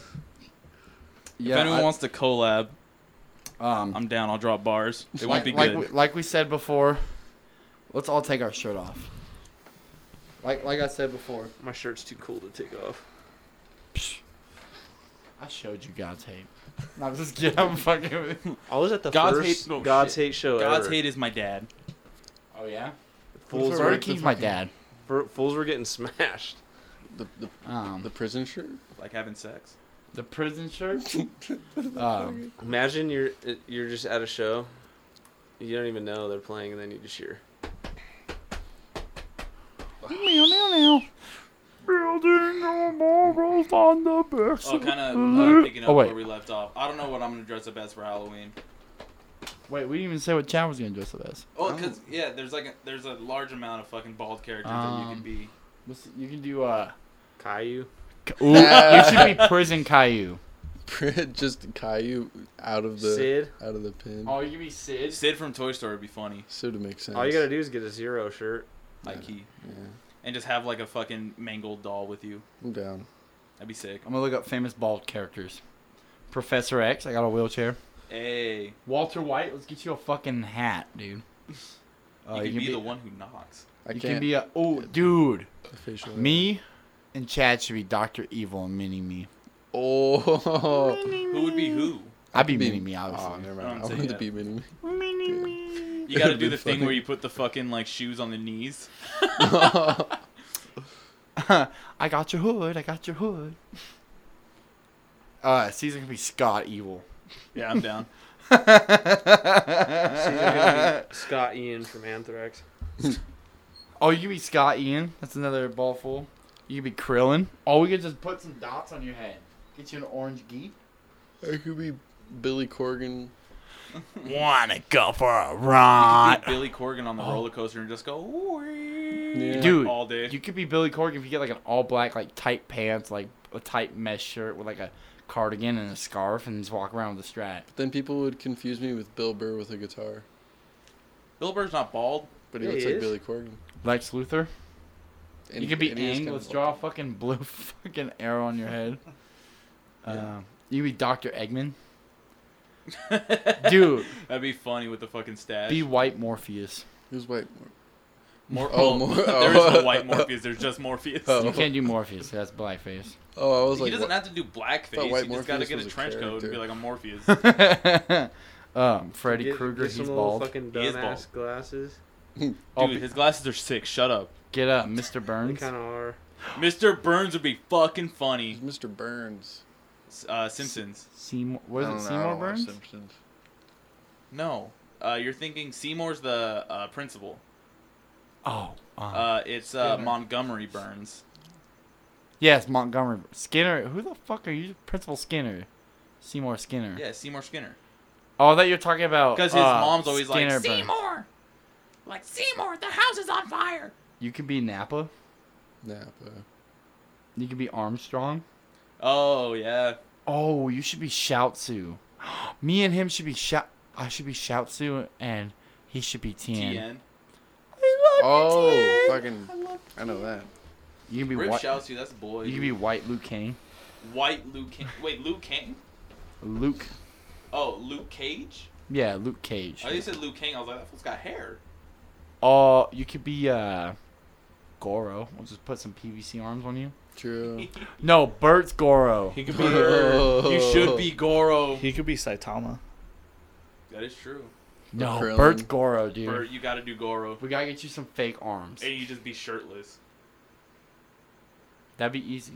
[SPEAKER 1] yeah,
[SPEAKER 3] if anyone
[SPEAKER 1] I-
[SPEAKER 3] wants to collab,
[SPEAKER 1] um,
[SPEAKER 3] I'm down. I'll drop bars. It won't
[SPEAKER 1] like,
[SPEAKER 3] be
[SPEAKER 1] like
[SPEAKER 3] good.
[SPEAKER 1] we, like we said before, let's all take our shirt off. Like like I said before,
[SPEAKER 2] My shirt's too cool to take off.
[SPEAKER 1] I showed you God's hate. No, I'm just kidding. I'm fucking. With you.
[SPEAKER 2] I was at the
[SPEAKER 3] God's
[SPEAKER 2] first
[SPEAKER 3] hate- oh,
[SPEAKER 2] God's
[SPEAKER 3] shit.
[SPEAKER 2] hate show.
[SPEAKER 3] God's
[SPEAKER 2] ever.
[SPEAKER 3] hate is my dad.
[SPEAKER 1] Oh yeah,
[SPEAKER 2] Fools were,
[SPEAKER 1] Ricky's my dad.
[SPEAKER 2] fo- fools were getting smashed.
[SPEAKER 5] The, the,
[SPEAKER 1] Um,
[SPEAKER 5] the prison shirt?
[SPEAKER 3] Like having sex.
[SPEAKER 1] the prison shirt. Um,
[SPEAKER 2] Imagine you're you're just at a show, you don't even know they're playing, and then you just hear.
[SPEAKER 3] Oh, kind of picking up
[SPEAKER 1] Oh, wait.
[SPEAKER 3] where we left off. I don't know what I'm gonna dress up as for Halloween.
[SPEAKER 1] wait, we didn't even say what Chad was gonna dress up as.
[SPEAKER 3] Oh, cause yeah, there's like a, there's a large amount of fucking bald characters that you
[SPEAKER 1] Um,
[SPEAKER 3] could be.
[SPEAKER 1] Let's- You can do uh.
[SPEAKER 2] Caillou.
[SPEAKER 1] Ooh, you should be prison Caillou.
[SPEAKER 5] Just Caillou out of the
[SPEAKER 2] Sid.
[SPEAKER 5] out of the pin.
[SPEAKER 1] Oh, you can be Sid.
[SPEAKER 3] Sid from Toy Story would be funny,
[SPEAKER 5] Sid would make sense.
[SPEAKER 2] All you gotta do is get a zero shirt.
[SPEAKER 3] like he,
[SPEAKER 5] Yeah.
[SPEAKER 3] and just have like a fucking mangled doll with you.
[SPEAKER 5] I'm down.
[SPEAKER 3] That'd be sick.
[SPEAKER 1] I'm gonna look up famous bald characters. Professor X, I got a wheelchair.
[SPEAKER 3] Hey,
[SPEAKER 1] Walter White, let's get you a fucking hat, dude. Uh,
[SPEAKER 3] you could be, the one who knocks.
[SPEAKER 5] I
[SPEAKER 1] you can
[SPEAKER 5] can't
[SPEAKER 1] be a oh, dude.
[SPEAKER 5] official.
[SPEAKER 1] Me and Chad should be Doctor Evil and Mini Me.
[SPEAKER 5] Oh.
[SPEAKER 3] Who would be who?
[SPEAKER 1] I'd be
[SPEAKER 5] Be-
[SPEAKER 1] Mini Me, obviously.
[SPEAKER 5] Oh, never
[SPEAKER 3] I
[SPEAKER 5] mind.
[SPEAKER 3] don't
[SPEAKER 5] I
[SPEAKER 3] say
[SPEAKER 5] wanted to
[SPEAKER 3] that.
[SPEAKER 5] be mini me.
[SPEAKER 3] You gotta
[SPEAKER 5] That'd
[SPEAKER 3] do
[SPEAKER 5] be
[SPEAKER 3] the thing where
[SPEAKER 5] funny.
[SPEAKER 3] you put the fucking like shoes on the knees.
[SPEAKER 1] I got your hood. I got your hood. Uh, Caesar can be Scott Evil.
[SPEAKER 3] Yeah, I'm down.
[SPEAKER 2] Scott Ian from Anthrax.
[SPEAKER 1] Oh, you could be Scott Ian. That's another ball full. You could be Krillin. Oh, we could just put some dots on your head. Get you an orange gi.
[SPEAKER 5] I could be Billy Corgan.
[SPEAKER 1] Wanna go for a
[SPEAKER 3] You
[SPEAKER 1] ride?
[SPEAKER 3] could be Billy Corgan on the roller coaster and just go "Wee,"
[SPEAKER 5] Yeah.
[SPEAKER 3] like,
[SPEAKER 1] Dude,
[SPEAKER 3] all day.
[SPEAKER 1] You could be Billy Corgan if you get like an all black, like tight pants, like a tight mesh shirt with like a cardigan and a scarf, and just walk around with a strat.
[SPEAKER 5] Then people would confuse me with Bill Burr with a guitar.
[SPEAKER 3] Bill Burr's not bald.
[SPEAKER 5] But he
[SPEAKER 2] Yeah,
[SPEAKER 5] looks
[SPEAKER 2] he
[SPEAKER 5] like
[SPEAKER 2] is.
[SPEAKER 5] Billy Corgan.
[SPEAKER 1] Lex Luthor.
[SPEAKER 5] And
[SPEAKER 1] you
[SPEAKER 5] he-
[SPEAKER 1] could be
[SPEAKER 5] and he is
[SPEAKER 1] Ang.
[SPEAKER 5] kinda
[SPEAKER 1] Let's
[SPEAKER 5] bald.
[SPEAKER 1] draw a fucking blue fucking arrow on your head.
[SPEAKER 5] Yeah.
[SPEAKER 1] Um, you could be Doctor Eggman. Dude,
[SPEAKER 3] That'd be funny with the fucking stash.
[SPEAKER 1] be White Morpheus.
[SPEAKER 5] Who's white?
[SPEAKER 3] Mor-
[SPEAKER 5] Oh,
[SPEAKER 3] oh,
[SPEAKER 5] Mor-
[SPEAKER 3] there is no
[SPEAKER 5] oh.
[SPEAKER 3] white Morpheus. There's just Morpheus.
[SPEAKER 5] Oh.
[SPEAKER 1] You can't do Morpheus. That's blackface.
[SPEAKER 5] Oh, I was
[SPEAKER 3] He
[SPEAKER 5] like,
[SPEAKER 3] doesn't
[SPEAKER 5] what?
[SPEAKER 3] have to do blackface.
[SPEAKER 5] thought
[SPEAKER 3] You
[SPEAKER 5] White
[SPEAKER 3] just gotta
[SPEAKER 5] Morpheus
[SPEAKER 3] get
[SPEAKER 5] was
[SPEAKER 3] a
[SPEAKER 5] a
[SPEAKER 3] trench coat and be
[SPEAKER 5] character.
[SPEAKER 3] like, I'm Morpheus.
[SPEAKER 1] um, Freddy
[SPEAKER 2] Get-
[SPEAKER 1] Krueger,
[SPEAKER 2] get
[SPEAKER 1] he's
[SPEAKER 2] some little
[SPEAKER 1] bald.
[SPEAKER 2] Fucking
[SPEAKER 3] He is
[SPEAKER 2] dumbass
[SPEAKER 3] bald.
[SPEAKER 2] glasses.
[SPEAKER 1] I'll
[SPEAKER 3] Dude,
[SPEAKER 1] be-
[SPEAKER 3] his glasses are sick. Shut up.
[SPEAKER 1] get up, Mr.
[SPEAKER 2] They
[SPEAKER 1] Burns.
[SPEAKER 2] kind of are.
[SPEAKER 3] Mr. Burns would be fucking funny.
[SPEAKER 5] It's Mr. Burns.
[SPEAKER 3] S- Uh, Simpsons.
[SPEAKER 1] Seymour, was
[SPEAKER 5] I
[SPEAKER 1] it
[SPEAKER 5] don't know, I
[SPEAKER 1] Seymour
[SPEAKER 5] don't watch
[SPEAKER 1] Burns?
[SPEAKER 5] Simpsons.
[SPEAKER 3] No. Uh, you're thinking Seymour's the uh, principal.
[SPEAKER 1] Oh, uh,
[SPEAKER 3] Uh, it's uh, Montgomery Burns.
[SPEAKER 1] yes, Montgomery Skinner. Who the fuck are you, Principal Skinner? Seymour Skinner.
[SPEAKER 3] Yeah, Seymour Skinner.
[SPEAKER 1] Oh, I thought you were talking about
[SPEAKER 3] Because his
[SPEAKER 1] uh,
[SPEAKER 3] mom's always like,
[SPEAKER 1] Skinner Burn.
[SPEAKER 3] Seymour! Like, Seymour, the house is on fire!
[SPEAKER 1] You could be Napa.
[SPEAKER 5] Napa.
[SPEAKER 1] You could be Armstrong.
[SPEAKER 3] Oh, yeah.
[SPEAKER 1] Oh, you should be Shoutsu. Me and him should be Shout. I should be Shoutsu, and he should be Tien.
[SPEAKER 3] TN.
[SPEAKER 5] Oh, fucking. I know that.
[SPEAKER 1] You can be
[SPEAKER 3] Rip
[SPEAKER 1] white.
[SPEAKER 3] shouts you, that's boy.
[SPEAKER 1] You can be white Luke Kane.
[SPEAKER 3] White Luke King. Wait, Luke King?
[SPEAKER 1] Luke.
[SPEAKER 3] Oh, Luke Cage?
[SPEAKER 1] Yeah, Luke Cage.
[SPEAKER 3] Oh, you said Luke King. I was like, that fool's got hair.
[SPEAKER 1] Oh, you could be uh, Goro. We'll just put some PVC arms on you.
[SPEAKER 5] True.
[SPEAKER 1] No, Bert's Goro.
[SPEAKER 4] He could be
[SPEAKER 3] you should be Goro.
[SPEAKER 6] He could be Saitama.
[SPEAKER 3] That is true.
[SPEAKER 1] No,
[SPEAKER 5] Krillin.
[SPEAKER 1] Bert's Goro, dude.
[SPEAKER 3] Bert, you gotta do Goro.
[SPEAKER 1] We gotta get you some fake arms.
[SPEAKER 3] And you just be shirtless.
[SPEAKER 1] That'd be easy.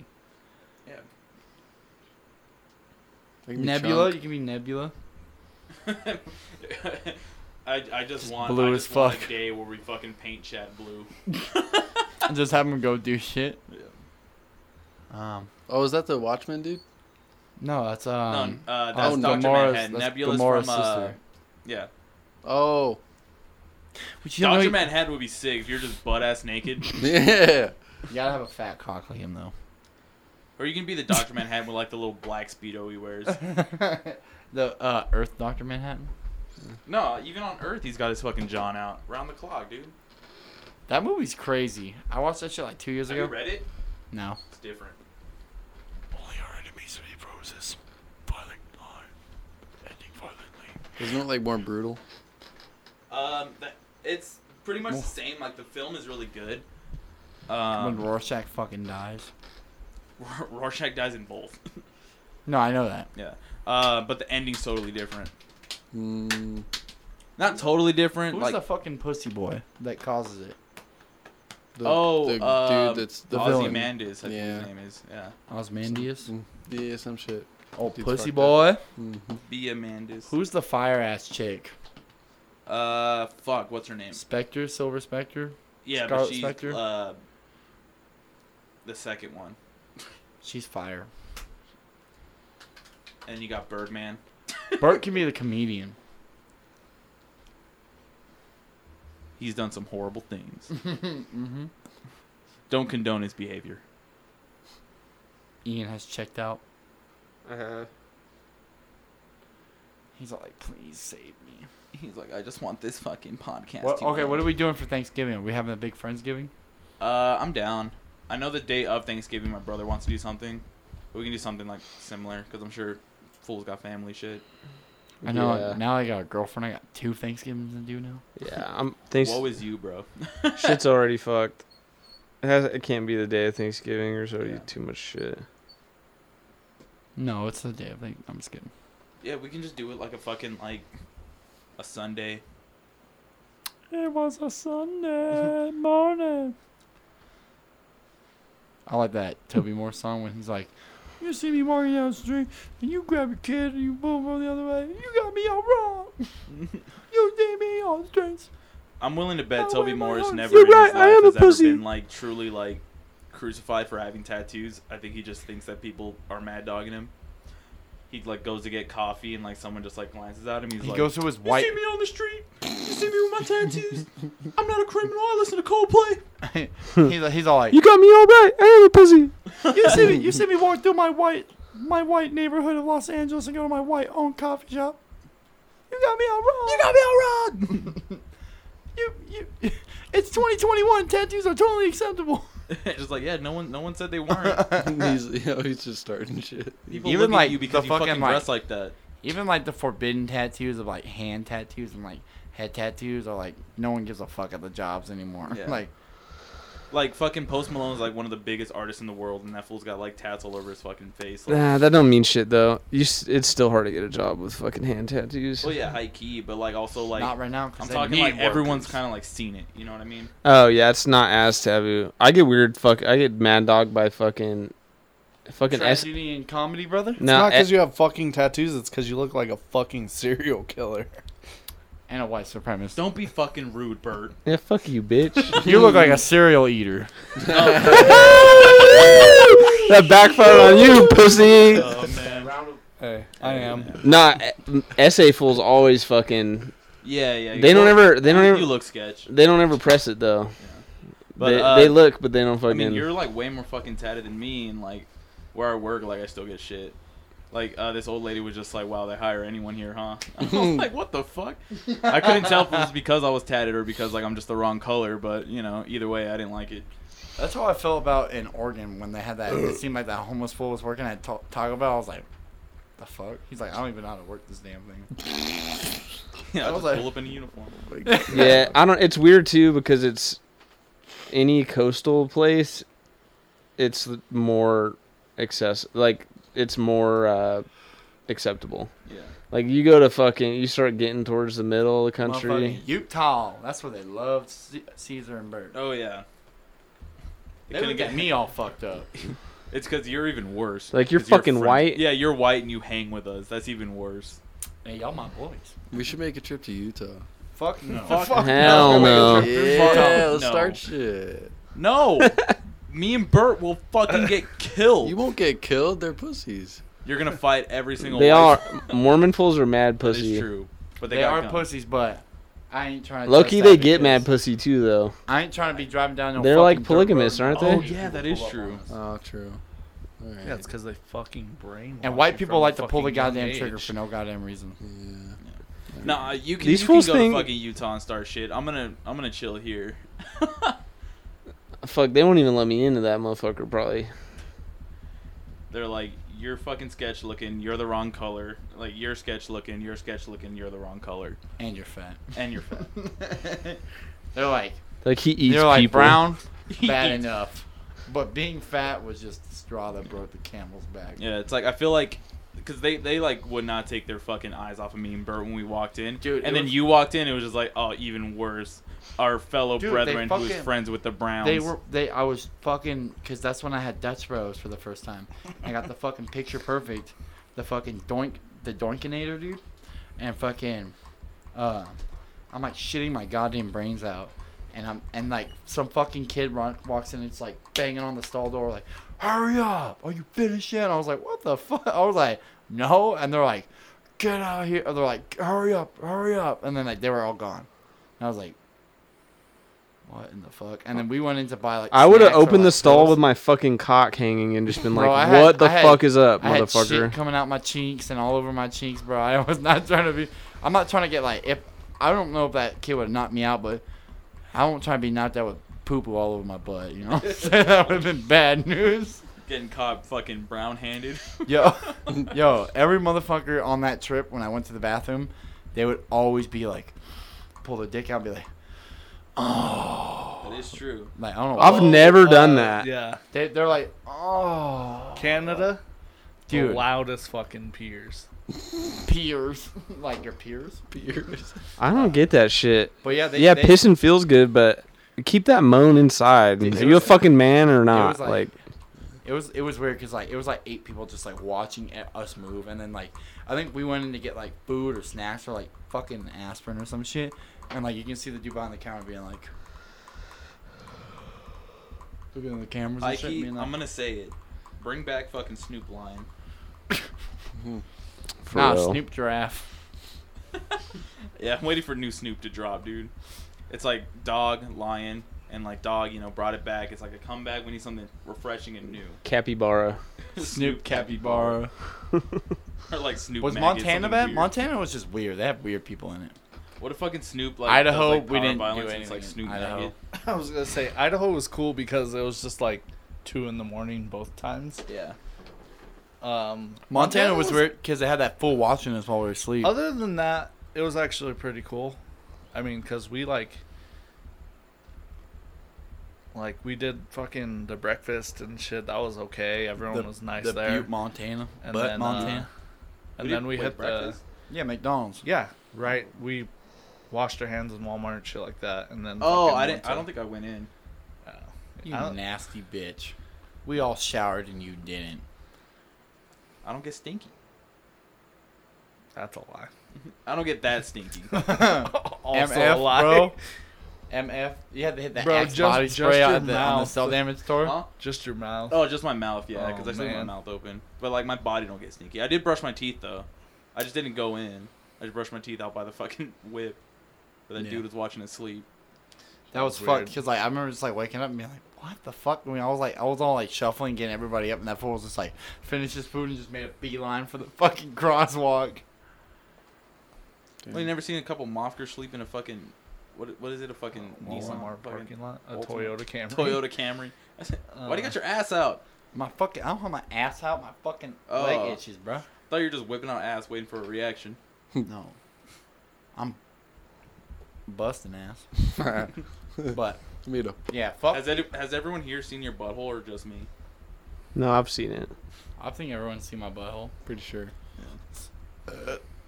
[SPEAKER 5] I can be
[SPEAKER 1] Nebula,
[SPEAKER 5] Chunk.
[SPEAKER 1] you can be Nebula.
[SPEAKER 3] I, I just,
[SPEAKER 1] Just
[SPEAKER 3] want
[SPEAKER 1] blue
[SPEAKER 3] I
[SPEAKER 1] as
[SPEAKER 3] just want
[SPEAKER 1] fuck.
[SPEAKER 3] a day where we fucking paint Chad blue.
[SPEAKER 1] just have him go do shit. Um,
[SPEAKER 5] Oh, is that the Watchman dude?
[SPEAKER 1] no, that's um.
[SPEAKER 3] None. Uh, that's
[SPEAKER 1] oh,
[SPEAKER 3] Doctor
[SPEAKER 1] Gamora's-
[SPEAKER 3] Manhattan.
[SPEAKER 1] that's
[SPEAKER 3] Nebula's
[SPEAKER 1] Gamora's
[SPEAKER 3] from uh,
[SPEAKER 1] sister.
[SPEAKER 3] yeah.
[SPEAKER 5] Oh,
[SPEAKER 1] But you don't
[SPEAKER 3] Doctor
[SPEAKER 1] know-
[SPEAKER 3] Manhattan would be sick if you're just butt ass naked,
[SPEAKER 5] yeah.
[SPEAKER 1] You gotta have a fat cock like him though.
[SPEAKER 3] or you can be the Doctor Manhattan with like the little black speedo he wears.
[SPEAKER 1] the uh, Earth Doctor Manhattan.
[SPEAKER 3] no, even on Earth, he's got his fucking John out round the clock, dude.
[SPEAKER 1] That movie's crazy. I watched that shit like two years
[SPEAKER 3] Have you
[SPEAKER 1] ago.
[SPEAKER 3] read it?
[SPEAKER 1] No.
[SPEAKER 3] It's different.
[SPEAKER 7] Only our enemies are roses. Violent are ending violently.
[SPEAKER 5] Isn't it like more brutal?
[SPEAKER 3] Um, that, it's pretty much the same. Like the film is really good. Um,
[SPEAKER 1] when Rorschach fucking dies.
[SPEAKER 3] Rorschach dies in both.
[SPEAKER 1] No, I know that.
[SPEAKER 3] yeah. Uh, but the ending's totally different.
[SPEAKER 5] Mm,
[SPEAKER 3] Not totally different.
[SPEAKER 1] Who's
[SPEAKER 3] like
[SPEAKER 1] the fucking pussy boy that causes it?
[SPEAKER 5] the,
[SPEAKER 3] oh,
[SPEAKER 5] the
[SPEAKER 3] um,
[SPEAKER 5] dude that's
[SPEAKER 1] the villain.
[SPEAKER 3] Ozymandias, I think
[SPEAKER 5] Yeah.
[SPEAKER 3] his name is. Yeah.
[SPEAKER 1] Osmandius.
[SPEAKER 5] Mm, Yeah, some shit.
[SPEAKER 1] Oh,
[SPEAKER 5] Dude's
[SPEAKER 1] pussy
[SPEAKER 5] fucked
[SPEAKER 1] boy.
[SPEAKER 5] Mhm.
[SPEAKER 3] Be Amandus.
[SPEAKER 1] Who's the fire ass chick?
[SPEAKER 3] Uh, fuck. What's her name?
[SPEAKER 1] Spectre, Silver Spectre.
[SPEAKER 3] Yeah,
[SPEAKER 1] Scarlet
[SPEAKER 3] but she's
[SPEAKER 1] Spectre?
[SPEAKER 3] uh, the second one,
[SPEAKER 1] She's fire.
[SPEAKER 3] and you got Birdman.
[SPEAKER 1] Bert can be the comedian.
[SPEAKER 3] He's done some horrible things.
[SPEAKER 1] mm-hmm.
[SPEAKER 3] Don't condone his behavior.
[SPEAKER 1] Ian has checked out.
[SPEAKER 2] Uh,
[SPEAKER 1] He's all like, please save me.
[SPEAKER 3] He's like, I just want this fucking podcast.
[SPEAKER 1] What,
[SPEAKER 3] to
[SPEAKER 1] okay,
[SPEAKER 3] end."
[SPEAKER 1] what are we doing for Thanksgiving? Are we having a big Friendsgiving?
[SPEAKER 3] Uh, I'm down. I know the day of Thanksgiving, my brother wants to do something. We can do something like similar because I'm sure fools got family shit.
[SPEAKER 1] I know.
[SPEAKER 2] Yeah.
[SPEAKER 1] Now I got a girlfriend. I got two Thanksgivings to do now.
[SPEAKER 2] yeah, I'm. Thanks.
[SPEAKER 3] Woe is you, bro.
[SPEAKER 2] Shit's already fucked. It, has, it can't be the day of Thanksgiving. There's already
[SPEAKER 3] Yeah.
[SPEAKER 2] too much shit.
[SPEAKER 1] No, it's the day. I think I'm just kidding.
[SPEAKER 3] yeah, we can just do it like a fucking like a Sunday.
[SPEAKER 1] It was a Sunday morning. I like that Toby Moore song when he's like, "You see me walking down the street, and you grab your kid, and you boom boom the other way. You got me all wrong. you did me all straight."
[SPEAKER 3] I'm willing to
[SPEAKER 1] Oh,
[SPEAKER 3] bet Toby
[SPEAKER 1] wait, my
[SPEAKER 3] Morris
[SPEAKER 1] arms.
[SPEAKER 3] never
[SPEAKER 2] You're
[SPEAKER 3] in his
[SPEAKER 2] right,
[SPEAKER 3] life
[SPEAKER 2] I am a
[SPEAKER 3] has ever
[SPEAKER 2] pussy.
[SPEAKER 3] been like truly like crucified for having tattoos. I think he just thinks that people are mad dogging him. He like goes to get coffee and like someone just like glances at him. He's
[SPEAKER 1] He
[SPEAKER 3] like,
[SPEAKER 1] goes to his white.
[SPEAKER 3] "You see me on the street? You see me with my tattoos? I'm not a criminal. I listen to Coldplay."
[SPEAKER 1] he's, he's all like,
[SPEAKER 2] You got me all right. I am a pussy.
[SPEAKER 1] You see me, you see me walk through my white, my white neighborhood of Los Angeles and go to my white-owned coffee shop. You got me all wrong. You got me all wrong. you, you, it's 2021. Tattoos are totally acceptable.
[SPEAKER 3] just like, yeah, no one, no one said they weren't.
[SPEAKER 5] he's, you know, he's just starting shit.
[SPEAKER 1] Even,
[SPEAKER 3] People Even look
[SPEAKER 1] like,
[SPEAKER 3] at you
[SPEAKER 1] the
[SPEAKER 3] because you
[SPEAKER 1] fucking,
[SPEAKER 3] fucking,
[SPEAKER 1] like-
[SPEAKER 3] dress like that.
[SPEAKER 1] Even like the forbidden tattoos of like hand tattoos and like head tattoos are like no one gives a fuck at the jobs anymore.
[SPEAKER 3] Yeah. Like, Like fucking Post Malone is like one of the biggest artists in the world, and that fool's got like tats all over his fucking face. Like,
[SPEAKER 2] Nah, that don't mean shit though. You, s- it's still hard to get a job with fucking hand tattoos.
[SPEAKER 3] well, yeah, high key, but like also like
[SPEAKER 1] not right now.
[SPEAKER 3] I'm talking like everyone's kind of like seen it. You know what I mean?
[SPEAKER 2] Oh yeah, it's not as taboo. I get weird. Fuck, I get mad dog by fucking, fucking S.
[SPEAKER 1] tragedy and comedy, brother.
[SPEAKER 2] No,
[SPEAKER 6] it's not
[SPEAKER 2] eh,
[SPEAKER 6] because you have fucking tattoos. It's because you look like a fucking serial killer.
[SPEAKER 1] And a white supremacist.
[SPEAKER 3] Don't be fucking rude, Bert.
[SPEAKER 2] yeah, fuck you, bitch.
[SPEAKER 1] You look like a cereal eater.
[SPEAKER 3] Oh,
[SPEAKER 2] that backfired on you, pussy.
[SPEAKER 3] Oh man.
[SPEAKER 5] Hey,
[SPEAKER 3] I am.
[SPEAKER 2] Nah, essay fools always fucking.
[SPEAKER 3] Yeah, yeah. you
[SPEAKER 2] They don't
[SPEAKER 3] look-
[SPEAKER 2] ever. They don't
[SPEAKER 3] You
[SPEAKER 2] ever.
[SPEAKER 3] look sketch.
[SPEAKER 2] They don't ever press it though.
[SPEAKER 3] But,
[SPEAKER 2] they,
[SPEAKER 3] uh,
[SPEAKER 2] they look, but they don't
[SPEAKER 3] I
[SPEAKER 2] fucking.
[SPEAKER 3] mean, you're like way more fucking tatted than me, and like where I work, like I still get shit. Like uh, this old lady was just like, "Wow, they hire anyone here, huh?" I was like, "What the fuck?" I couldn't tell if it was because I was tatted or because like I'm just the wrong color, but you know, either way, I didn't like it.
[SPEAKER 1] That's how I felt about in Oregon when they had that. It seemed like that homeless fool was working at Ta- Taco Bell. I was like, the fuck? He's like, I don't even know how to work this damn thing.
[SPEAKER 3] Yeah, I
[SPEAKER 1] I was
[SPEAKER 3] just
[SPEAKER 1] like-
[SPEAKER 3] pull up in a uniform.
[SPEAKER 2] yeah, I don't. It's weird too because it's any coastal place. It's more access. Like it's more uh, acceptable.
[SPEAKER 3] Yeah,
[SPEAKER 2] Like you go to fucking, you start getting towards the middle of the country.
[SPEAKER 1] Motherfucking Utah. That's where they loved C- Caesar and Bert.
[SPEAKER 3] Oh yeah. It
[SPEAKER 1] They
[SPEAKER 3] couldn't
[SPEAKER 1] would get me all fucked up.
[SPEAKER 3] It's because you're even worse.
[SPEAKER 2] Like, you're
[SPEAKER 3] 'Cause
[SPEAKER 2] fucking
[SPEAKER 3] friends-
[SPEAKER 2] white.
[SPEAKER 3] Yeah, you're white and you hang with us. That's even worse.
[SPEAKER 1] Hey, y'all my boys.
[SPEAKER 5] we should make a trip to Utah.
[SPEAKER 1] Fuck no.
[SPEAKER 2] Hell no.
[SPEAKER 5] Yeah, let's
[SPEAKER 3] Uh, No.
[SPEAKER 5] start shit.
[SPEAKER 3] No, me and Bert will fucking get killed.
[SPEAKER 5] You won't get killed. They're pussies.
[SPEAKER 3] You're gonna fight every single.
[SPEAKER 2] They
[SPEAKER 3] white
[SPEAKER 2] are Mormon fools are mad
[SPEAKER 3] That is
[SPEAKER 2] pussy.
[SPEAKER 3] true. But
[SPEAKER 1] They,
[SPEAKER 3] they, got
[SPEAKER 1] are
[SPEAKER 3] guns.
[SPEAKER 1] pussies, but I ain't trying to. trust
[SPEAKER 2] Loki,
[SPEAKER 1] that
[SPEAKER 2] they get
[SPEAKER 1] because
[SPEAKER 2] mad pussy too though.
[SPEAKER 1] I ain't trying to be driving down. No
[SPEAKER 2] They're
[SPEAKER 1] fucking
[SPEAKER 2] like
[SPEAKER 1] dirt road
[SPEAKER 2] polygamists,
[SPEAKER 1] and
[SPEAKER 2] aren't
[SPEAKER 1] all
[SPEAKER 2] they?
[SPEAKER 1] these
[SPEAKER 3] Oh, Yeah,
[SPEAKER 1] people
[SPEAKER 3] that is
[SPEAKER 1] pull up on
[SPEAKER 3] true.
[SPEAKER 1] us.
[SPEAKER 5] Oh, true. All right.
[SPEAKER 4] Yeah, it's because they fucking brain.
[SPEAKER 1] And white people like to pull the goddamn trigger for no goddamn reason.
[SPEAKER 5] Yeah.
[SPEAKER 3] Nah, you can.
[SPEAKER 2] These
[SPEAKER 3] you can
[SPEAKER 2] fools
[SPEAKER 3] go
[SPEAKER 2] think-
[SPEAKER 3] to fucking Utah and start shit. I'm gonna. I'm gonna chill here.
[SPEAKER 2] Fuck, they won't even let me into that motherfucker. Probably.
[SPEAKER 3] They're like, you're fucking sketch looking. You're the wrong color. Like you're sketch looking. You're sketch looking. You're the wrong color.
[SPEAKER 1] And you're fat.
[SPEAKER 3] And you're fat.
[SPEAKER 1] They're like,
[SPEAKER 2] Like he eats
[SPEAKER 1] they're like
[SPEAKER 2] people.
[SPEAKER 1] brown, bad
[SPEAKER 3] Eats.
[SPEAKER 1] enough. But being fat was just the straw that broke the camel's back.
[SPEAKER 3] Yeah, it's like I feel like because they they like would not take their fucking eyes off of me and Bert when we walked in,
[SPEAKER 1] Dude, it
[SPEAKER 3] And then
[SPEAKER 1] was-
[SPEAKER 3] you walked in, it was just like, oh, even worse. Our fellow
[SPEAKER 1] Dude, they
[SPEAKER 3] brethren who is
[SPEAKER 1] fucking-
[SPEAKER 3] friends with the Browns.
[SPEAKER 1] They were they. I was fucking because that's when I had Dutch Bros for the first time. I got the fucking picture perfect, the fucking doink the doinkinator dude, and fucking, uh, I'm like shitting my goddamn brains out, and I'm and like some fucking kid run, walks in and it's like banging on the stall door like, hurry up, are you finished yet? And I was like, what the fuck? I was like, no, and they're like, get out of here. And they're like, hurry up, hurry up, and then like they were all gone, and I was like. What in the fuck? And then we went in to buy like.
[SPEAKER 2] I would have
[SPEAKER 1] snacks or,
[SPEAKER 2] opened the
[SPEAKER 1] like,
[SPEAKER 2] stall
[SPEAKER 1] pills.
[SPEAKER 2] with my fucking cock hanging and just been
[SPEAKER 1] Bro, I
[SPEAKER 2] like,
[SPEAKER 1] had-
[SPEAKER 2] "What the
[SPEAKER 1] I had-
[SPEAKER 2] fuck is up,
[SPEAKER 1] I had
[SPEAKER 2] motherfucker?"
[SPEAKER 1] shit coming out my cheeks and all over my cheeks, bro. I was not trying to be. I'm not trying to get like if I don't know if that kid would have knocked me out, but I won't try to be knocked out with poo poo all over my butt. You know, that would have been bad news.
[SPEAKER 3] getting caught fucking brown handed.
[SPEAKER 1] Yo, yo, every motherfucker on that trip when I went to the bathroom, they would always be like, pull their dick out and be like,
[SPEAKER 3] that is true.
[SPEAKER 1] like I don't know.
[SPEAKER 2] I've
[SPEAKER 1] what-
[SPEAKER 2] never done that.
[SPEAKER 4] Yeah,
[SPEAKER 1] they, they're like, oh,
[SPEAKER 4] Canada,
[SPEAKER 1] dude,
[SPEAKER 4] the loudest fucking peers.
[SPEAKER 1] peers, like your peers.
[SPEAKER 2] I don't get that shit.
[SPEAKER 1] But yeah, they,
[SPEAKER 2] yeah,
[SPEAKER 1] they,
[SPEAKER 2] pissing feels good, but keep that moan inside.
[SPEAKER 1] It
[SPEAKER 2] Are you a
[SPEAKER 1] was-
[SPEAKER 2] fucking man or
[SPEAKER 1] It
[SPEAKER 2] not?
[SPEAKER 1] was like,
[SPEAKER 2] like,
[SPEAKER 1] it was it was weird because like it was like eight people just like watching e- us move, and then like I think we went in to get like food or snacks or like fucking aspirin or some shit, and like you can see the dude behind the counter being like looking at the cameras
[SPEAKER 3] I
[SPEAKER 1] and shit.
[SPEAKER 3] keep,
[SPEAKER 1] being like,
[SPEAKER 3] I'm gonna say it. Bring back fucking Snoop Lion.
[SPEAKER 2] for
[SPEAKER 1] nah,
[SPEAKER 2] real.
[SPEAKER 1] Snoop Giraffe.
[SPEAKER 3] Yeah, I'm waiting for new Snoop to drop, dude. It's like dog, lion, and like dog, you know, brought it back. It's like a comeback. We need something refreshing and new.
[SPEAKER 2] capybara.
[SPEAKER 1] Snoop Capybara.
[SPEAKER 3] Or like Snoop
[SPEAKER 1] Was
[SPEAKER 3] Maggot,
[SPEAKER 1] Montana
[SPEAKER 3] something
[SPEAKER 1] bad?
[SPEAKER 3] weird.
[SPEAKER 1] Montana was just weird. They have weird people in it.
[SPEAKER 3] What if fucking Snoop like
[SPEAKER 1] Idaho,
[SPEAKER 3] does, like,
[SPEAKER 1] we
[SPEAKER 3] power
[SPEAKER 1] didn't do
[SPEAKER 3] violence and it's, like
[SPEAKER 1] anything
[SPEAKER 3] Snoop
[SPEAKER 1] in Idaho.
[SPEAKER 3] Maggot?
[SPEAKER 6] I was gonna say Idaho was cool because it was just like two in the morning both times.
[SPEAKER 3] Yeah.
[SPEAKER 6] Um,
[SPEAKER 1] Montana was weird because they had that fool watching us while we were asleep.
[SPEAKER 6] other than that, it was actually pretty cool. I mean, cause we like, like we did fucking the breakfast and shit. That was okay. Everyone
[SPEAKER 1] The-
[SPEAKER 6] was nice
[SPEAKER 1] the
[SPEAKER 6] there.
[SPEAKER 1] Butte, Montana,
[SPEAKER 6] And
[SPEAKER 1] but
[SPEAKER 6] then, uh,
[SPEAKER 1] Montana.
[SPEAKER 6] and then we hit
[SPEAKER 3] breakfast.
[SPEAKER 1] yeah, McDonald's.
[SPEAKER 6] the yeah right. We washed our hands in Walmart and shit like that, and then
[SPEAKER 3] Oh,
[SPEAKER 6] fucking
[SPEAKER 3] I
[SPEAKER 6] went
[SPEAKER 3] didn't.
[SPEAKER 6] to-
[SPEAKER 3] I don't think I went in.
[SPEAKER 1] You
[SPEAKER 6] I don't-
[SPEAKER 1] nasty bitch. We all showered and you didn't.
[SPEAKER 3] I don't get stinky.
[SPEAKER 6] that's a lie.
[SPEAKER 3] I don't get that stinky.
[SPEAKER 6] also a
[SPEAKER 1] MF,
[SPEAKER 6] lie.
[SPEAKER 1] bro. MF. Yeah, they had that
[SPEAKER 4] Bro,
[SPEAKER 1] Axe
[SPEAKER 4] just-
[SPEAKER 1] body
[SPEAKER 4] just
[SPEAKER 1] spray
[SPEAKER 4] your
[SPEAKER 1] on the, on the
[SPEAKER 4] mouth.
[SPEAKER 1] cell damage store.
[SPEAKER 3] Huh?
[SPEAKER 4] Just your mouth.
[SPEAKER 3] Oh, just my mouth, yeah, because
[SPEAKER 4] Oh,
[SPEAKER 3] I sleep with my
[SPEAKER 4] man.
[SPEAKER 3] mouth open. But like my body don't get sneaky. I did brush my teeth though. I just didn't go in. I just brushed my teeth out by the fucking whip. But that
[SPEAKER 1] Yeah.
[SPEAKER 3] dude was watching us sleep.
[SPEAKER 1] That was fucked because like I remember just like waking up and being like, "What the fuck?" I mean, I was like, I was all like shuffling, getting everybody up, and that fool was just like finished his food and just made a beeline for the fucking crosswalk.
[SPEAKER 3] Well, you never seen a couple mockers sleep in a fucking what? What is it? A fucking Nissan
[SPEAKER 4] Walmart
[SPEAKER 3] fucking
[SPEAKER 4] parking lot. A
[SPEAKER 3] Ultimate.
[SPEAKER 4] Toyota Camry.
[SPEAKER 3] Toyota Camry. I said, why
[SPEAKER 1] Uh.
[SPEAKER 3] do you got your ass out?
[SPEAKER 1] My fucking, I don't have my ass out. My fucking
[SPEAKER 3] Oh.
[SPEAKER 1] leg itches, bro.
[SPEAKER 3] Thought you were just whipping out ass, waiting for a reaction.
[SPEAKER 1] no, I'm busting ass. But
[SPEAKER 5] Me too.
[SPEAKER 1] yeah, fuck.
[SPEAKER 3] Has any, has everyone here seen your butthole or just me?
[SPEAKER 2] No, I've seen it.
[SPEAKER 1] I think everyone's seen my butthole.
[SPEAKER 5] Pretty sure.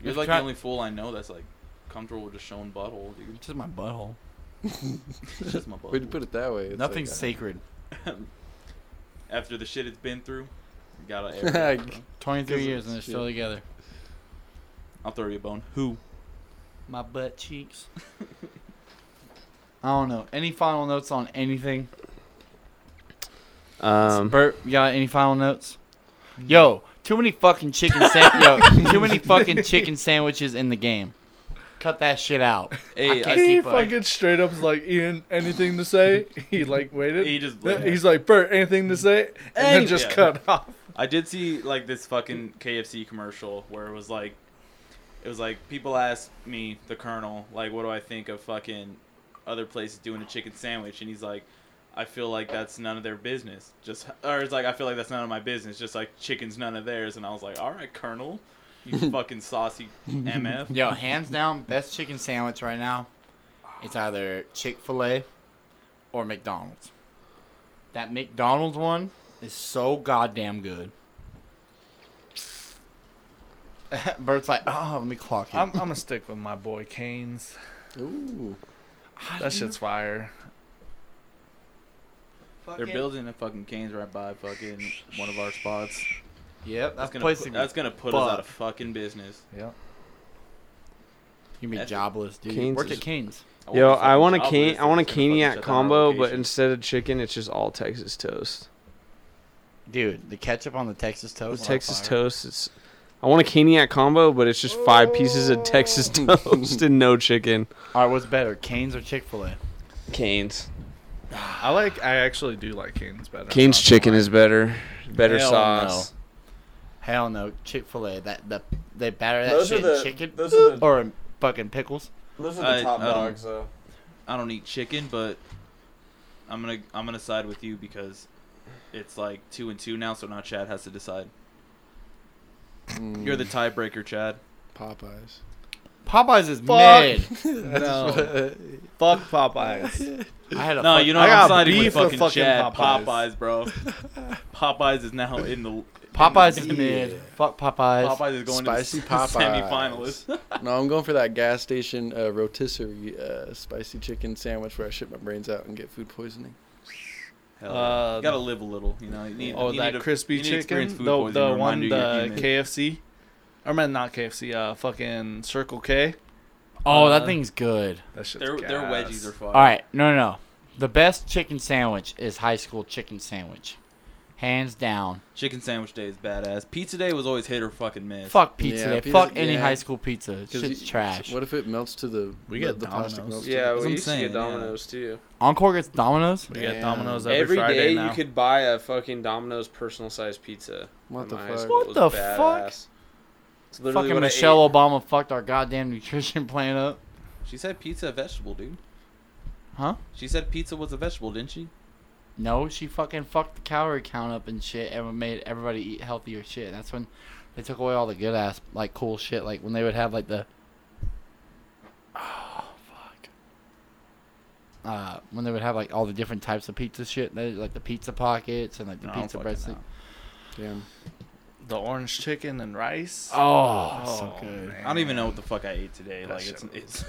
[SPEAKER 3] You're
[SPEAKER 1] Just
[SPEAKER 3] like
[SPEAKER 1] try-
[SPEAKER 3] the only fool I know that's like comfortable with just showing butthole, dude.
[SPEAKER 1] Just my butthole.
[SPEAKER 3] It's just my
[SPEAKER 5] When you
[SPEAKER 3] butthole.
[SPEAKER 5] put it that way, it's
[SPEAKER 1] Nothing's
[SPEAKER 5] like,
[SPEAKER 1] sacred.
[SPEAKER 3] After the shit it's been through, you gotta. air it out,
[SPEAKER 5] Like,
[SPEAKER 3] bro.
[SPEAKER 1] Twenty-three
[SPEAKER 5] Gives
[SPEAKER 1] years
[SPEAKER 5] it
[SPEAKER 1] and they're
[SPEAKER 5] shit.
[SPEAKER 1] still together.
[SPEAKER 3] I'll throw you a bone. Who?
[SPEAKER 1] My butt cheeks. I don't know. Any final notes on anything?
[SPEAKER 2] Um,
[SPEAKER 1] Bert, you got any final notes? Yo, too many fucking chicken sa- yo, too many fucking chicken sandwiches in the game. Cut that shit out.
[SPEAKER 3] Hey,
[SPEAKER 1] can't-
[SPEAKER 3] I,
[SPEAKER 4] He
[SPEAKER 1] keep up.
[SPEAKER 4] fucking straight up is like, Ian, anything to say? He like waited.
[SPEAKER 3] he just.
[SPEAKER 4] He's like, Bert, anything to say? And then
[SPEAKER 3] Hey,
[SPEAKER 4] just
[SPEAKER 3] yeah.
[SPEAKER 4] cut off.
[SPEAKER 3] I did see like this fucking KFC commercial where it was like, it was like people asked me the Colonel like, what do I think of fucking other places doing a chicken sandwich, and he's like, I feel like that's none of their business. Just or it's like I feel like that's none of my business. Just like chicken's none of theirs, and I was like, all right, Colonel, you fucking saucy mf.
[SPEAKER 1] Yo, hands down, best chicken sandwich right now. It's either Chick Fil A or McDonald's. That McDonald's one is so goddamn good. Bert's like, oh, let me clock
[SPEAKER 4] I'm,
[SPEAKER 1] it.
[SPEAKER 4] I'm gonna stick with my boy Canes.
[SPEAKER 5] Ooh.
[SPEAKER 4] That shit's fire.
[SPEAKER 3] They're building a fucking Canes right by fucking one of our spots.
[SPEAKER 1] Yep,
[SPEAKER 3] That's
[SPEAKER 1] that's
[SPEAKER 3] gonna
[SPEAKER 1] place
[SPEAKER 3] put,
[SPEAKER 1] to
[SPEAKER 3] that's
[SPEAKER 1] that's
[SPEAKER 3] gonna put us out of fucking business.
[SPEAKER 4] Yep.
[SPEAKER 1] you be
[SPEAKER 3] that's-
[SPEAKER 1] jobless, dude.
[SPEAKER 2] Cane's
[SPEAKER 1] Work
[SPEAKER 2] is-
[SPEAKER 1] at Canes.
[SPEAKER 2] yo, I want a
[SPEAKER 3] fucking
[SPEAKER 2] can
[SPEAKER 3] job
[SPEAKER 2] I want a
[SPEAKER 3] list that's gonna fucking
[SPEAKER 2] caniac
[SPEAKER 3] shut down our
[SPEAKER 2] combo, but
[SPEAKER 3] location.
[SPEAKER 2] instead of chicken, it's just all Texas toast.
[SPEAKER 1] Dude, the ketchup on the Texas
[SPEAKER 2] The
[SPEAKER 1] toast.
[SPEAKER 2] Texas toast is. I want a caniac combo, but it's just five pieces of Texas toast and no chicken.
[SPEAKER 1] All right, what's better, Canes or Chick Fil A?
[SPEAKER 2] Canes.
[SPEAKER 4] I like. I actually do like Canes better.
[SPEAKER 2] Cane's
[SPEAKER 4] I'm not
[SPEAKER 2] chicken is better. Better
[SPEAKER 1] Hell
[SPEAKER 2] sauce.
[SPEAKER 1] Hell no, Chick Fil A. That the they batter that
[SPEAKER 2] Those
[SPEAKER 1] shit
[SPEAKER 2] are
[SPEAKER 1] in
[SPEAKER 2] the-
[SPEAKER 1] chicken
[SPEAKER 2] those are the-
[SPEAKER 1] or in fucking pickles.
[SPEAKER 2] Those
[SPEAKER 3] are the I- top I don't- dogs,
[SPEAKER 2] though.
[SPEAKER 3] I don't eat chicken, but I'm gonna I'm gonna side with you because it's like two and two now, so now Chad has to decide.
[SPEAKER 5] Mm,
[SPEAKER 3] You're the tiebreaker, Chad.
[SPEAKER 5] Popeyes.
[SPEAKER 1] Popeyes is mid.
[SPEAKER 4] Fuck. No. Fuck Popeyes.
[SPEAKER 1] I had a
[SPEAKER 3] No,
[SPEAKER 1] fuck-
[SPEAKER 3] you know
[SPEAKER 4] I
[SPEAKER 3] what? I'm
[SPEAKER 4] got
[SPEAKER 3] siding with
[SPEAKER 4] beef with
[SPEAKER 3] fucking,
[SPEAKER 4] fucking
[SPEAKER 3] Chad. Popeyes.
[SPEAKER 4] Popeyes.
[SPEAKER 3] bro. Popeyes is now in the
[SPEAKER 1] Popeyes is mid. Fuck Popeyes.
[SPEAKER 3] Popeyes is going
[SPEAKER 5] Spicy
[SPEAKER 3] to the
[SPEAKER 5] Popeyes.
[SPEAKER 3] semifinalist.
[SPEAKER 5] No, I'm going for that gas station uh, rotisserie uh, spicy chicken sandwich where I shit my brains out and get food poisoning.
[SPEAKER 3] Hell,
[SPEAKER 4] Uh,
[SPEAKER 3] you gotta live a little, you know. You need,
[SPEAKER 4] oh,
[SPEAKER 3] you
[SPEAKER 4] that
[SPEAKER 3] need to- you
[SPEAKER 4] crispy
[SPEAKER 3] need to experience
[SPEAKER 4] chicken.
[SPEAKER 3] food poisoning
[SPEAKER 4] The,
[SPEAKER 3] to
[SPEAKER 4] the
[SPEAKER 3] remind
[SPEAKER 4] one
[SPEAKER 3] you you're
[SPEAKER 4] the
[SPEAKER 3] human.
[SPEAKER 4] KFC. I meant not KFC. Uh, fucking Circle K.
[SPEAKER 1] Oh,
[SPEAKER 4] Uh,
[SPEAKER 1] that thing's good.
[SPEAKER 4] That shit's
[SPEAKER 3] Their, their
[SPEAKER 4] gas.
[SPEAKER 3] wedgies are fire.
[SPEAKER 1] All right, no, no, no. The best chicken sandwich is high school chicken sandwich, hands down.
[SPEAKER 3] Chicken sandwich day is badass. Pizza day was always hit or fucking miss.
[SPEAKER 1] Fuck pizza.
[SPEAKER 5] Yeah,
[SPEAKER 1] day.
[SPEAKER 5] pizza-
[SPEAKER 1] Fuck any
[SPEAKER 5] yeah.
[SPEAKER 1] high school pizza.
[SPEAKER 5] 'Cause
[SPEAKER 1] Shit's
[SPEAKER 5] you-
[SPEAKER 1] trash.
[SPEAKER 5] What if it melts to the
[SPEAKER 4] We
[SPEAKER 5] the,
[SPEAKER 4] get
[SPEAKER 5] the plastic
[SPEAKER 4] Domino's.
[SPEAKER 5] melts? to
[SPEAKER 2] Yeah,
[SPEAKER 5] the-
[SPEAKER 3] That's what
[SPEAKER 2] we
[SPEAKER 3] I'm
[SPEAKER 2] used to
[SPEAKER 3] saying,
[SPEAKER 2] get
[SPEAKER 3] yeah.
[SPEAKER 2] Domino's too.
[SPEAKER 1] Encore gets Domino's.
[SPEAKER 4] We got
[SPEAKER 5] Damn.
[SPEAKER 4] Domino's every,
[SPEAKER 2] Every
[SPEAKER 4] Friday
[SPEAKER 2] day
[SPEAKER 4] now.
[SPEAKER 2] you could buy a fucking Domino's personal sized pizza.
[SPEAKER 5] What
[SPEAKER 2] at
[SPEAKER 5] the
[SPEAKER 2] my high
[SPEAKER 5] fuck?
[SPEAKER 2] school. It
[SPEAKER 1] What
[SPEAKER 2] was
[SPEAKER 1] the fuck?
[SPEAKER 2] badass. It's literally
[SPEAKER 1] Fucking
[SPEAKER 2] what I
[SPEAKER 1] Michelle
[SPEAKER 2] ate.
[SPEAKER 1] Obama fucked our goddamn nutrition plan up.
[SPEAKER 3] She said pizza a vegetable, dude.
[SPEAKER 1] Huh?
[SPEAKER 3] She said pizza was a vegetable, didn't she?
[SPEAKER 1] No, she fucking fucked the calorie count up and shit, and made everybody eat healthier shit. That's when they took away all the good ass, like cool shit, like when they would have like the. Oh fuck. Uh, when they would have like all the different types of pizza shit, they- like the pizza pockets and like the
[SPEAKER 3] No, I don't
[SPEAKER 1] pizza
[SPEAKER 3] fucking
[SPEAKER 1] breads.
[SPEAKER 3] know.
[SPEAKER 1] thing.
[SPEAKER 5] Damn.
[SPEAKER 4] the orange chicken and rice.
[SPEAKER 1] Oh,
[SPEAKER 4] Oh,
[SPEAKER 1] so good.
[SPEAKER 4] man.
[SPEAKER 3] I don't even know what the fuck I ate today.
[SPEAKER 4] That
[SPEAKER 3] like
[SPEAKER 4] shit
[SPEAKER 3] it's
[SPEAKER 4] was
[SPEAKER 3] it's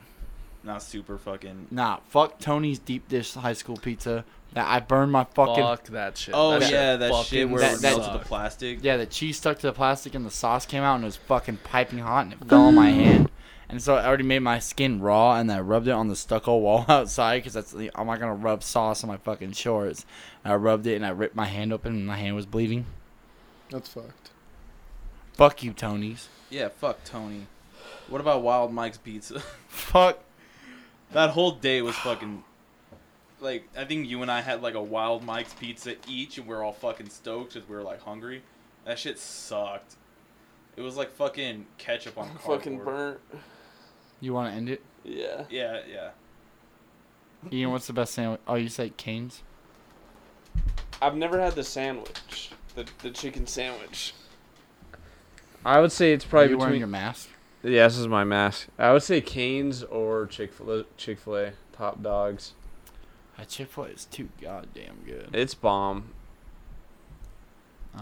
[SPEAKER 3] not super fucking.
[SPEAKER 1] Nah, fuck Tony's deep dish high school pizza. That I burned my fucking
[SPEAKER 4] Fuck that shit.
[SPEAKER 3] Oh
[SPEAKER 4] that
[SPEAKER 3] yeah, that shit
[SPEAKER 4] fucking
[SPEAKER 3] where
[SPEAKER 1] that-
[SPEAKER 3] it
[SPEAKER 1] that-
[SPEAKER 3] melts the
[SPEAKER 4] sucked.
[SPEAKER 3] plastic.
[SPEAKER 1] Yeah, the cheese stuck to the plastic and the sauce came out and it was fucking piping hot and it fell on my hand. And so I already made my skin raw, and I rubbed it on the stucco wall outside because that's the, I'm not gonna rub sauce on my fucking shorts. And I rubbed it, and I ripped my hand open, and my hand was bleeding.
[SPEAKER 5] That's fucked.
[SPEAKER 1] Fuck you, Tonys.
[SPEAKER 3] Yeah, fuck Tony. What about Wild Mike's Pizza?
[SPEAKER 1] Fuck.
[SPEAKER 3] that whole day was fucking. Like, I think you and I had like a Wild Mike's Pizza each, and we are all fucking stoked because we were like hungry. That shit sucked. It was like fucking ketchup on cardboard.
[SPEAKER 2] Fucking burnt.
[SPEAKER 1] You want to end it?
[SPEAKER 2] Yeah.
[SPEAKER 3] Yeah, yeah.
[SPEAKER 1] You know what's the best sandwich? Oh, you said Canes.
[SPEAKER 2] I've never had the sandwich, the, the chicken sandwich. I would say it's
[SPEAKER 1] Are
[SPEAKER 2] probably
[SPEAKER 1] you wearing
[SPEAKER 2] between.
[SPEAKER 1] your mask?
[SPEAKER 2] yeah, this is my mask. I would say Canes or Chick Fil Chick Fil A top dogs.
[SPEAKER 1] That Chick Fil A is too goddamn good.
[SPEAKER 2] It's bomb.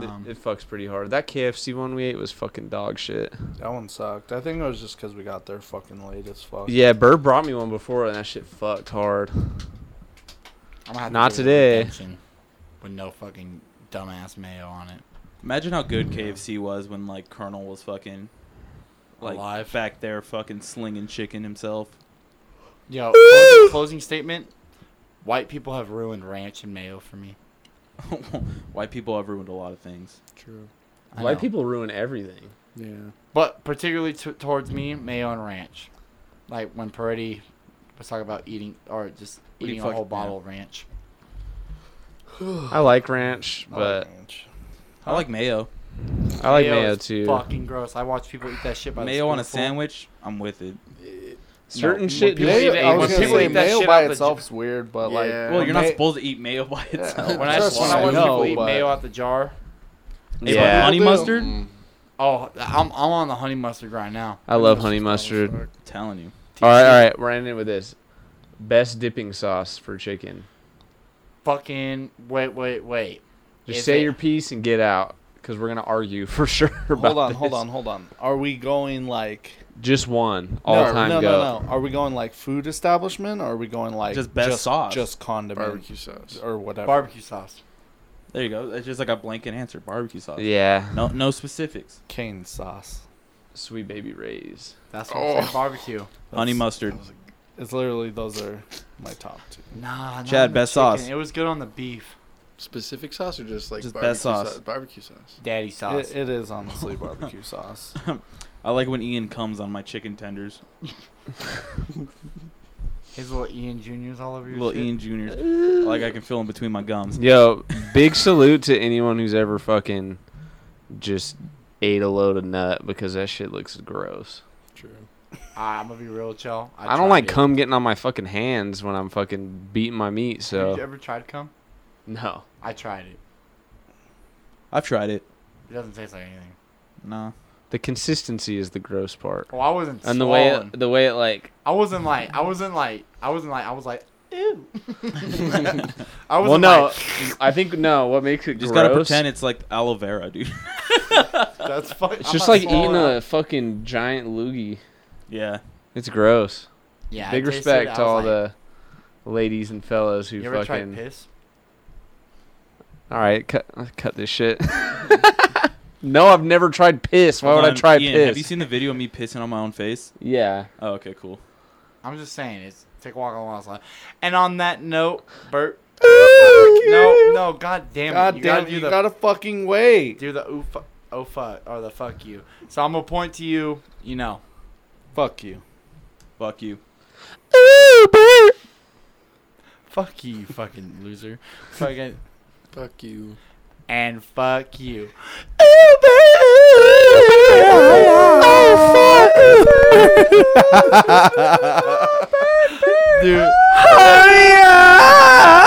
[SPEAKER 2] It-
[SPEAKER 1] Um,
[SPEAKER 2] it, fucks pretty hard. That KFC one we ate was fucking dog shit.
[SPEAKER 6] That one sucked. I think it was just because we got there fucking late as fuck.
[SPEAKER 2] Yeah, Burr brought me one before and that shit fucked hard.
[SPEAKER 1] I'm gonna have
[SPEAKER 2] not
[SPEAKER 1] give it a
[SPEAKER 2] today.
[SPEAKER 1] redemption With no fucking dumbass mayo on it.
[SPEAKER 3] Imagine how good KFC was when like Colonel was fucking like
[SPEAKER 1] Alive.
[SPEAKER 3] back there fucking slinging chicken himself.
[SPEAKER 1] Yo, closing, closing statement. White people have ruined ranch and mayo for me.
[SPEAKER 3] White people have ruined a lot of things.
[SPEAKER 5] True.
[SPEAKER 1] I
[SPEAKER 2] White
[SPEAKER 1] know.
[SPEAKER 2] people ruin everything.
[SPEAKER 5] Yeah.
[SPEAKER 1] but particularly t- towards me, mayo and ranch. Like when Peretti was talking about eating or just
[SPEAKER 3] We
[SPEAKER 1] eating a
[SPEAKER 3] fuck-
[SPEAKER 1] whole
[SPEAKER 3] yeah.
[SPEAKER 1] bottle of ranch.
[SPEAKER 2] I like ranch,
[SPEAKER 6] Not
[SPEAKER 2] but
[SPEAKER 6] ranch.
[SPEAKER 3] I like mayo.
[SPEAKER 2] I like mayo
[SPEAKER 1] is
[SPEAKER 2] too.
[SPEAKER 1] Fucking gross. I watch people eat that shit by the
[SPEAKER 3] Mayo on a
[SPEAKER 1] spoonful.
[SPEAKER 3] sandwich, I'm with it.
[SPEAKER 2] Certain
[SPEAKER 1] No,
[SPEAKER 2] shit
[SPEAKER 1] people
[SPEAKER 2] just-
[SPEAKER 1] eat
[SPEAKER 6] Mayo, I
[SPEAKER 1] when
[SPEAKER 6] was gonna
[SPEAKER 1] people
[SPEAKER 6] say
[SPEAKER 1] eat that
[SPEAKER 6] mayo
[SPEAKER 1] shit
[SPEAKER 6] by
[SPEAKER 1] out the
[SPEAKER 6] itself is weird, but like
[SPEAKER 5] Yeah.
[SPEAKER 3] Well, you're not
[SPEAKER 6] ma-
[SPEAKER 3] supposed to eat mayo by itself.
[SPEAKER 6] Yeah.
[SPEAKER 1] When I,
[SPEAKER 6] Trust
[SPEAKER 1] when
[SPEAKER 6] me,
[SPEAKER 1] I watch
[SPEAKER 6] I
[SPEAKER 1] people
[SPEAKER 6] know,
[SPEAKER 1] eat
[SPEAKER 6] but-
[SPEAKER 1] mayo out the jar,
[SPEAKER 3] Hey,
[SPEAKER 2] Yeah.
[SPEAKER 3] but honey
[SPEAKER 6] Will do.
[SPEAKER 3] mustard? I'm
[SPEAKER 5] Mm.
[SPEAKER 1] oh, I'm, I'm on the honey mustard right now.
[SPEAKER 2] I love honey mustard. All
[SPEAKER 3] telling you.
[SPEAKER 2] right, all right, we're ending with this. Best dipping sauce for chicken.
[SPEAKER 1] Fucking wait, wait, wait.
[SPEAKER 2] Just
[SPEAKER 1] Is
[SPEAKER 2] say
[SPEAKER 1] it-
[SPEAKER 2] your piece and get out, because we're gonna argue for sure about
[SPEAKER 4] Hold on, hold
[SPEAKER 2] this.
[SPEAKER 4] on, hold on. Are we going like
[SPEAKER 2] Just one all
[SPEAKER 4] no,
[SPEAKER 2] time
[SPEAKER 4] no,
[SPEAKER 2] go.
[SPEAKER 4] no, no. Are we going like food establishment? Or are we going like
[SPEAKER 3] Just best sauce.
[SPEAKER 4] just condiment
[SPEAKER 5] Barbecue sauce.
[SPEAKER 4] or whatever?
[SPEAKER 1] Barbecue sauce.
[SPEAKER 3] There you go. It's just like a blanket answer. Barbecue sauce.
[SPEAKER 2] Yeah,
[SPEAKER 3] No no specifics.
[SPEAKER 4] cane sauce.
[SPEAKER 2] sweet baby rays.
[SPEAKER 1] That's what I'm saying.
[SPEAKER 5] Oh.
[SPEAKER 1] Barbecue.
[SPEAKER 3] honey mustard.
[SPEAKER 4] It's literally those are my top two.
[SPEAKER 1] Nah, not
[SPEAKER 3] Chad,
[SPEAKER 1] on the
[SPEAKER 3] best sauce.
[SPEAKER 1] chicken. It was good on the beef.
[SPEAKER 5] Specific sauce or just like
[SPEAKER 3] Just
[SPEAKER 5] barbecue
[SPEAKER 3] best sauce.
[SPEAKER 5] Barbecue sauce.
[SPEAKER 1] Daddy sauce.
[SPEAKER 4] It, it is honestly barbecue sauce.
[SPEAKER 3] I like when Ian comes on my chicken tenders.
[SPEAKER 1] His little Ian Juniors all over your
[SPEAKER 3] Little
[SPEAKER 1] shit.
[SPEAKER 3] Ian Jr. I like I can feel him between my gums.
[SPEAKER 2] Yo, big salute to anyone who's ever fucking just ate a load of nut because that shit looks gross.
[SPEAKER 5] True.
[SPEAKER 1] Ah, I'm gonna be real with y'all.
[SPEAKER 2] I, don't like
[SPEAKER 1] cum.
[SPEAKER 2] cum getting on my fucking hands when I'm fucking beating my meat.
[SPEAKER 1] Have you
[SPEAKER 2] So
[SPEAKER 1] ever tried cum?
[SPEAKER 2] no,
[SPEAKER 1] I tried it.
[SPEAKER 3] I've tried it.
[SPEAKER 1] It doesn't taste like anything.
[SPEAKER 3] Nah.
[SPEAKER 2] the consistency is the gross part.
[SPEAKER 1] Well, Oh, I wasn't.
[SPEAKER 2] And the way
[SPEAKER 1] swollen.
[SPEAKER 2] it, the way it like
[SPEAKER 1] I wasn't like I wasn't like I wasn't like I was like ew. I
[SPEAKER 2] well
[SPEAKER 1] wasn't
[SPEAKER 2] no,
[SPEAKER 1] like,
[SPEAKER 2] I think no. What makes it
[SPEAKER 3] Just
[SPEAKER 2] gross?
[SPEAKER 3] gotta pretend it's like aloe vera, dude.
[SPEAKER 1] that's fu-
[SPEAKER 2] It's
[SPEAKER 1] I'm not
[SPEAKER 2] just like eating
[SPEAKER 1] swallowing
[SPEAKER 2] a fucking giant loogie.
[SPEAKER 3] yeah.
[SPEAKER 2] It's gross.
[SPEAKER 1] it. Yeah, I
[SPEAKER 2] Big
[SPEAKER 1] tasted it, I
[SPEAKER 2] respect to
[SPEAKER 1] was
[SPEAKER 2] all
[SPEAKER 1] like,
[SPEAKER 2] the ladies and fellas who
[SPEAKER 1] You ever tried
[SPEAKER 2] fucking.
[SPEAKER 1] piss?
[SPEAKER 2] All right, cut uh, cut this shit. no, I've never tried piss. Why
[SPEAKER 3] Hold
[SPEAKER 2] would I
[SPEAKER 3] on,
[SPEAKER 2] try
[SPEAKER 3] Um, Ian,
[SPEAKER 2] piss?
[SPEAKER 3] Have you seen the video of me pissing on my own face?
[SPEAKER 2] yeah.
[SPEAKER 3] Oh, okay, cool.
[SPEAKER 1] I'm just saying it's take a walk on the line. And on that note, Bert. no,
[SPEAKER 2] no,
[SPEAKER 1] no, god damn it!
[SPEAKER 4] God
[SPEAKER 1] you
[SPEAKER 4] damn,
[SPEAKER 1] gotta do
[SPEAKER 4] you
[SPEAKER 1] the
[SPEAKER 4] gotta fucking wait.
[SPEAKER 1] do the ooh fu- oh fuck or the fuck you. So I'm gonna point to you. You know.
[SPEAKER 4] Fuck you.
[SPEAKER 3] Fuck you.
[SPEAKER 1] Fuck you, you fucking loser. Fucking
[SPEAKER 5] Fuck you.
[SPEAKER 1] and fuck you.
[SPEAKER 7] Oh, fuck.
[SPEAKER 1] Dude.